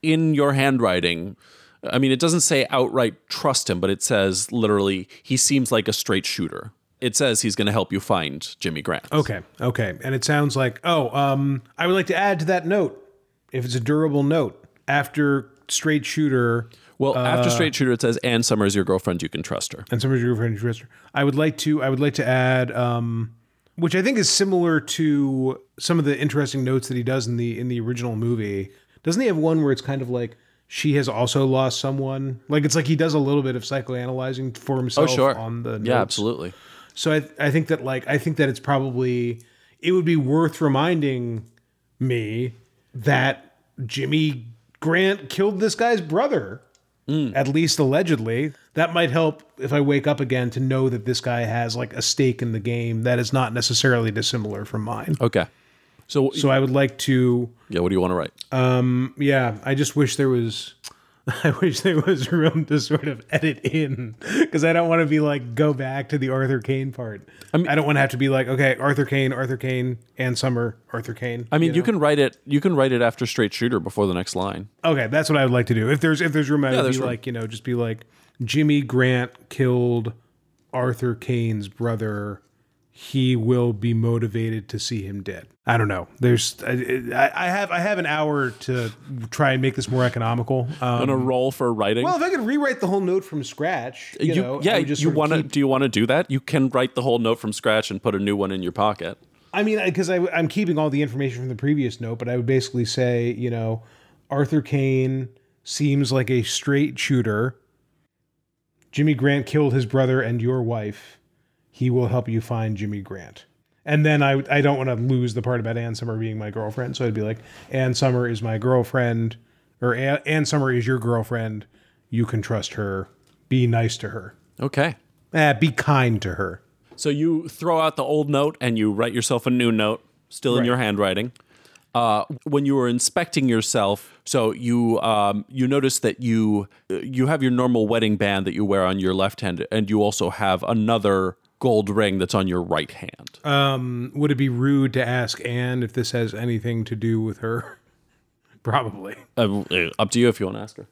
A: in your handwriting. I mean, it doesn't say outright trust him, but it says literally he seems like a straight shooter. It says he's going to help you find Jimmy Grant.
J: Okay. Okay. And it sounds like, oh, um, I would like to add to that note, if it's a durable note, after straight shooter
A: Well,
J: uh,
A: after straight shooter, it says Ann Summers your girlfriend. You can trust her.
J: and somebody's your friend dresser. I would like to I would like to add um which I think is similar to some of the interesting notes that he does in the in the original movie. Doesn't he have one where it's kind of like she has also lost someone? Like it's like he does a little bit of psychoanalyzing for himself
A: Oh, sure.
J: on the notes.
A: Yeah, absolutely.
J: So I I think that like I think that it's probably it would be worth reminding me that Jimmy Grant killed this guy's brother. At least allegedly. That might help if I wake up again to know that this guy has like a stake in the game that is not necessarily dissimilar from mine.
A: Okay. So,
J: So Uh, I would like to
A: yeah, what do you want to write?
J: yeah, I just wish there was I wish there was room to sort of edit in because I don't want to be like go back to the Arthur Kane part. I, don't want to have to be like okay, Arthur Kane, Arthur Kane, and Summer, Arthur Kane.
A: I mean, you, can write it. You can write it after straight shooter before the next line.
J: okay, that's what I would like to do. If there's if there's room, I would
A: there's
J: be
A: room.
J: like you know just be like Jimmy Grant killed Arthur Kane's brother. He will be motivated to see him dead. I don't know. There's I, I I have I have an hour to try and make this more economical. Um,
A: On a roll for writing.
J: Well, if I could rewrite the whole note from scratch, you,
A: Uh, You-
J: know, I
A: yeah,
J: would just
A: you
J: sort of
A: want to?
J: keep-
A: Do you want to do that? You can write the whole note from scratch and put a new one in your pocket.
J: I mean, because I'm keeping all the information from the previous note, but I would basically say, you know, Arthur Kane seems like a straight shooter. Jimmy Grant killed his brother and your wife. He will help you find Jimmy Grant. And then I I don't want to lose the part about Ann Summer being my girlfriend, so I'd be like, Ann Summer is my girlfriend, or Ann Ann Summer is your girlfriend. You can trust her. Be nice to her.
F: Okay.
J: Eh, be kind to her.
A: So you throw out the old note and you write yourself a new note, still in your handwriting. Uh, when you were inspecting yourself, so you um, you notice that you you have your normal wedding band that you wear on your left hand, and you also have another gold ring that's on your right hand.
J: Would it be rude to ask Anne if this has anything to do with her? Probably.
A: Uh, up to you if you want to ask her.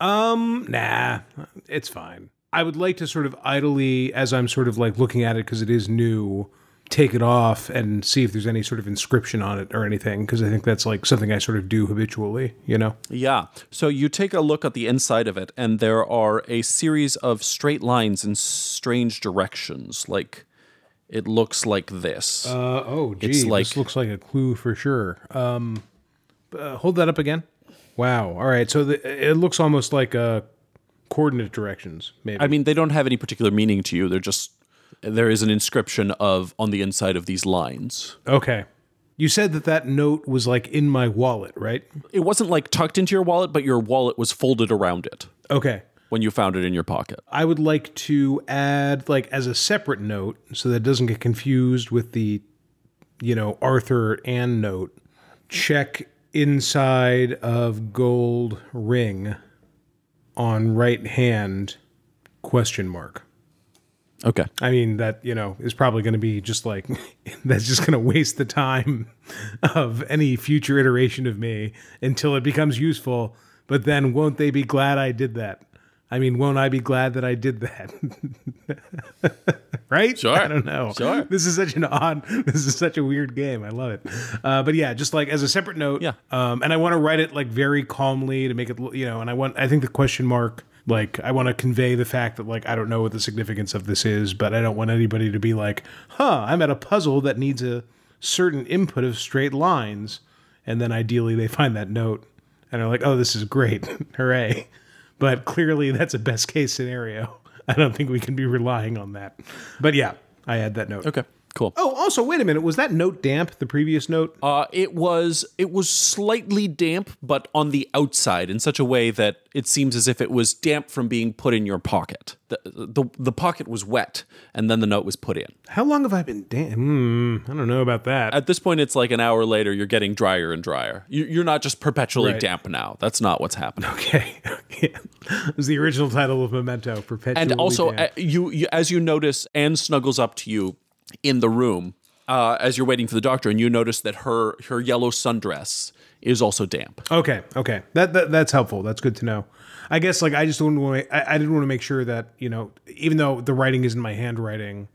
J: Um, Nah, it's fine. I would like to sort of idly, as I'm sort of like looking at it because it is new, take it off and see if there's any sort of inscription on it or anything because I think that's like something I sort of do habitually, you know?
A: Yeah. So you take a look at the inside of it, and there are a series of straight lines in strange directions. Like it looks like this.
J: Uh, oh, gee,
A: like-
J: this looks like a clue for sure. Um, uh, hold that up again. Wow. All right. So the, it looks almost like uh, coordinate directions, maybe.
A: I mean, they don't have any particular meaning to you. They're just there is an inscription of on the inside of these lines.
J: okay. You said that that note was like in my wallet, right?
A: It wasn't like tucked into your wallet, but your wallet was folded around it
J: Okay.
A: when you found it in your pocket.
J: I would like to add, like, as a separate note, so that it doesn't get confused with the, you know, Arthur and note. Check inside of gold ring on right hand question mark.
A: Okay.
J: I mean, that, you know, is probably going to be just like, that's just going to waste the time of any future iteration of me until it becomes useful. But then won't they be glad I did that? I mean, won't I be glad that I did that? right? Sure. I don't know. Sure. This is such an odd, this is such a weird game. I love it. Uh, but yeah, just like as a separate note.
A: Yeah.
J: Um, and I want to write it like very calmly to make it, l- you know, and I want, I think the question mark, like, I want to convey the fact that, like, I don't know what the significance of this is, but I don't want anybody to be like, huh, I'm at a puzzle that needs a certain input of straight lines. And then ideally they find that note and are like, oh, this is great. Hooray. But clearly that's a best case scenario. I don't think we can be relying on that. But yeah, I add that note.
A: Okay. Cool.
J: Oh, also, wait a minute. Was that note damp, the previous note?
A: Uh, it was it was slightly damp, but on the outside in such a way that it seems as if it was damp from being put in your pocket. The the, the pocket was wet, and then the note was put in.
J: How long have I been damp? Hmm, I don't know about that.
A: At this point, it's like an hour later. You're getting drier and drier. You, you're not just perpetually
J: Right.
A: damp now. That's not what's happening.
J: Okay. it was the original title of Memento, Perpetually
A: and also uh,
J: Damp.
A: you, you as you notice anne snuggles up to you in the room uh, as you're waiting for the doctor and you notice that her her yellow sundress is also damp
J: okay, okay. That, that that's helpful. That's good to know. I guess like I just don't want to. I, I didn't want to make sure that you know, even though the writing is in my handwriting,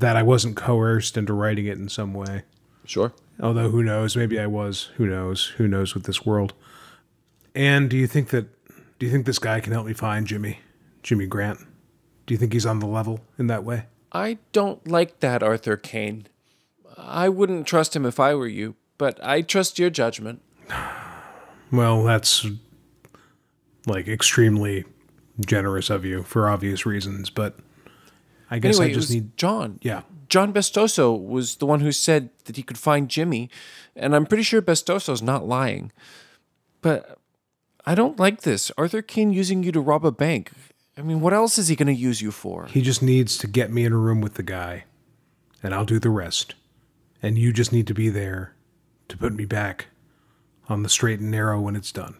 J: that I wasn't coerced into writing it in some way.
A: sure
J: Although who knows? Maybe I was. Who knows? Who knows with this world? And do you think that? Do you think this guy can help me find Jimmy? Jimmy Grant? Do you think he's on the level in that way?
F: I don't like that, Arthur Kane. I wouldn't trust him if I were you, but I trust your judgment.
J: Well, that's like extremely generous of you for obvious reasons, but I guess
F: Anyway,
J: I
F: it
J: just
F: was
J: need.
F: John.
J: Yeah.
F: John Bestoso was the one who said that he could find Jimmy, and I'm pretty sure Bestoso's not lying. But I don't like this. Arthur Kane using you to rob a bank. I mean, what else is he going to use you for?
J: He just needs to get me in a room with the guy, and I'll do the rest. And you just need to be there to put me back on the straight and narrow when it's done.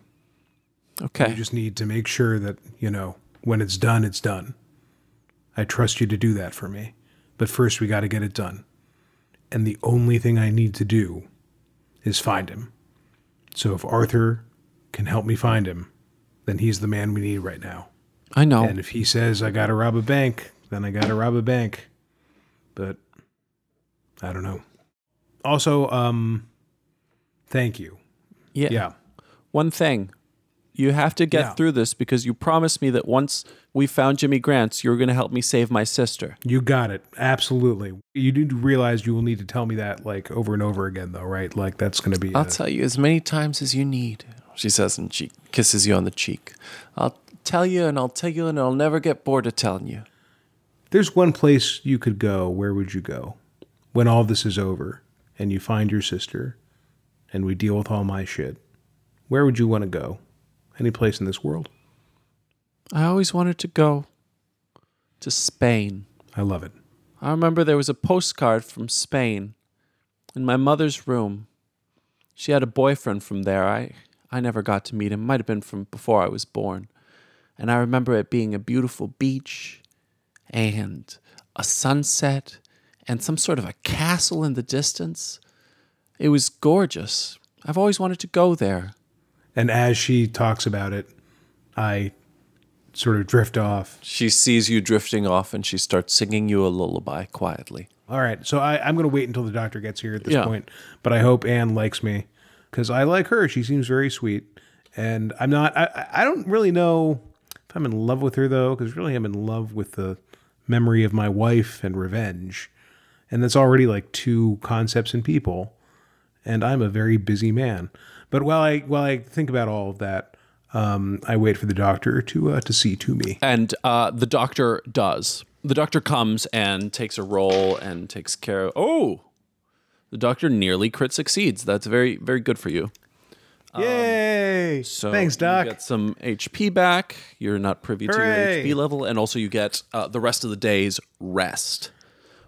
F: Okay.
J: You just need to make sure that, you know, when it's done, it's done. I trust you to do that for me. But first, we got to get it done. And the only thing I need to do is find him. So if Arthur can help me find him, then he's the man we need right now.
F: I know.
J: And if he says, I got to rob a bank, then I got to rob a bank. But I don't know. Also, um, thank you.
A: yeah,
J: Yeah.
A: one thing you have to get
J: Yeah.
A: through this because you promised me that once we found jimmy grants you were going to help me save my sister
J: You got it. Absolutely. You do realize you will need to tell me that like over and over again, though, right? Like that's going to be.
F: I'll
J: a-
F: tell you as many times as you need, she says, and she kisses you on the cheek. I'll tell you, and I'll tell you, and I'll never get bored of telling you.
J: There's one place you could go. Where would you go when all this is over and you find your sister, and we deal with all my shit? Where would you want to go? any place in this world.
F: I always wanted to go to Spain.
J: I love it.
F: I remember there was a postcard from Spain in my mother's room. She had a boyfriend from there. I, I never got to meet him. Might have been from before I was born. And I remember it being a beautiful beach and a sunset and some sort of a castle in the distance. It was gorgeous. I've always wanted to go there.
J: And as she talks about it, I sort of drift off.
F: She sees you drifting off and she starts singing you a lullaby quietly.
J: All right, so I, I'm going to wait until the doctor gets here at this
F: Yeah.
J: point, but I hope Anne likes me because I like her. She seems very sweet, and I'm not. I, I I don't really know if I'm in love with her though, because really I'm in love with the memory of my wife and revenge, and that's already like two concepts in people. and I'm a very busy man. But while I while I think about all of that, um, I wait for the doctor to uh, to see to me.
F: And uh, the doctor does. The doctor comes and takes a roll and takes care of. Oh! The doctor nearly crit succeeds. That's very, very good for you. Um,
J: Yay!
F: So
J: Thanks,
F: You
J: doc.
F: get some HP back. You're not privy
J: Hooray.
F: to your HP level. And also, you get uh, the rest of the day's rest,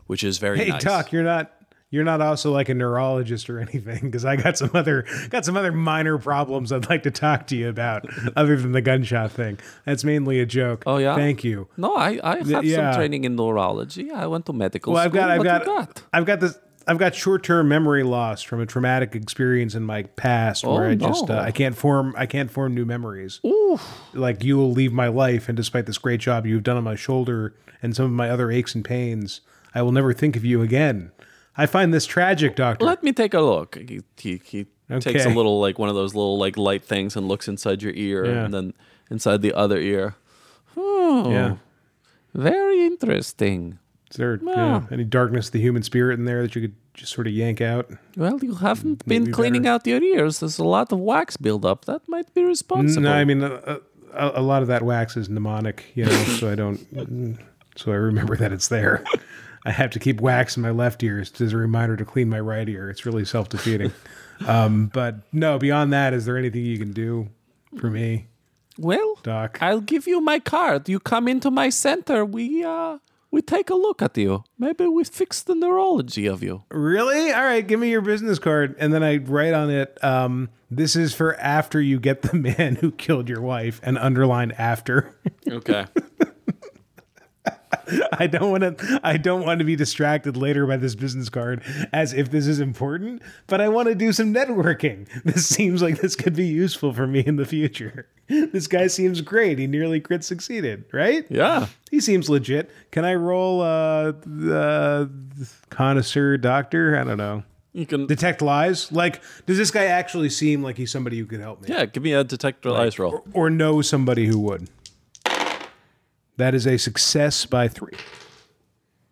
F: which is very
J: Hey,
F: nice.
J: doc, you're not you're not also like a neurologist or anything because I got some other got some other minor problems I'd like to talk to you about other than the gunshot thing. That's mainly a joke. Oh
F: yeah?
J: Thank you.
F: No, I, I have
J: yeah.
F: some training in neurology. I went to medical
J: Well, I've
F: school.
J: got, I've
F: What you
J: got, I've got this. I've got short-term memory loss from a traumatic experience in my past, where I just uh,
F: Oh, no.
J: I can't form I can't form new memories. Like you will leave my life, and despite this great job you've done on my shoulder and some of my other aches and pains, I will never think of you again. I find this tragic, doctor.
F: Let me take a look. He, he, he takes a
J: Okay.
F: little like one of those little like light things and looks inside your ear
J: Yeah.
F: and then inside the other ear. Oh,
J: Yeah.
F: very interesting.
J: Is there yeah, any darkness, of the human spirit in there that you could just sort of yank out?
F: Well, you haven't been
J: Mm, Maybe
F: cleaning
J: better.
F: out your ears. There's a lot of wax buildup. That might be responsible.
J: No, I mean a, a, a lot of that wax is mnemonic, you know. so I don't. So I remember that it's there. I have to keep wax in my left ear as a reminder to clean my right ear. It's really self defeating. um, but no, beyond that, is there anything you can do for me,
F: well,
J: Doc?
F: I'll give you my card. You come into my center. We uh, we take a look at you. Maybe we fix the neurology of you.
J: really? All right, give me your business card, and then I write on it. Um, this is for after you get the man who killed your wife, and underline after.
F: Okay.
J: I don't want to. I don't want to be distracted later by this business card, as if this is important. But I want to do some networking. This seems like this could be useful for me in the future. This guy seems great. He nearly crit succeeded, right?
F: yeah.
J: He seems legit. Can I roll uh, the connoisseur doctor? I don't know.
F: You can.
J: Detect lies. Like, does this guy actually seem like he's somebody who could help me,
F: Yeah. Give me a detector eyes roll.
J: or know somebody who would? That is a success by three.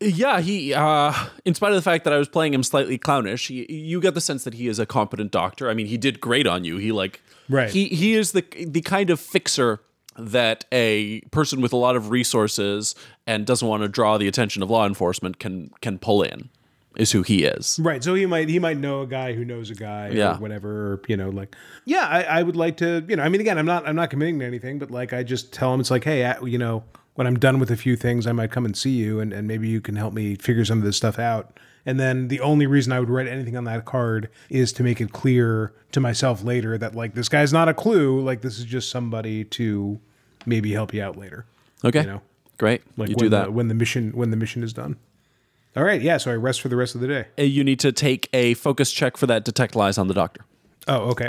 F: Yeah, he. Uh, in spite of the fact that I was playing him slightly clownish, he, you get the sense that he is a competent doctor. I mean, he did great on you. He like
J: Right.
F: He he is the the kind of fixer that a person with a lot of resources and doesn't want to draw the attention of law enforcement can can pull in. Is who he is.
J: Right. So he might he might know a guy who knows a guy
F: Yeah.
J: or whatever, or, you know, like yeah, I, I would like to, you know, I mean again, I'm not I'm not committing to anything, but like I just tell him it's like, hey, I, you know, when I'm done with a few things, I might come and see you and, and maybe you can help me figure some of this stuff out. And then the only reason I would write anything on that card is to make it clear to myself later that like this guy's not a clue, like this is just somebody to maybe help you out later.
F: Okay,
J: You know.
F: great.
J: Like
F: you
J: when
F: do that.
J: the, when the mission when the mission is done. All right, yeah, so I rest for the rest of the day.
F: Uh, you need to take a focus check for that detect lies on the doctor.
J: Oh, okay.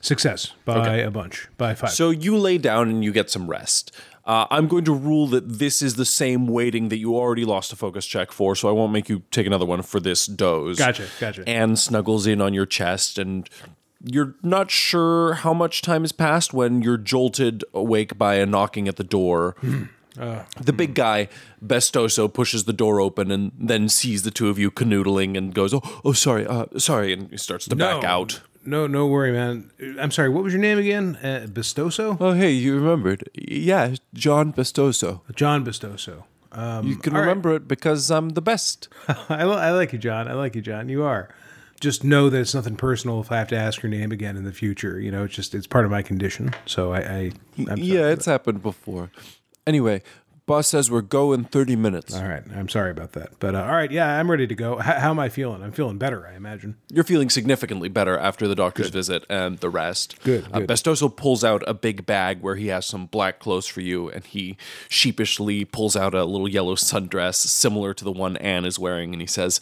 J: Success by a bunch, by five.
F: So you lay down and you get some rest. Uh, I'm going to rule that this is the same waiting that you already lost a focus check for, so I won't make you take another one for this doze.
J: Gotcha, gotcha.
F: Anne snuggles in on your chest, and you're not sure how much time has passed when you're jolted awake by a knocking at the door.
J: Hmm. Uh,
F: the big guy, Bestoso, pushes the door open and then sees the two of you canoodling and goes, "Oh, oh, sorry, uh, sorry," and starts to back out.
J: No, no worry, man. I'm sorry. What was your name again? Uh, Bestoso?
F: Oh, hey, you remembered? Yeah, John Bestoso.
J: John Bestoso. Um,
F: You can remember it because I'm the best.
J: I, li- I like you, John. I like you, John. You are. just know that it's nothing personal if I have to ask her name again in the future. You know, it's just it's part of my condition. So I, I I'm sorry.
A: yeah, it's happened before. Anyway, boss says we're going 30 minutes.
J: All right, I'm sorry about that. But uh, all right, yeah, I'm ready to go. H- how am I feeling? I'm feeling better, I imagine.
A: You're feeling significantly better after the doctor's visit and the rest.
J: Good,
A: Uh,
J: good.
A: Bestoso pulls out a big bag where he has some black clothes for you, and he sheepishly pulls out a little yellow sundress similar to the one Anne is wearing, and he says,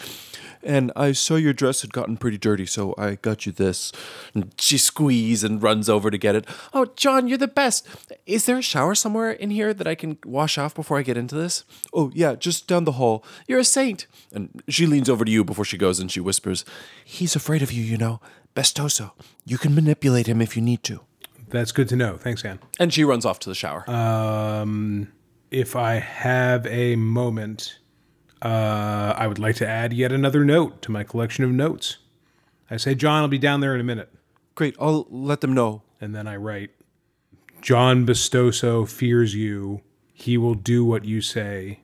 A: "And I saw your dress had gotten pretty dirty, so I got you this." And she squeezes and runs over to get it. Oh, John, you're the best. Is there a shower somewhere in here that I can wash off before I get into this? Oh yeah, just down the hall. You're a saint. And she leans over to you before she goes, and she whispers, "He's afraid of you, you know." Bestoso, you can manipulate him if you need to.
J: That's good to know. Thanks, Anne.
A: And she runs off to the shower.
J: Um, If I have a moment, uh, I would like to add yet another note to my collection of notes. I say, John, I'll be down there in a minute.
A: Great, I'll let them know.
J: And then I write, John Bestoso fears you. He will do what you say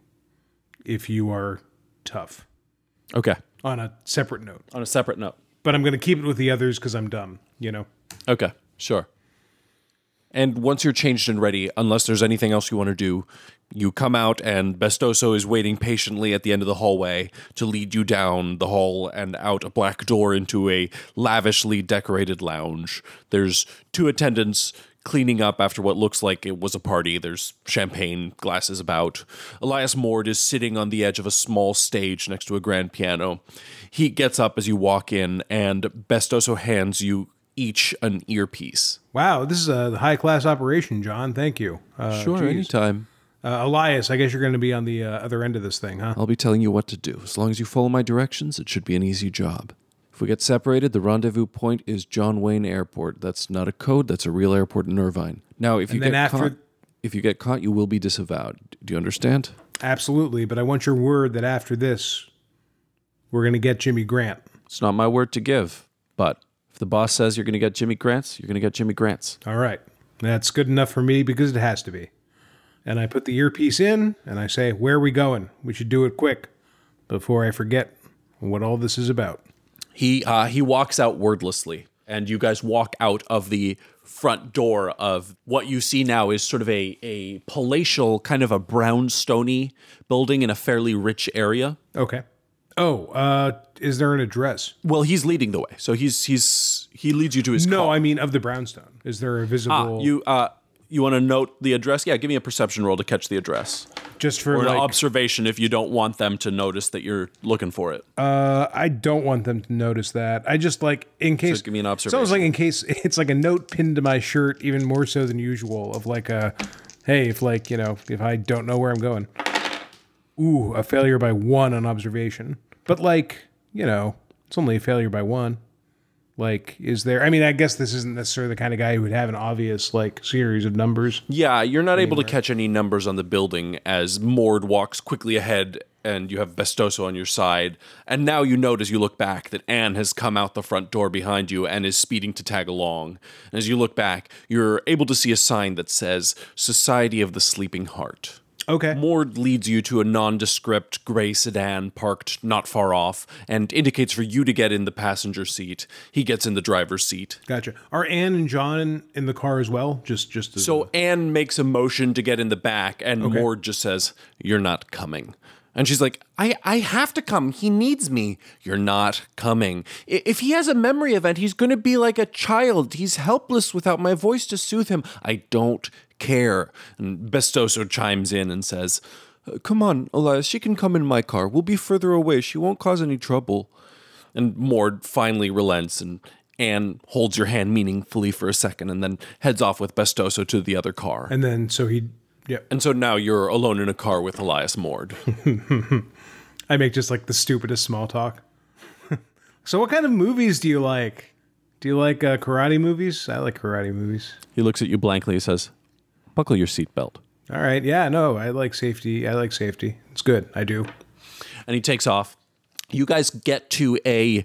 J: if you are tough.
L: Okay.
J: On a separate note.
L: On a separate note.
J: But I'm going to keep it with the others because I'm dumb, you know?
A: Okay, sure. And once you're changed and ready, unless there's anything else you want to do, you come out and Bestoso is waiting patiently at the end of the hallway to lead you down the hall and out a black door into a lavishly decorated lounge. There's two attendants cleaning up after what looks like it was a party. There's champagne glasses about. Elias Mord is sitting on the edge of a small stage next to a grand piano. He gets up as you walk in and Bestoso hands you each an earpiece.
J: Wow, this is a high class operation, John. Thank you. Uh,
A: Sure,
J: geez.
A: anytime.
J: Uh, Elias, I guess you're going to be on the uh, other end of this thing, huh?
A: I'll be telling you what to do. As long as you follow my directions, it should be an easy job. If we get separated, the rendezvous point is John Wayne Airport. That's not a code, that's a real airport in Irvine. Now, if you
J: then
A: get
J: after-
A: caught, if you get caught, you will be disavowed. Do you understand?
J: Absolutely, but I want your word that after this, we're going to get Jimmy Grant.
A: It's not my word to give, but if the boss says you're going to get Jimmy Grants, you're going to get Jimmy Grants.
J: All right. That's good enough for me because it has to be. And I put the earpiece in and I say, Where are we going? We should do it quick before I forget what all this is about.
A: He uh, he walks out wordlessly, and you guys walk out of the front door of what you see now is sort of a a palatial kind of a brownstony building in a fairly rich area.
J: Okay. Oh, uh, is there an address?
A: Well, he's leading the way, so he's he's he leads you to his
J: No,
A: car.
J: I mean of the brownstone. Is there a visible
A: Ah, you uh you want to note the address? Yeah, give me a perception roll to catch the address
J: just for
A: or an
J: like,
A: observation if you don't want them to notice that you're looking for it.
J: uh I don't want them to notice that. I just like in case
A: give me an
J: It's almost like in case it's like a note pinned to my shirt even more so than usual of like a hey, if like, you know, if I don't know where I'm going. Ooh, a failure by one on observation. But like, you know, it's only a failure by one. Like, is there I mean, I guess this isn't necessarily the kind of guy who would have an obvious like series of numbers.
A: Yeah, you're not able to catch any numbers on the building as Mord walks quickly ahead and you have Bestoso on your side. And now you note as you look back that Anne has come out the front door behind you and is speeding to tag along. And as you look back, you're able to see a sign that says Society of the Sleeping Heart.
J: Okay.
A: Mord leads you to a nondescript gray sedan parked not far off and indicates for you to get in the passenger seat. He gets in the driver's seat.
J: Gotcha. Are Anne and John in, in the car as well? Just just as
A: So Anne makes a motion to get in the back, and Mord just says, "You're not coming." And she's like, "I I have to come. He needs me. You're not coming. I- If he has a memory event, he's going to be like a child. He's helpless without my voice to soothe him. I don't care." And Bestoso chimes in and says, "Uh, "Come on, Elias. She can come in my car. We'll be further away. She won't cause any trouble." And Mord finally relents and Anne holds your hand meaningfully for a second and then heads off with Bestoso to the other car.
J: and then so he yeah.
A: And so now you're alone in a car with Elias Mord.
J: I make just like the stupidest small talk. so, what kind of movies do you like? Do you like uh, karate movies? I like karate movies.
A: he looks at you blankly and says, Buckle your seatbelt.
J: All right, yeah, no, I like safety. I like safety. It's good. I do.
A: and he takes off. You guys get to a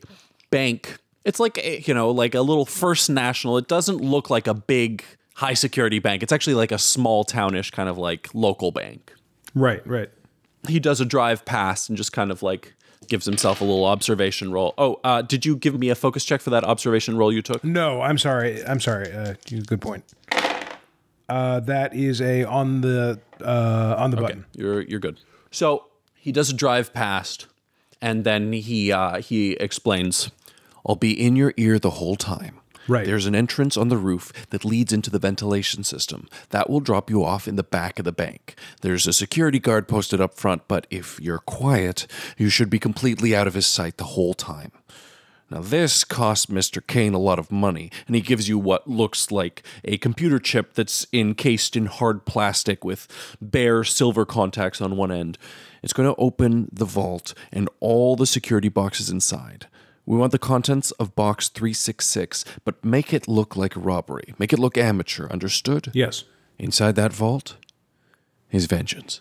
A: bank. It's like a, you know, like a little First National. It doesn't look like a big high security bank. It's actually like a small townish kind of like local bank.
J: Right, right.
A: he does a drive past and just kind of like gives himself a little observation roll. Oh, uh, did you give me a focus check for that observation roll you took?
J: No, I'm sorry. I'm sorry. Uh, you- good point. Uh, that is a on the uh, on the button.
A: You're you're good. So he does a drive past, and then he uh, he explains, "I'll be in your ear the whole time."
J: Right.
A: There's an entrance on the roof that leads into the ventilation system. That will drop you off in the back of the bank. There's a security guard posted up front, but if you're quiet, you should be completely out of his sight the whole time. Now, this costs Mr. Kane a lot of money, and he gives you what looks like a computer chip that's encased in hard plastic with bare silver contacts on one end. It's going to open the vault and all the security boxes inside. We want the contents of box 366, but make it look like a robbery. Make it look amateur, understood?
J: Yes.
A: Inside that vault is vengeance.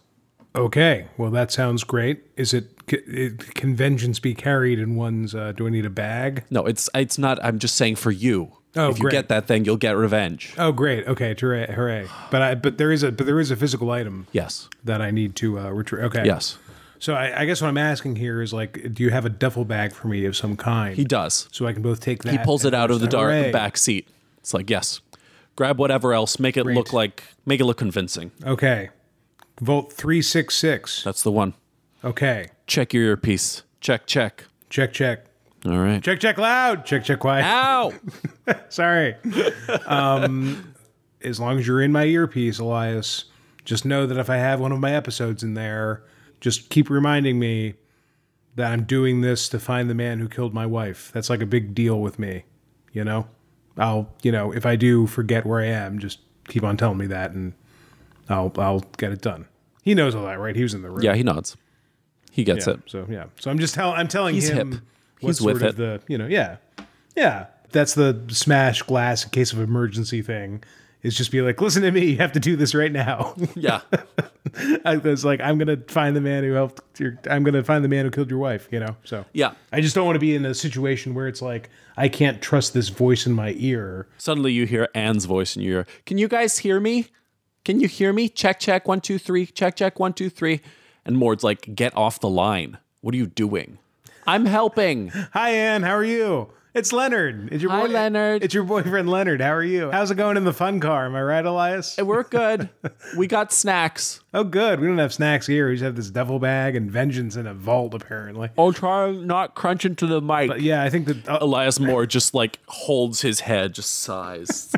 J: Okay. Well, that sounds great. Is it, c- it can vengeance be carried in one's? Uh, do I need a bag?
A: No, it's it's not. I'm just saying for you.
J: Oh,
A: if you
J: great.
A: get that thing, you'll get revenge.
J: Oh, great. Okay. Hooray! hooray. But I but there is a but there is a physical item
A: Yes.
J: that I need to uh, retrieve. Okay.
A: Yes.
J: So I, I guess what I'm asking here is like, do you have a duffel bag for me of some kind?
A: He does.
J: so I can both take that.
A: He pulls it
J: and
A: out of the
J: just-
A: dark
J: hooray.
A: back seat. It's like, yes, grab whatever else, make it look like, make it look convincing.
J: Okay. Volt three six six.
A: That's the one.
J: Okay.
A: Check your earpiece. Check, check.
J: Check check.
A: All right.
J: Check check loud. Check check quiet.
A: Ow!
J: Sorry. Um, as long as you're in my earpiece, Elias, just know that if I have one of my episodes in there, just keep reminding me that I'm doing this to find the man who killed my wife. That's like a big deal with me, you know? I'll, you know, if I do forget where I am, just keep on telling me that and I'll I'll get it done. He knows all that, right? He was in the room.
A: yeah, he nods. He gets
J: Yeah,
A: it.
J: So yeah. So I'm just tell I'm telling
A: He's
J: him
A: hip.
J: what
A: He's
J: sort
A: with
J: of
A: it.
J: the you know yeah yeah that's the smash glass in case of emergency thing is just be like listen to me you have to do this right now.
A: Yeah.
J: I was like I'm gonna find the man who helped your I'm gonna find the man who killed your wife you know so
A: Yeah.
J: I just don't want to be in a situation where it's like I can't trust this voice in my ear.
A: Suddenly you hear Anne's voice in your ear. Can you guys hear me? Can you hear me? Check, check, one, two, three. Check, check, one, two, three. And Mord's like, get off the line. What are you doing? I'm helping.
J: Hi Anne, how are you? It's Leonard. It's your
A: Hi,
J: boy-
A: Leonard.
J: It's your boyfriend Leonard. How are you? How's it going in the fun car? Am I right, Elias?
A: We're good. We got snacks.
J: Oh, good. We don't have snacks here. We just have this devil bag and vengeance in a vault, apparently.
A: I'll Oh, try not crunch into the mic.
J: But yeah, I think that. Uh,
A: Elias Moore just like holds his head, just sighs.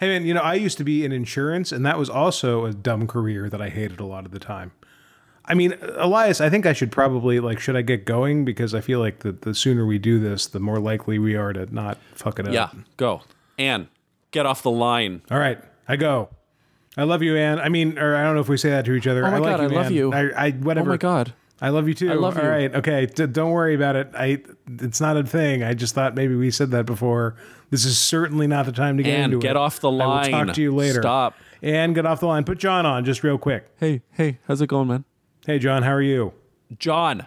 J: hey, man, you know, I used to be in insurance, and that was also a dumb career that I hated a lot of the time. I mean, Elias, I think I should probably like, should I get going? Because I feel like the, the sooner we do this, the more likely we are to not fuck it up.
A: yeah, go. Anne, get off the line.
J: All right, I go. I love you, Anne. I mean, or I don't know if we say that to each other.
A: Oh my
J: I like
A: God,
J: you,
A: I love
J: Anne.
A: you.
J: I, I
A: Oh
J: whatever.
A: my god.
J: I love you too. I
A: love you.
J: All right. Okay. D- don't worry about it. I. It's not a thing. I just thought maybe we said that before. This is certainly not the time to get
A: Anne,
J: into
A: get
J: it.
A: off the line.
J: I will talk to you later.
A: Stop.
J: And get off the line. Put John on just real quick.
A: Hey, hey, how's it going, man?
J: Hey, John, how are you?
A: John,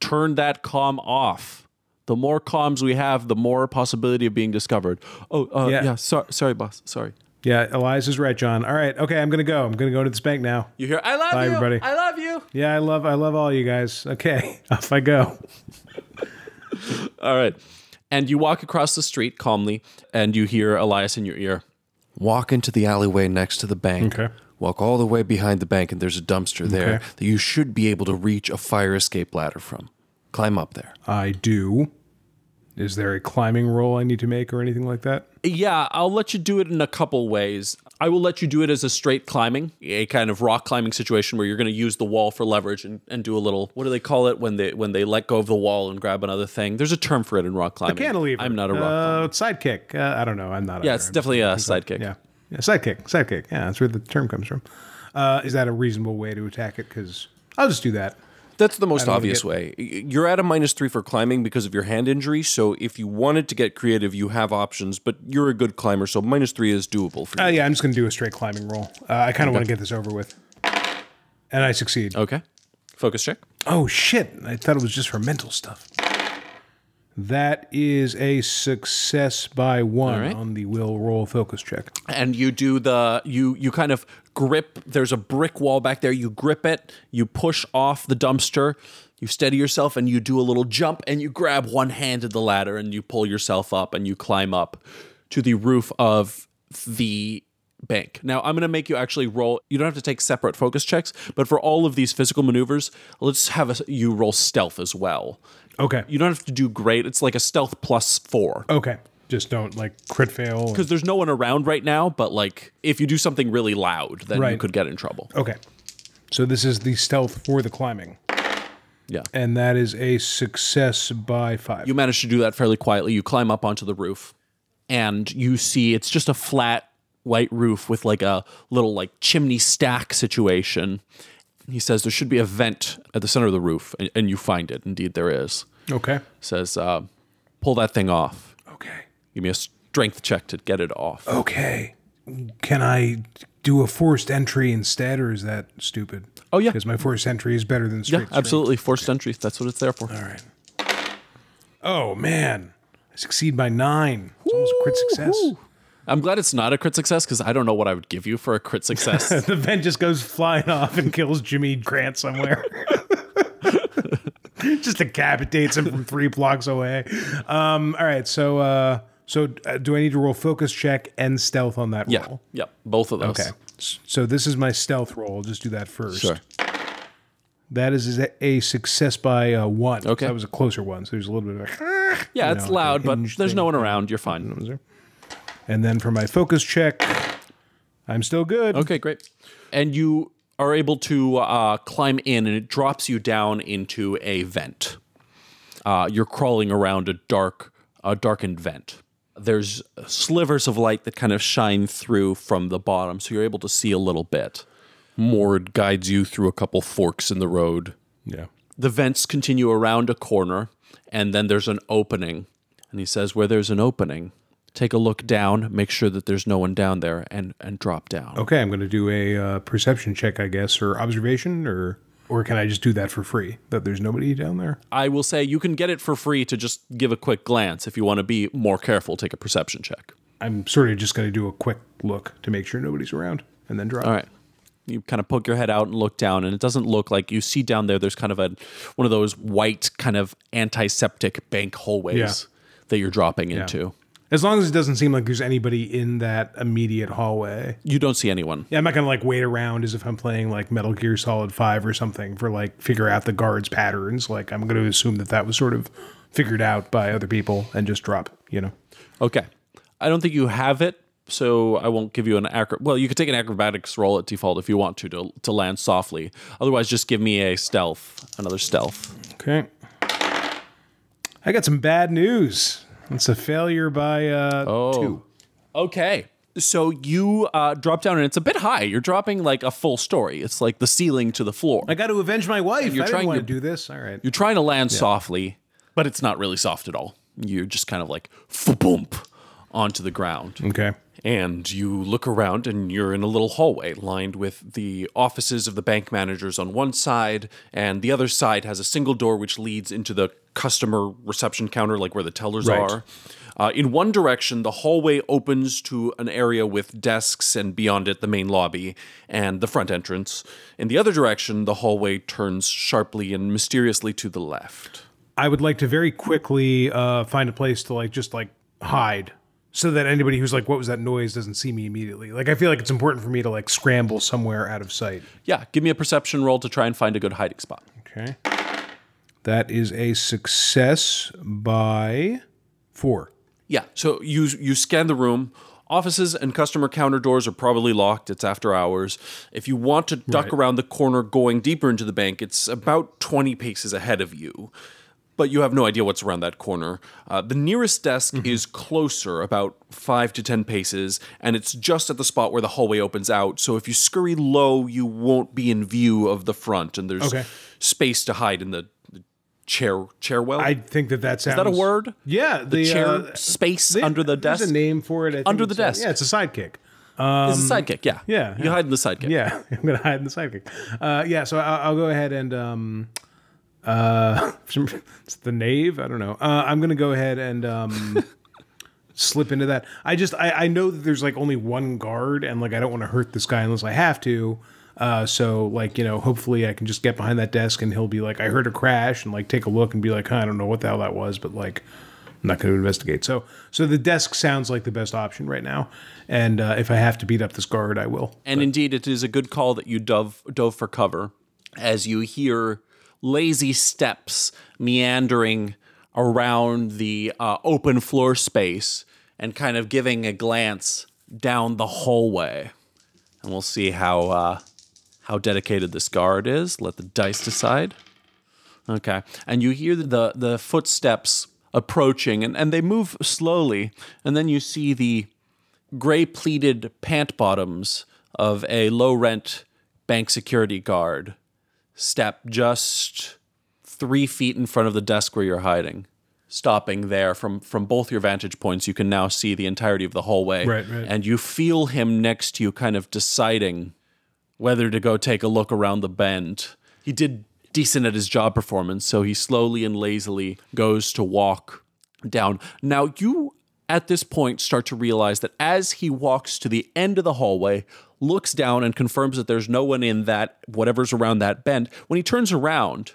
A: turn that comm off. The more comms we have, the more possibility of being discovered. Oh, uh, yeah.
J: Yeah.
A: so- sorry, boss. Sorry.
J: Yeah, Eliza's right, John. All right. Okay, I'm gonna go. I'm gonna go to this bank now.
A: You hear? I love
J: Bye,
A: you.
J: everybody.
A: I love you.
J: Yeah, I love, I love all you guys. Okay, off I go.
A: All right. And you walk across the street calmly, and you hear Elias in your ear. Walk into the alleyway next to the bank.
J: Okay.
A: Walk all the way behind the bank, and there's a dumpster there
J: Okay.
A: that you should be able to reach a fire escape ladder from. Climb up there.
J: I do. Is there a climbing roll I need to make or anything like that?
A: Yeah, I'll let you do it in a couple ways. I will let you do it as a straight climbing, a kind of rock climbing situation where you're going to use the wall for leverage and, and do a little what do they call it when they when they let go of the wall and grab another thing? There's a term for it in rock climbing.
J: Cantilever.
A: I'm not a rock climber.
J: uh, sidekick. Uh, I don't know. I'm not.
A: Yeah, it's definitely a sidekick.
J: Yeah. yeah, sidekick, sidekick. Yeah, that's where the term comes from. Uh, is that a reasonable way to attack it? Because I'll just do that.
F: That's the most
J: wanna
F: obvious
J: get-
F: way. Y- You're at a minus three for climbing because of your hand injury. So if you wanted to get creative, you have options. But you're a good climber, so minus three is doable for
J: Uh,
F: you.
J: yeah, I'm just going to do a straight climbing roll. Uh, I kind of want to get this over with. And I succeed.
A: Okay. Focus check.
J: Oh, shit. I thought it was just for mental stuff. That is a success by one
A: right.
J: on the will roll focus check.
A: and you do the you you kind of grip there's a brick wall back there you grip it you push off the dumpster you steady yourself and you do a little jump and you grab one hand of the ladder and you pull yourself up and you climb up to the roof of the bank now i'm going to make you actually roll you don't have to take separate focus checks but for all of these physical maneuvers let's have a, you roll stealth as well
J: Okay.
A: you don't have to do great it's like a stealth plus four
J: Okay. Just don't like crit fail. and-
A: because there's no one around right now. But like, if you do something really loud, then you
J: Right.
A: could get in trouble.
J: Okay. So this is the stealth for the climbing.
A: Yeah.
J: And that is a success by five.
A: You manage to do that fairly quietly. You climb up onto the roof, and you see it's just a flat white roof with like a little like chimney stack situation. He says there should be a vent at the center of the roof, and, and you find it. Indeed, there is.
J: okay.
A: Says, uh, pull that thing off.
J: Okay.
A: Give me a strength check to get it off.
J: Okay. Can I do a forced entry instead, or is that stupid?
A: Oh, yeah.
J: Because my forced entry is better than straight.
A: yeah,
J: strength.
A: absolutely. Forced entry. That's what it's there for.
J: All right. Oh man, I succeed by nine. It's almost a crit success.
A: I'm glad it's not a crit success because I don't know what I would give you for a crit success.
J: The vent just goes flying off and kills Jimmy Grant somewhere. just decapitates him from three blocks away. Um, all right, so uh, so uh, do I need to roll focus check and stealth on that
A: Yeah.
J: roll?
A: Yep. Both of those.
J: Okay. S- So this is my stealth roll. I'll just do that first. Sure. That is a- a success by uh, one.
A: Okay.
J: That was a closer one. So there's a little bit of a.
A: Yeah, it's
J: know,
A: loud,
J: the
A: but
J: hinge
A: there's
J: thing. Mm-hmm.
A: no one around. You're fine.
J: And then for my focus check, I'm still good.
A: Okay, great. And you are able to uh, climb in, and it drops you down into a vent. Uh, you're crawling around a dark, a darkened vent. There's slivers of light that kind of shine through from the bottom, so you're able to see a little bit.
F: Mord guides you through a couple forks in the road.
J: Yeah.
A: the vents continue around a corner, and then there's an opening. And he says, Where there's an opening, take a look down, make sure that there's no one down there, and, and drop down.
J: Okay, I'm going to do a uh, perception check, I guess, or observation, or or can I just do that for free? That there's nobody down there.
A: I will say you can get it for free to just give a quick glance. If you want to be more careful, take a perception check.
J: I'm sort of just going to do a quick look to make sure nobody's around, and then drop.
A: All right. You kind of poke your head out and look down, and it doesn't look like you see down there. There's kind of a one of those white kind of antiseptic bank hallways
J: Yeah.
A: that you're dropping into.
J: As long as it doesn't seem like there's anybody in that immediate hallway.
A: You don't see anyone.
J: Yeah, I'm not going to like wait around as if I'm playing like Metal Gear Solid 5 or something for like figure out the guards' patterns. Like I'm going to assume that that was sort of figured out by other people and just drop, you know.
A: Okay. I don't think you have it, so I won't give you an acro. Well, you could take an acrobatics roll at default if you want to, to to land softly. Otherwise, just give me a stealth, another stealth.
J: Okay. I got some bad news. It's a failure by uh,
A: Oh.
J: two.
A: Okay. So you uh, drop down, and it's a bit high. You're dropping like a full story. It's like the ceiling to the floor.
J: I got to avenge my wife.
A: you're
J: I
A: trying
J: didn't want
A: to-
J: to do this. All right.
A: You're trying to land softly, but it's not really soft at all. You're just kind of like boomp onto the ground.
J: Okay.
A: And you look around and you're in a little hallway lined with the offices of the bank managers on one side, and the other side has a single door which leads into the customer reception counter, like where the tellers
J: Right.
A: are. Uh, in one direction, the hallway opens to an area with desks, and beyond it, the main lobby and the front entrance. In the other direction, the hallway turns sharply and mysteriously to the left.
J: I would like to very quickly uh, find a place to like just like hide so that anybody who's like, what was that noise doesn't see me immediately. Like, I feel like it's important for me to like scramble somewhere out of sight.
A: Yeah, give me a perception roll to try and find a good hiding spot.
J: Okay. That is a success by four.
A: Yeah. So you you scan the room. Offices and customer counter doors are probably locked. It's after hours. If you want to duck around the corner going deeper into the bank, it's about 20 paces ahead of you. But you have no idea what's around that corner. Uh, the nearest desk
J: Mm-hmm.
A: is closer, about five to 10 paces, and it's just at the spot where the hallway opens out. So if you scurry low, you won't be in view of the front, and there's
J: Okay.
A: space to hide in the the chair chair well.
J: I think that that sounds.
A: Is that a word?
J: Yeah. The,
A: chair
J: uh,
A: space
J: they-
A: under the
J: there's
A: desk.
J: a name for it. I think
A: Under the
J: it's a-
A: desk.
J: yeah, it's a sidekick.
A: It's a sidekick, yeah.
J: yeah,
A: You
J: yeah.
A: hide in the sidekick.
J: Yeah, I'm gonna hide in the sidekick. Uh, yeah, so I'll, I'll go ahead and um, uh, it's the knave. I don't know. Uh, I'm gonna go ahead and um, slip into that. I just I, I know that there's like only one guard, and like I don't want to hurt this guy unless I have to. Uh, so like you know, hopefully I can just get behind that desk, and he'll be like, I heard a crash, and like take a look and be like, huh, I don't know what the hell that was, but like. I'm not going to investigate. So, so the desk sounds like the best option right now. And uh, if I have to beat up this guard, I will.
A: And indeed, it is a good call that you dove, dove for cover as you hear lazy steps meandering around the uh, open floor space and kind of giving a glance down the hallway. And we'll see how uh, how dedicated this guard is. Let the dice decide. Okay. And you hear the the footsteps approaching and, and they move slowly. And then you see the gray pleated pant bottoms of a low rent bank security guard step just three feet in front of the desk where you're hiding. Stopping there from from both your vantage points, you can now see the entirety of the hallway.
J: Right, right.
A: And you feel him next to you kind of deciding whether to go take a look around the bend. He did decent at his job performance, so he slowly and lazily goes to walk down. Now, you at this point start to realize that as he walks to the end of the hallway, looks down and confirms that there's no one in that whatever's around that bend, when he turns around,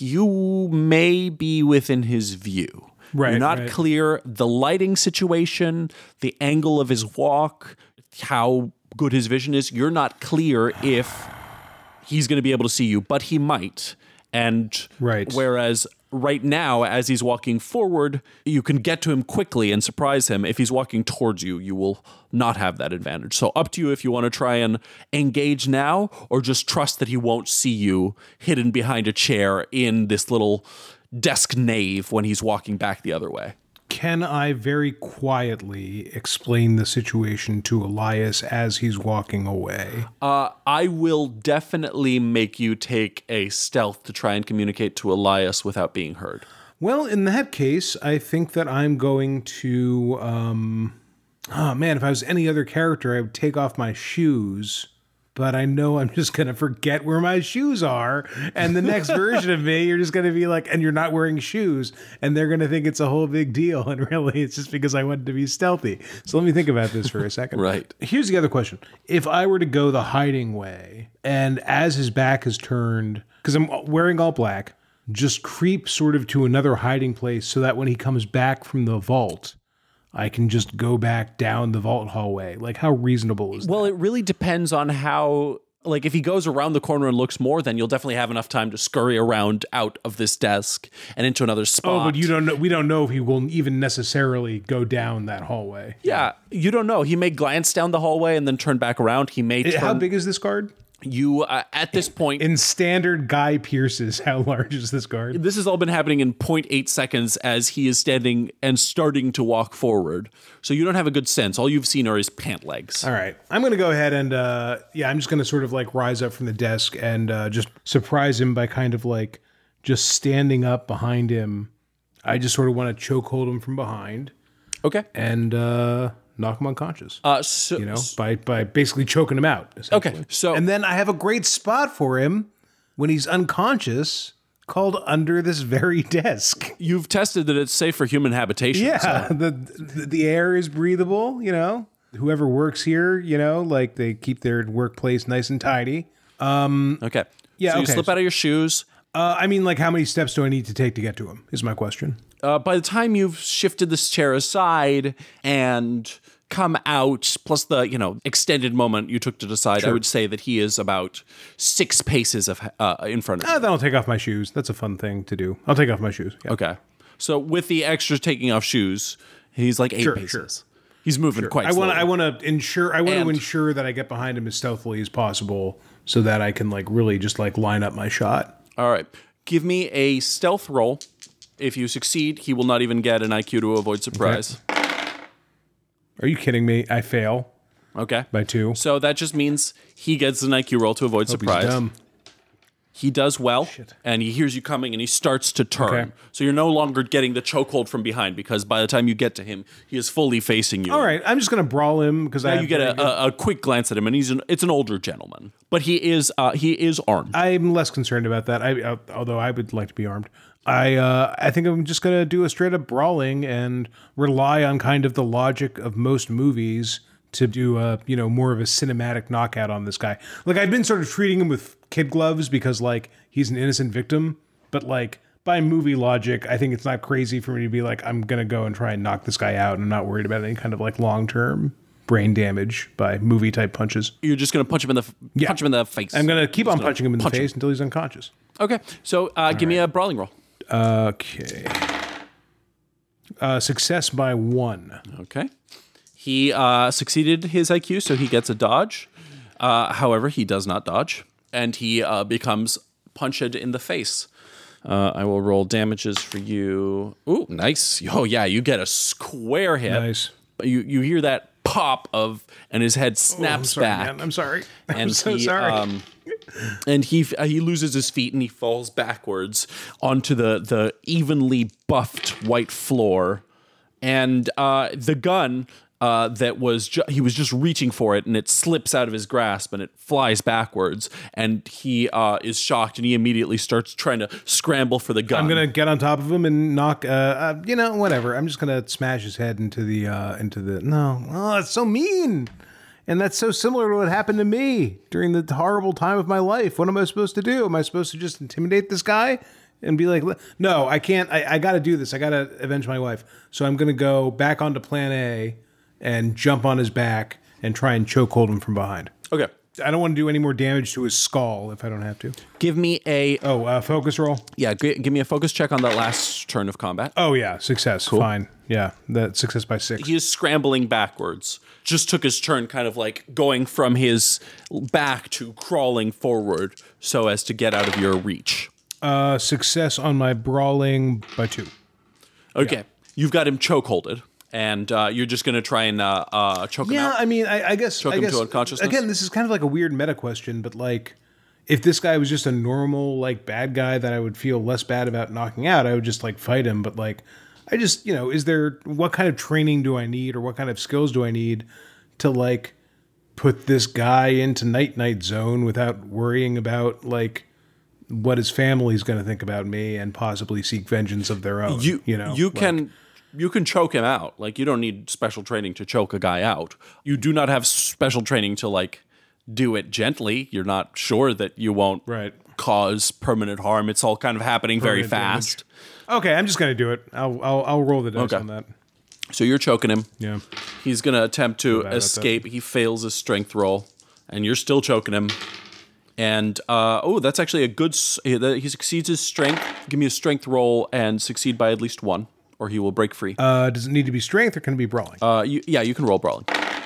A: you may be within his view.
J: Right,
A: You're not
J: right.
A: clear the lighting situation, the angle of his walk, how good his vision is. You're not clear if he's going to be able to see you, but he might. And
J: Right.
A: whereas right now, as he's walking forward, you can get to him quickly and surprise him. If he's walking towards you, you will not have that advantage. So up to you if you want to try and engage now or just trust that he won't see you hidden behind a chair in this little desk nave when he's walking back the other way.
J: Can I very quietly explain the situation to Elias as he's walking away?
A: Uh, I will definitely make you take a stealth to try and communicate to Elias without being heard.
J: Well, in that case, I think that I'm going to. Um, oh man, if I was any other character, I would take off my shoes. But I know I'm just going to forget where my shoes are. And the next version of me, you're just going to be like, and you're not wearing shoes. And they're going to think it's a whole big deal. And really, it's just because I wanted to be stealthy. So let me think about this for a second.
A: Right.
J: Here's the other question. If I were to go the hiding way and as his back is turned, because I'm wearing all black, just creep sort of to another hiding place so that when he comes back from the vault, I can just go back down the vault hallway. Like, how reasonable is that?
A: Well, it really depends on how. Like, if he goes around the corner and looks more, then you'll definitely have enough time to scurry around out of this desk and into another spot.
J: Oh, but you don't know. We don't know if he will even necessarily go down that hallway.
A: Yeah, you don't know. He may glance down the hallway and then turn back around. He may turn.
J: How big is this guard?
A: You uh, at this point.
J: In standard Guy Pierce's, how large is this guard?
A: this has all been happening in 0.8 seconds as he is standing and starting to walk forward. So you don't have a good sense. All you've seen are his pant legs.
J: All right. I'm going to go ahead and, uh, yeah, I'm just going to sort of like rise up from the desk and uh, just surprise him by kind of like just standing up behind him. I just sort of want to chokehold him from behind
A: Okay.
J: and uh, knock him unconscious,
A: Uh, so,
J: you know, by, by basically choking him out. essentially.
A: Okay, so-
J: and then I have a great spot for him when he's unconscious called under this very desk.
A: you've tested that it's safe for human habitation.
J: Yeah, the, the the air is breathable. You know, whoever works here, you know, like they keep their workplace nice and tidy.
A: Okay.
J: Yeah,
A: So you
J: okay.
A: slip out of your shoes.
J: Uh, I mean, like, how many steps do I need to take to get to him? Is my question.
A: uh, by the time you've shifted this chair aside and come out, plus the you know extended moment you took to decide, I would say that he is about six paces of uh, in front of you.
J: Ah, then I'll take off my shoes. That's a fun thing to do. I'll take off my shoes. Yeah.
A: okay, so with the extra taking off shoes, he's like eight
J: Sure,
A: paces.
J: sure.
A: He's moving quite.
J: I want
A: slowly.
J: I want to ensure I want
A: And-
J: to ensure that I get behind him as stealthily as possible so that I can like really just like line up my shot.
A: All right, give me a stealth roll. If you succeed, he will not even get an IQ to avoid surprise.
J: Are you kidding me? I fail
A: Okay.
J: by two.
A: So that just means he gets an IQ roll to avoid
J: Hope he's
A: surprise.
J: dumb.
A: He does well, and he hears you coming, and he starts to turn.
J: Okay.
A: So you're no longer getting the chokehold from behind because by the time you get to him, he is fully facing you.
J: All right, I'm just gonna brawl him because I
A: Now
J: have
A: you get
J: very
A: a, a, a quick glance at him, and he's an, it's an older gentleman, but he is uh, he is armed.
J: I'm less concerned about that. I, uh, although I would like to be armed. I, uh, I think I'm just gonna do a straight up brawling and rely on kind of the logic of most movies to do a, you know, more of a cinematic knockout on this guy. Like I've been sort of treating him with kid gloves because like he's an innocent victim, but like by movie logic, I think it's not crazy for me to be like I'm gonna go and try and knock this guy out. and I'm not worried about any kind of like long term brain damage by movie type punches.
A: You're just gonna punch him in the f-
J: Yeah.
A: punch him in the face.
J: I'm gonna keep on punching him in the
A: punch him.
J: face until he's unconscious.
A: okay. So uh, give me a brawling roll.
J: Okay. Uh, success by one.
A: Okay. He uh, succeeded his IQ, so he gets a dodge. Uh, however, he does not dodge, and he uh, becomes punched in the face. Uh, I will roll damages for you. Ooh, nice. Oh yeah, you get a square hit.
J: Nice.
A: You you hear that pop of, and his head snaps
J: Oh, sorry,
A: back.
J: man. I'm sorry. I'm
A: and
J: so
A: he,
J: sorry.
A: Um, and he uh, he loses his feet and he falls backwards onto the the evenly buffed white floor, and uh, the gun. Uh, that was ju- he was just reaching for it and it slips out of his grasp and it flies backwards and he uh, is shocked and he immediately starts trying to scramble for the gun.
J: I'm gonna get on top of him and knock. Uh, uh, you know, whatever. I'm just gonna smash his head into the uh, into the. No, oh, that's so mean, and that's so similar to what happened to me during the horrible time of my life. What am I supposed to do? Am I supposed to just intimidate this guy and be like, no, I can't. I, I got to do this. I got to avenge my wife. So I'm gonna go back onto Plan A and jump on his back and try and choke hold him from behind.
A: okay,
J: I don't want to do any more damage to his skull if I don't have to.
A: give me a
J: Oh, uh, focus roll.
A: yeah, g- give me a focus check on that last turn of combat.
J: Oh yeah, success. Fine. Yeah, that success by six.
A: he is scrambling backwards. Just took his turn, kind of like going from his back to crawling forward so as to get out of your reach.
J: Uh, success on my brawling by two.
A: Okay. You've got him chokeholded, and uh, you're just going to try and uh, uh, choke him
J: Yeah,
A: out.
J: I mean, I, I guess. I
A: him
J: guess
A: to unconsciousness?
J: Again, this is kind of like a weird meta question, but like, if this guy was just a normal like bad guy that I would feel less bad about knocking out, I would just like fight him. But like, I just you know, is there what kind of training do I need or what kind of skills do I need to like put this guy into night night zone without worrying about like what his family's going to think about me and possibly seek vengeance of their own.
A: you,
J: you know,
A: you
J: like-
A: can. You can choke him out. Like you don't need special training to choke a guy out. You do not have special training to like do it gently. You're not sure that you won't
J: Right.
A: cause permanent harm. It's all kind of happening very
J: Permanent damage.
A: fast.
J: Okay, I'm just gonna do it. I'll I'll, I'll roll the dice
A: Okay.
J: on that.
A: So you're choking him.
J: Yeah.
A: He's going to attempt to
J: about that.
A: escape. He fails his strength roll, and you're still choking him. And uh, oh, that's actually a good. s- He he succeeds his strength. Give me a strength roll and succeed by at least one, or he will break free. Uh,
J: Uh, does it need to be strength or can it be brawling?
A: you, yeah, you can roll brawling.
J: Uh,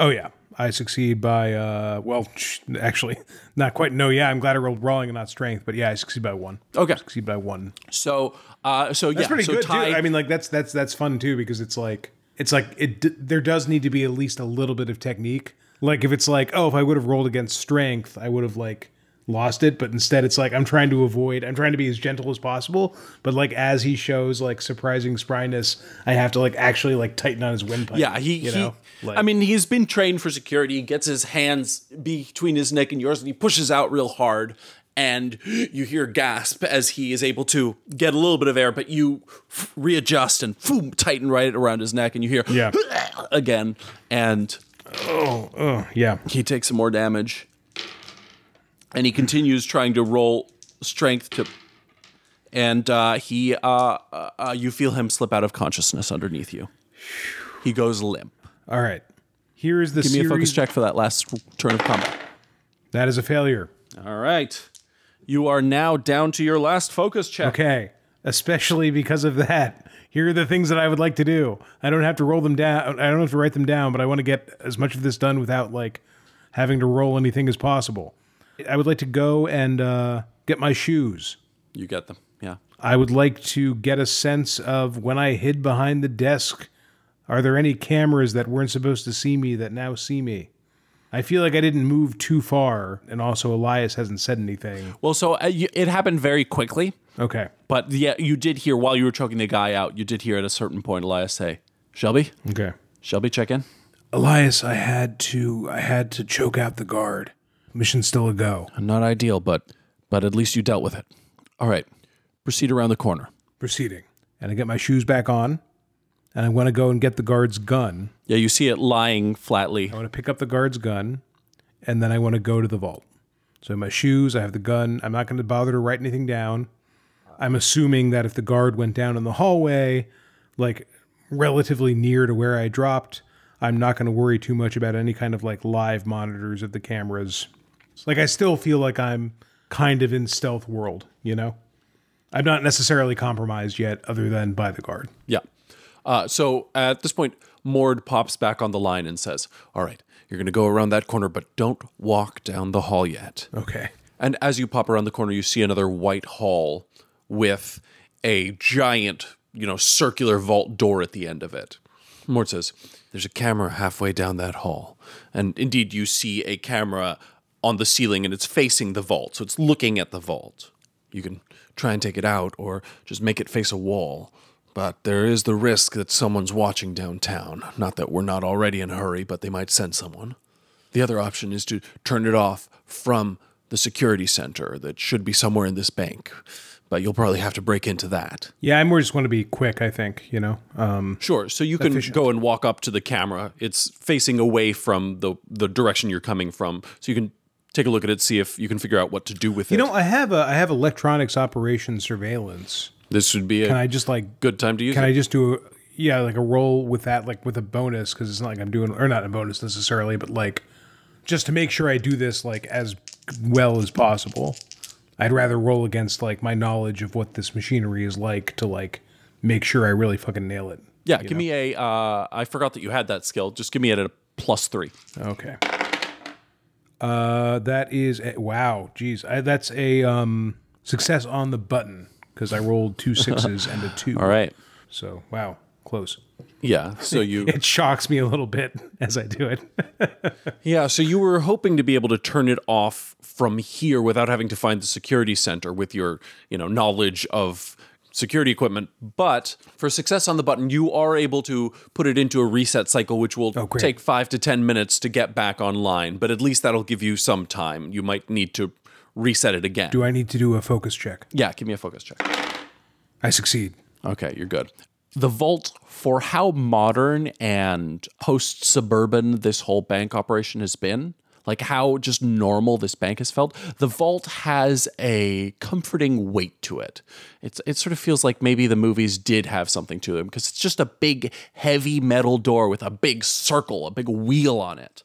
J: oh yeah, I succeed by uh, well, sh- actually, not quite. No, yeah, I'm glad I rolled brawling and not strength, but yeah, I succeed by one.
A: Okay.
J: succeed by one.
A: So, uh, so
J: That's
A: yeah,
J: pretty
A: so
J: good
A: Ty,
J: too. I mean, like that's that's that's fun too because it's like it's like it. D- there does need to be at least a little bit of technique. Like if it's like oh, if I would have rolled against strength, I would have like lost it. But instead, it's like I'm trying to avoid. I'm trying to be as gentle as possible. But like as he shows like surprising spryness, I have to like actually like tighten on his windpipe.
A: yeah, he.
J: you
A: he-
J: know. Like-
A: I mean, he's been trained for security. He gets his hands between his neck and yours, and he pushes out real hard. And you hear a gasp as he is able to get a little bit of air, but you f- readjust and boom, tighten right around his neck, and you hear
J: Yeah.
A: again, and
J: oh, yeah.
A: he takes some more damage. And he continues trying to roll strength to, and uh, he, uh, uh, uh, you feel him slip out of consciousness underneath you. He goes limp.
J: All right. Here is the
A: Give me a
J: series.
A: focus check for that last turn of combat.
J: That is a failure.
A: All right. You are now down to your last focus check.
J: Okay. Especially because of that. Here are the things that I would like to do. I don't have to roll them down. I don't have to write them down, but I want to get as much of this done without like having to roll anything as possible. I would like to go and uh, get my shoes.
A: You get them. Yeah.
J: I would like to get a sense of when I hid behind the desk. Are there any cameras that weren't supposed to see me that now see me? I feel like I didn't move too far, and also Elias hasn't said anything.
A: Well, so uh, you, it happened very quickly,
J: Okay.
A: but yeah, you did hear while you were choking the guy out. You did hear at a certain point Elias say, "Shelby,
J: Okay.
A: Shelby, check in."
J: Elias, I had to I had to choke out the guard. Mission's still a go.
A: Not ideal, but but at least you dealt with it. All right, proceed around the corner.
J: Proceeding. And I get my shoes back on, and I want to go and get the guard's gun.
A: Yeah, you see it lying flatly.
J: I want to pick up the guard's gun, and then I want to go to the vault. So my shoes, I have the gun. I'm not going to bother to write anything down. I'm assuming that if the guard went down in the hallway, like relatively near to where I dropped, I'm not going to worry too much about any kind of like live monitors of the cameras. So, Like I still feel like I'm kind of in stealth world, you know? I'm not necessarily compromised yet other than by the guard.
A: Yeah. Uh, so at this point, Mord pops back on the line and says, "All right, you're going to go around that corner, but don't walk down the hall yet."
J: Okay.
A: And as you pop around the corner, you see another white hall with a giant, you know, circular vault door at the end of it. Mort says, There's a camera halfway down that hall. And indeed, you see a camera on the ceiling and it's facing the vault. So it's looking at the vault. You can try and take it out or just make it face a wall. But there is the risk that someone's watching downtown. Not that we're not already in a hurry, but they might send someone. The other option is to turn it off from the security center that should be somewhere in this bank. But you'll probably have to break into that.
J: Yeah, I more just want to be quick, I think, you know? Um,
A: Sure. So you can go and walk up to the camera. It's facing away from the the direction you're coming from. So you can take a look at it, see if you can figure out what to do with
J: You
A: it.
J: know, I have a I have electronics operation surveillance.
A: this would be a
J: Can I just like
A: good time to use
J: can
A: it.
J: I just do a yeah like a roll with that like with a bonus because it's not like I'm doing or not a bonus necessarily, but like just to make sure I do this like as well as possible. I'd rather roll against like my knowledge of what this machinery is like to like make sure I really fucking nail it.
A: yeah, give me a. Uh, I forgot that you had that skill. Just give me it at a plus three.
J: Okay. Uh, that is a, wow. Geez, I, that's a um success on the button because I rolled two sixes and a two.
A: All right.
J: So wow, close.
A: Yeah. So you.
J: It shocks me a little bit as I do it.
A: Yeah, so you were hoping to be able to turn it off from here without having to find the security center with your, you know, knowledge of security equipment. But for success on the button, you are able to put it into a reset cycle which will
J: Oh, great.
A: take 5 to 10 minutes to get back online, but at least that'll give you some time. You might need to reset it again.
J: Do I need to do a focus check?
A: yeah, give me a focus check.
J: I succeed.
A: Okay, you're good. The vault for how modern and post suburban this whole bank operation has been, like how just normal this bank has felt, the vault has a comforting weight to it. It's it sort of feels like maybe the movies did have something to them because it's just a big heavy metal door with a big circle, a big wheel on it.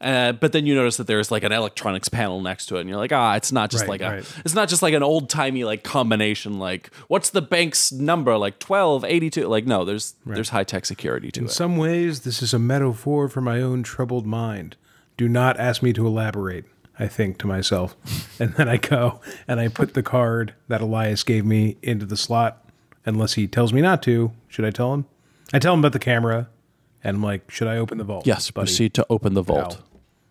A: Uh, but then you notice that there's like an electronics panel next to it, and you're like, ah, it's not just
J: Right,
A: like a,
J: right.
A: it's not just like an old timey like combination. Like, what's the bank's number? Like twelve eighty two. Like, no, there's there's high tech security to
J: In
A: it.
J: some ways, this is a metaphor for my own troubled mind. Do not ask me to elaborate, I think to myself. and then I go and I put the card that Elias gave me into the slot, unless he tells me not to. Should I tell him? I tell him about the camera, and I'm like, should I open the vault?
A: yes,
J: buddy.
A: proceed to open the vault.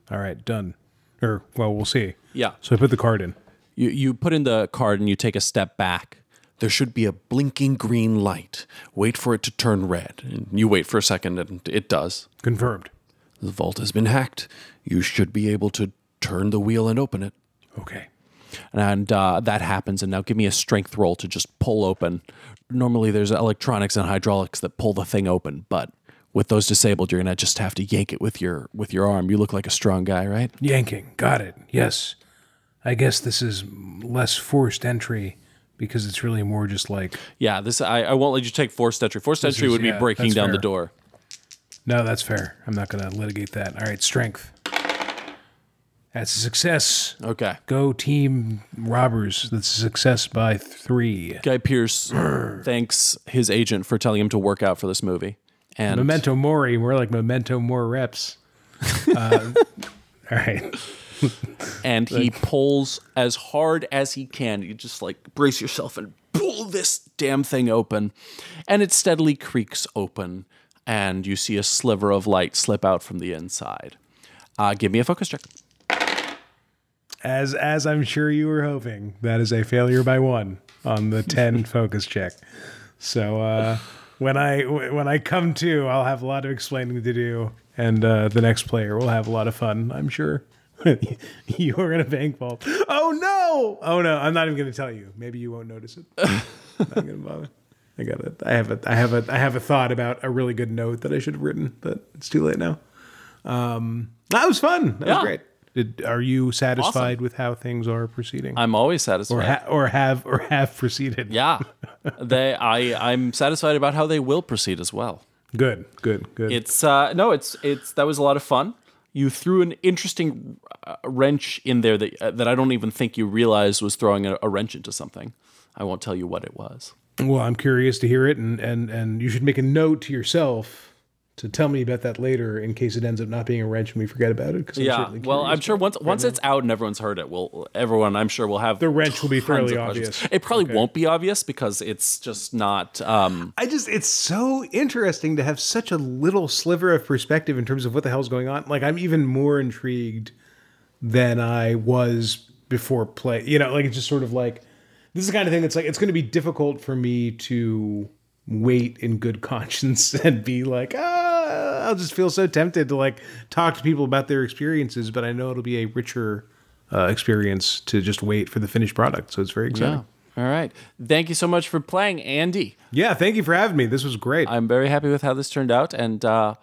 J: All right, done. Or, well, we'll see.
A: Yeah.
J: So I put the card in.
A: You you put in the card and you take a step back. There should be a blinking green light. Wait for it to turn red. And you wait for a second, and it does.
J: Confirmed.
A: The vault has been hacked. You should be able to turn the wheel and open it.
J: Okay.
A: and uh, that happens. And now give me a strength roll to just pull open. Normally, there's electronics and hydraulics that pull the thing open, but with those disabled, you're gonna just have to yank it with your with your arm. You look like a strong guy, right?
J: Yanking. Got it. Yes. I guess this is less forced entry because it's really more just like,
A: Yeah. This I, I won't let you take forced entry. Forced entry
J: is-
A: would
J: yeah,
A: be breaking
J: that's
A: down the
J: fair.
A: door.
J: no, that's fair. I'm not going to litigate that. All right, strength. That's a success.
A: Okay.
J: Go team robbers. That's a success by three.
A: Guy Pierce thanks his agent for telling him to work out for this movie. And
J: Memento mori. We're like memento more reps. Uh, all right.
A: and he pulls as hard as he can. You just like brace yourself and pull this damn thing open. And it steadily creaks open, and you see a sliver of light slip out from the inside.
G: Uh, give me a focus check.
J: As as I'm sure you were hoping, that is a failure by one on the ten focus check. So uh, when I when I come to, I'll have a lot of explaining to do, and uh, the next player will have a lot of fun. I'm sure. You're in a bank vault. Oh no! Oh no! I'm not even going to tell you. Maybe you won't notice it. I'm not going to bother. I got it. I have a I have a I have a thought about a really good note that I should have written, but it's too late now. Um, that was fun. That
G: Yeah.
J: was great. Did, are you satisfied with how things are proceeding,
G: I'm always satisfied.
J: or ha- or have or have proceeded?
G: yeah, they. I. I'm satisfied about how they will proceed as well.
J: Good. Good. Good.
G: It's uh, no, it's it's that was a lot of fun. You threw an interesting uh, wrench in there that uh, that I don't even think you realized was throwing a, a wrench into something. I won't tell you what it was.
J: Well, I'm curious to hear it, and and and you should make a note to yourself to tell me about that later in case it ends up not being a wrench and we forget about it. 'cause I'm
G: Yeah.
J: certainly
G: Well,
J: curious.
G: I'm sure once once it's out and everyone's heard it, we'll everyone I'm sure will have
J: the wrench will be
G: tons
J: fairly
G: of questions.
J: obvious.
G: It probably won't be obvious because it's just not. Um,
J: I just it's so interesting to have such a little sliver of perspective in terms of what the hell's going on. Like I'm even more intrigued than I was before play. You know, like it's just sort of like this is the kind of thing that's like it's going to be difficult for me to wait in good conscience and be like, ah, I'll just feel so tempted to like talk to people about their experiences, but I know it'll be a richer uh, experience to just wait for the finished product. So it's very exciting.
G: yeah. All right. Thank you so much for playing, Andy.
J: Yeah, thank you for having me. This was great.
G: I'm very happy with how this turned out, and uh,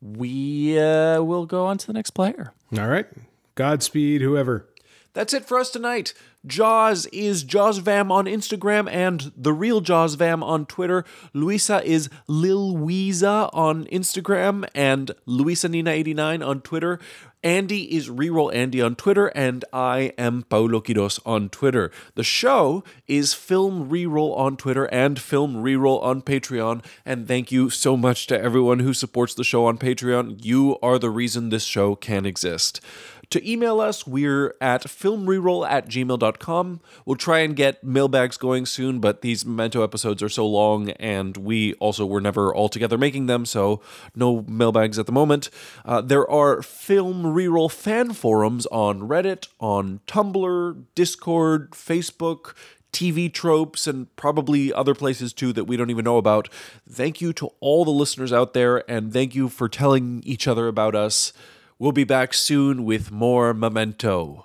G: we uh, will go on to the next player.
J: All right. Godspeed, whoever.
A: That's it for us tonight. Jaws is JawsVam on Instagram and the real JawsVam on Twitter. Luisa is Lil Weeza on Instagram and Luisa Nina89 on Twitter. Andy is Reroll Andy on Twitter, and I am Paulo Quiros on Twitter. The show is Film Reroll on Twitter and Film Reroll on Patreon. And thank you so much to everyone who supports the show on Patreon. You are the reason this show can exist. To email us, we're at filmreroll at gmail.com. We'll try and get mailbags going soon, but these memento episodes are so long, and we also were never all together making them, so no mailbags at the moment. Uh, there are film reroll fan forums on Reddit, on Tumblr, Discord, Facebook, TV tropes and probably other places too that we don't even know about. Thank you to all the listeners out there and thank you for telling each other about us. We'll be back soon with more Memento.